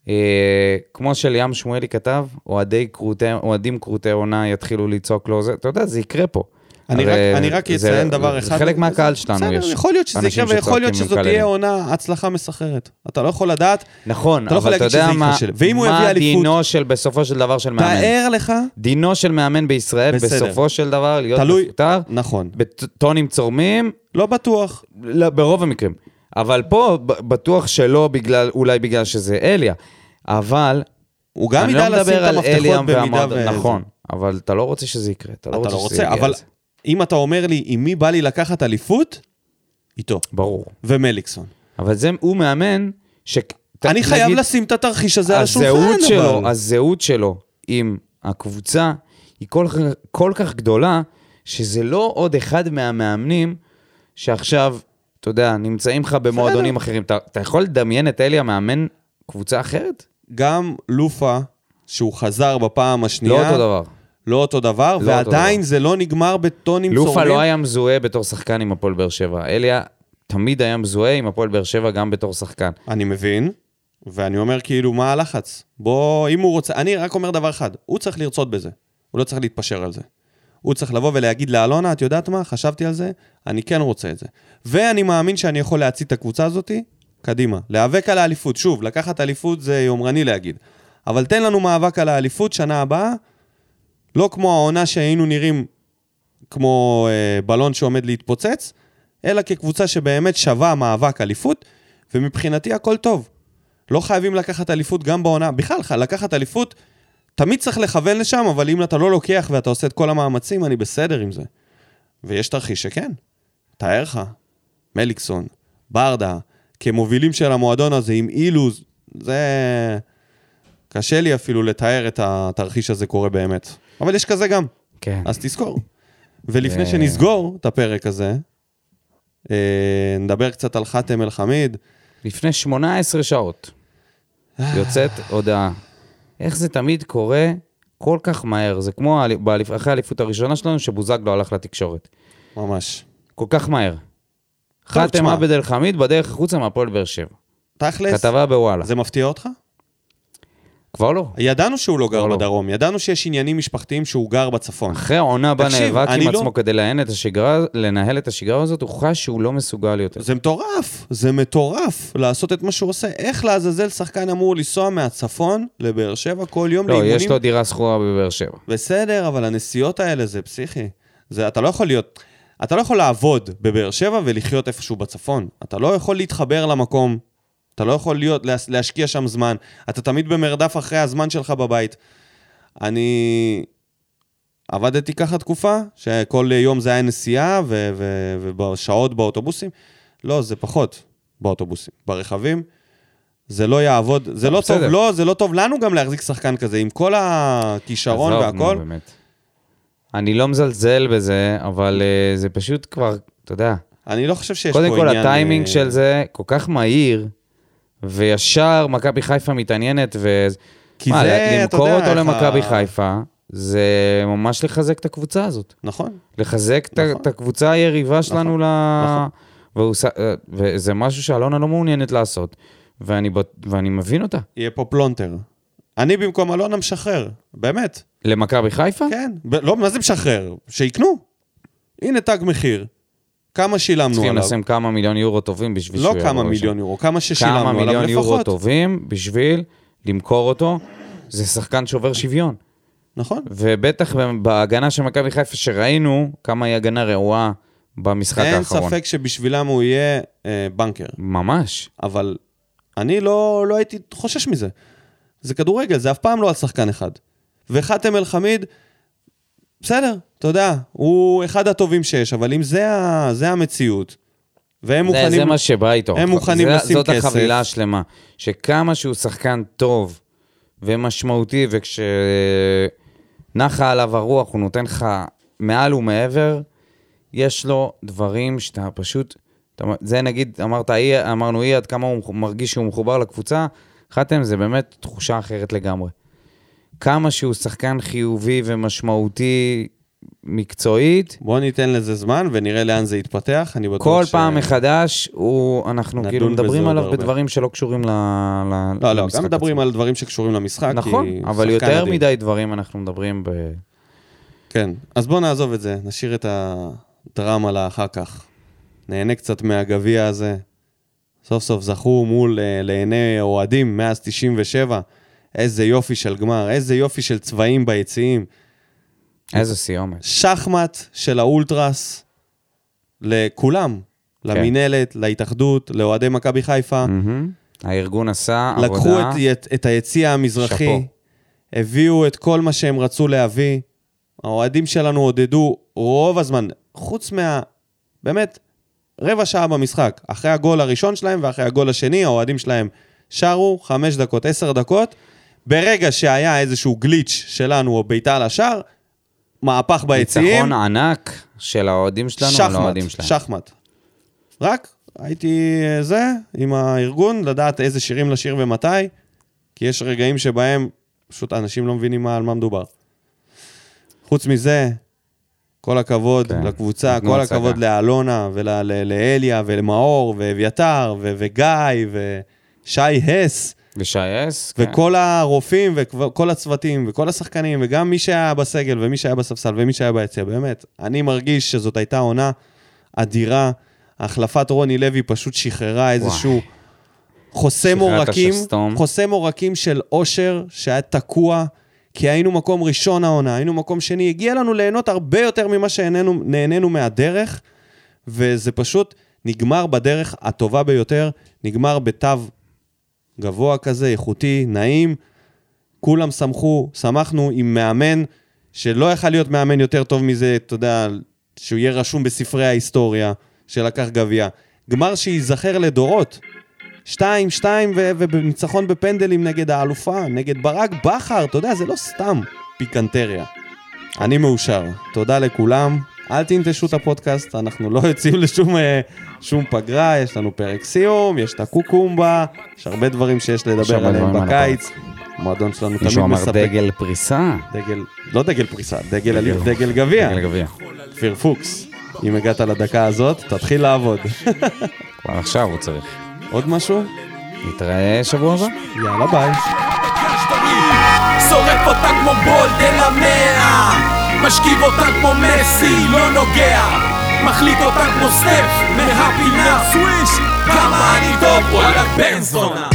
B: אה, כמו שליאם שמואלי כתב, אוהדי קרוטי, אוהדים קרוטי עונה יתחילו לצעוק לו, זה, אתה יודע, זה יקרה פה.
A: אני
B: הרי
A: רק- אני רק
B: זה-
A: אציין דבר אחד.
B: זה חלק
A: וזה-
B: מהקהל שלנו,
A: בסדר,
B: יש
A: יכול להיות שזה
B: אנשים
A: יקרה, ויכול להיות
B: שצועקים
A: שזאת
B: ומקללים.
A: תהיה עונה הצלחה מסחררת. אתה לא יכול לדעת,
B: נכון,
A: אתה לא יכול
B: אבל אתה
A: להגיד שזה
B: יודע
A: יקרה
B: מה,
A: שלו. ואם הוא יביא
B: מה
A: אליפות-
B: דינו של בסופו של דבר של מאמן?
A: תאר לך,
B: דינו של מאמן בישראל
A: בסדר.
B: בסופו של דבר להיות
A: תלוי-
B: מפוטר,
A: נכון.
B: בטונים צורמים,
A: לא בטוח.
B: לא, ברוב המקרים. אבל פה ב- בטוח שלא בגלל, אולי בגלל שזה אליה. אבל,
A: הוא גם
B: אני
A: ידע
B: לא
A: לשים
B: מדבר
A: את
B: על
A: המפתחות
B: אליאם
A: במידה
B: והמועד...
A: ו...
B: נכון, אבל אתה לא רוצה שזה יקרה. אתה לא
A: אתה
B: רוצה
A: לא
B: שזה
A: רוצה,
B: יגיע
A: אבל
B: לזה.
A: אם אתה אומר לי עם מי בא לי לקחת אליפות, איתו.
B: ברור.
A: ומליקסון.
B: אבל זה, הוא מאמן ש...
A: אני
B: נגיד,
A: חייב לשים את התרחיש הזה על השולחן, אבל...
B: הזהות שלו, הזהות שלו עם הקבוצה היא כל, כך- כל כך גדולה, שזה לא עוד אחד מהמאמנים שעכשיו, אתה יודע, נמצאים לך במועדונים אחרים. אתה, אתה יכול לדמיין את אלי המאמן קבוצה אחרת?
A: גם לופה, שהוא חזר בפעם השנייה,
B: לא אותו דבר.
A: לא אותו דבר,
B: אותו
A: ועדיין
B: דבר.
A: זה לא נגמר בטונים צורמים.
B: לופה לא היה מזוהה בתור שחקן עם הפועל באר שבע. אליה תמיד היה מזוהה עם הפועל באר שבע גם בתור שחקן.
A: אני מבין, ואני אומר כאילו, מה הלחץ? בוא, אם הוא רוצה, אני רק אומר דבר אחד, הוא צריך לרצות בזה, הוא לא צריך להתפשר על זה. הוא צריך לבוא ולהגיד לאלונה, את יודעת מה, חשבתי על זה, אני כן רוצה את זה. ואני מאמין שאני יכול להצית את הקבוצה הזאתי, קדימה. להיאבק על האליפות, שוב, לקחת אליפות זה יומרני להגיד. אבל תן לנו מאבק על האליפות שנה הבאה, לא כמו העונה שהיינו נראים כמו אה, בלון שעומד להתפוצץ, אלא כקבוצה שבאמת שווה מאבק אליפות, ומבחינתי הכל טוב. לא חייבים לקחת אליפות גם בעונה, בכלל, לקחת אליפות, תמיד צריך לכוון לשם, אבל אם אתה לא לוקח ואתה עושה את כל המאמצים, אני בסדר עם זה. ויש תרחיש שכן, תאר לך, מליקסון, ברדה, כמובילים של המועדון הזה עם אילוז, זה... קשה לי אפילו לתאר את התרחיש הזה קורה באמת. אבל יש כזה גם.
B: כן.
A: אז תזכור. ולפני
B: אה.
A: שנסגור את הפרק הזה, אה, נדבר קצת על חאתם אל-חמיד.
B: לפני 18 שעות יוצאת הודעה. איך זה תמיד קורה כל כך מהר? זה כמו האל- באליפ- אחרי האליפות הראשונה שלנו, שבוזגלו הלך לתקשורת.
A: ממש.
B: כל כך מהר. חתם
A: תשמע.
B: עבד אל חמיד בדרך החוצה מהפועל באר שבע.
A: תכלס,
B: כתבה בוואלה.
A: זה מפתיע אותך?
B: כבר לא.
A: ידענו שהוא לא גר
B: לא, לא.
A: בדרום, ידענו שיש עניינים משפחתיים שהוא גר בצפון.
B: אחרי העונה בה
A: תקשיב,
B: נאבק
A: אני
B: עם
A: לא-
B: עצמו כדי לנהל את השגרה- לנהל את השגרה הזאת, הוא חש שהוא לא מסוגל יותר.
A: זה מטורף, זה מטורף לעשות את מה שהוא עושה. איך לעזאזל שחקן אמור לנסוע מהצפון לבאר שבע כל יום
B: לא,
A: לאימונים?
B: יש לו דירה שכורה בבאר שבע.
A: בסדר, אבל הנסיעות האלה זה פסיכי. זה, אתה לא יכול להיות... אתה לא יכול לעבוד בבאר שבע ולחיות איפשהו בצפון. אתה לא יכול להתחבר למקום. אתה לא יכול להיות, להס- להשקיע שם זמן. אתה תמיד במרדף אחרי הזמן שלך בבית. אני עבדתי ככה תקופה, שכל יום זה היה נסיעה, ו- ו- ובשעות באוטובוסים. לא, זה פחות באוטובוסים. ברכבים, זה לא יעבוד, זה לא טוב
B: בסדר.
A: לו, זה לא טוב לנו גם להחזיק שחקן כזה, עם כל הכישרון
B: עזוב, נו,
A: והכל.
B: באמת. אני לא מזלזל בזה, אבל אה, זה פשוט כבר, אתה יודע,
A: אני לא חושב שיש פה
B: קודם
A: עניין...
B: כל, הטיימינג
A: אה,
B: של זה כל כך מהיר, וישר מכבי חיפה מתעניינת, ו...
A: כי
B: מה,
A: זה, אתה
B: למכור
A: יודע,
B: אותו
A: איך ה-
B: למכבי חיפה, זה ממש לחזק את הקבוצה הזאת.
A: נכון.
B: לחזק את
A: נכון.
B: ה- את הקבוצה היריבה שלנו ל...
A: נכון.
B: והוא ס- אה, וזה משהו שאלונה לא מעוניינת לעשות, ואני בט- ואני מבין אותה.
A: יהיה פה פלונטר. אני במקום אלונה משחרר, באמת.
B: למכבי חיפה?
A: כן. ב- לא, מה זה משחרר? שיקנו. הנה תג מחיר. כמה שילמנו
B: צריכים
A: עליו?
B: לשים כמה מיליון יורו טובים בשביל
A: לא
B: שהוא יבוא
A: כמה
B: לשם.
A: מיליון יורו, כמה ששילמנו
B: כמה
A: עליו
B: מיליון יורו
A: לפחות.
B: טובים בשביל למכור אותו. זה שחקן שובר שוויון.
A: נכון.
B: ובטח בהגנה של מכבי חיפה, שראינו כמה היא הגנה רעועה במשחק
A: אין
B: האחרון.
A: ספק שבשבילם הוא יהיה אה, בנקר.
B: ממש.
A: אבל אני לא, לא הייתי חושש מזה. זה כדורגל, זה אף פעם לא על שחקן אחד. וחאתם אל-חמיד, בסדר, אתה יודע, הוא אחד הטובים שיש, אבל אם זה, ה, זה המציאות, והם
B: זה,
A: מוכנים...
B: זה מה שבא איתו.
A: הם מוכנים
B: זה,
A: לשים
B: זאת
A: כסף.
B: זאת החבילה השלמה. שכמה שהוא שחקן טוב ומשמעותי, וכשנחה עליו הרוח, הוא נותן לך מעל ומעבר, יש לו דברים שאתה פשוט... אתה, זה נגיד, אמרת, אי, אמרנו אי, עד כמה הוא מח- מרגיש שהוא מחובר לקבוצה, חתם זה באמת תחושה אחרת לגמרי. כמה שהוא שחקן חיובי ומשמעותי מקצועית,
A: בואו ניתן לזה זמן ונראה לאן זה יתפתח, אני בטוח
B: כל
A: ש...
B: פעם מחדש, הוא, אנחנו
A: נדון
B: כאילו
A: בזה
B: מדברים
A: עוד
B: עליו
A: הרבה.
B: בדברים שלא קשורים ל, ל,
A: לא, לא,
B: למשחק
A: גם מדברים
B: עצמו.
A: על דברים שקשורים למשחק, כי
B: נכון,
A: הוא
B: אבל
A: שחקן
B: יותר
A: אדיר.
B: מדי דברים אנחנו מדברים ב...
A: כן, אז בואו נעזוב את זה, נשאיר את הדרמה לאחר כך. נהנה קצת מהגביע הזה. סוף סוף זכו מול אה, לעיני אוהדים מאז 97. איזה יופי של גמר, איזה יופי של צבעים ביציעים.
B: איזו סיומת.
A: שחמט של האולטרס לכולם, למינהלת, להתאחדות, לאוהדי מכבי חיפה.
B: מהמם. הארגון עשה
A: לקחו
B: עבודה...
A: את, את, את היציע המזרחי,
B: שאפו.
A: הביאו את כל מה שהם רצו להביא. האוהדים שלנו עודדו רוב הזמן, חוץ מה... באמת, רבע שעה במשחק. אחרי הגול הראשון שלהם ואחרי הגול השני, האוהדים שלהם שרו חמש דקות, עשר דקות. ברגע שהיה איזשהו גליץ' שלנו או בעיטה לשער, מהפך ביציעים,
B: ניצחון ענק של האוהדים שלנו על
A: שחמט,
B: האוהדים שלהם.
A: שחמט. רק הייתי אה, זה, עם הארגון, לדעת איזה שירים לשיר ומתי, כי יש רגעים שבהם פשוט אנשים לא מבינים מה, על מה מדובר. חוץ מזה, כל הכבוד
B: כן,
A: כן, לקבוצה,
B: נתנו
A: כל
B: הצגה.
A: הכבוד לאלונה ולאליה ולמאור ואביתר ו- וגיא ושי הס.
B: ושייס, כן.
A: וכל הרופאים וכל הצוותים וכל השחקנים וגם מי שהיה בסגל ומי שהיה בספסל ומי שהיה ביציע, באמת, אני מרגיש שזאת הייתה עונה אדירה. החלפת רוני לוי פשוט שחררה איזשהו חוסם
B: שחררה את
A: עורקים,
B: השסתום.
A: חוסם עורקים של אושר שהיה תקוע, כי היינו מקום ראשון העונה, היינו מקום שני, הגיע לנו ליהנות הרבה יותר ממה שנהנינו מהדרך, וזה פשוט נגמר בדרך הטובה ביותר, נגמר בתו גבוה כזה, איכותי, נעים. כולם שמחו, שמחנו עם מאמן שלא יכל להיות מאמן יותר טוב מזה, אתה יודע, שהוא יהיה רשום בספרי ההיסטוריה שלקח גביע. גמר שייזכר לדורות. שתיים, שתיים, ו- ובניצחון בפנדלים נגד האלופה, נגד ברק בכר, אתה יודע, זה לא סתם פיקנטריה. אני מאושר. תודה לכולם. אל תנטשו את הפודקאסט, אנחנו לא יוצאים לשום אה, שום פגרה, יש לנו פרק סיום, יש את הקוקומבה, יש הרבה דברים שיש
B: יש
A: לדבר
B: הרבה
A: עליהם
B: דברים על
A: בקיץ. המועדון שלנו תמיד
B: מישהו אמר
A: מספק
B: דגל פריסה?
A: דגל, לא דגל פריסה, דגל עליף, דגל גביע.
B: דגל גביע.
A: כפיר פוקס, אם הגעת לדקה הזאת, תתחיל לעבוד.
B: כבר עכשיו הוא צריך.
A: עוד משהו?
B: נתראה שבוע הבא?
A: יאללה ביי.
C: שורף אותה כמו בולדן המאה משכיב אותה כמו מסי, לא נוגע מחליט אותה כמו סטף מהפינה סוויש כמה אני טוב, וואלה בן זונה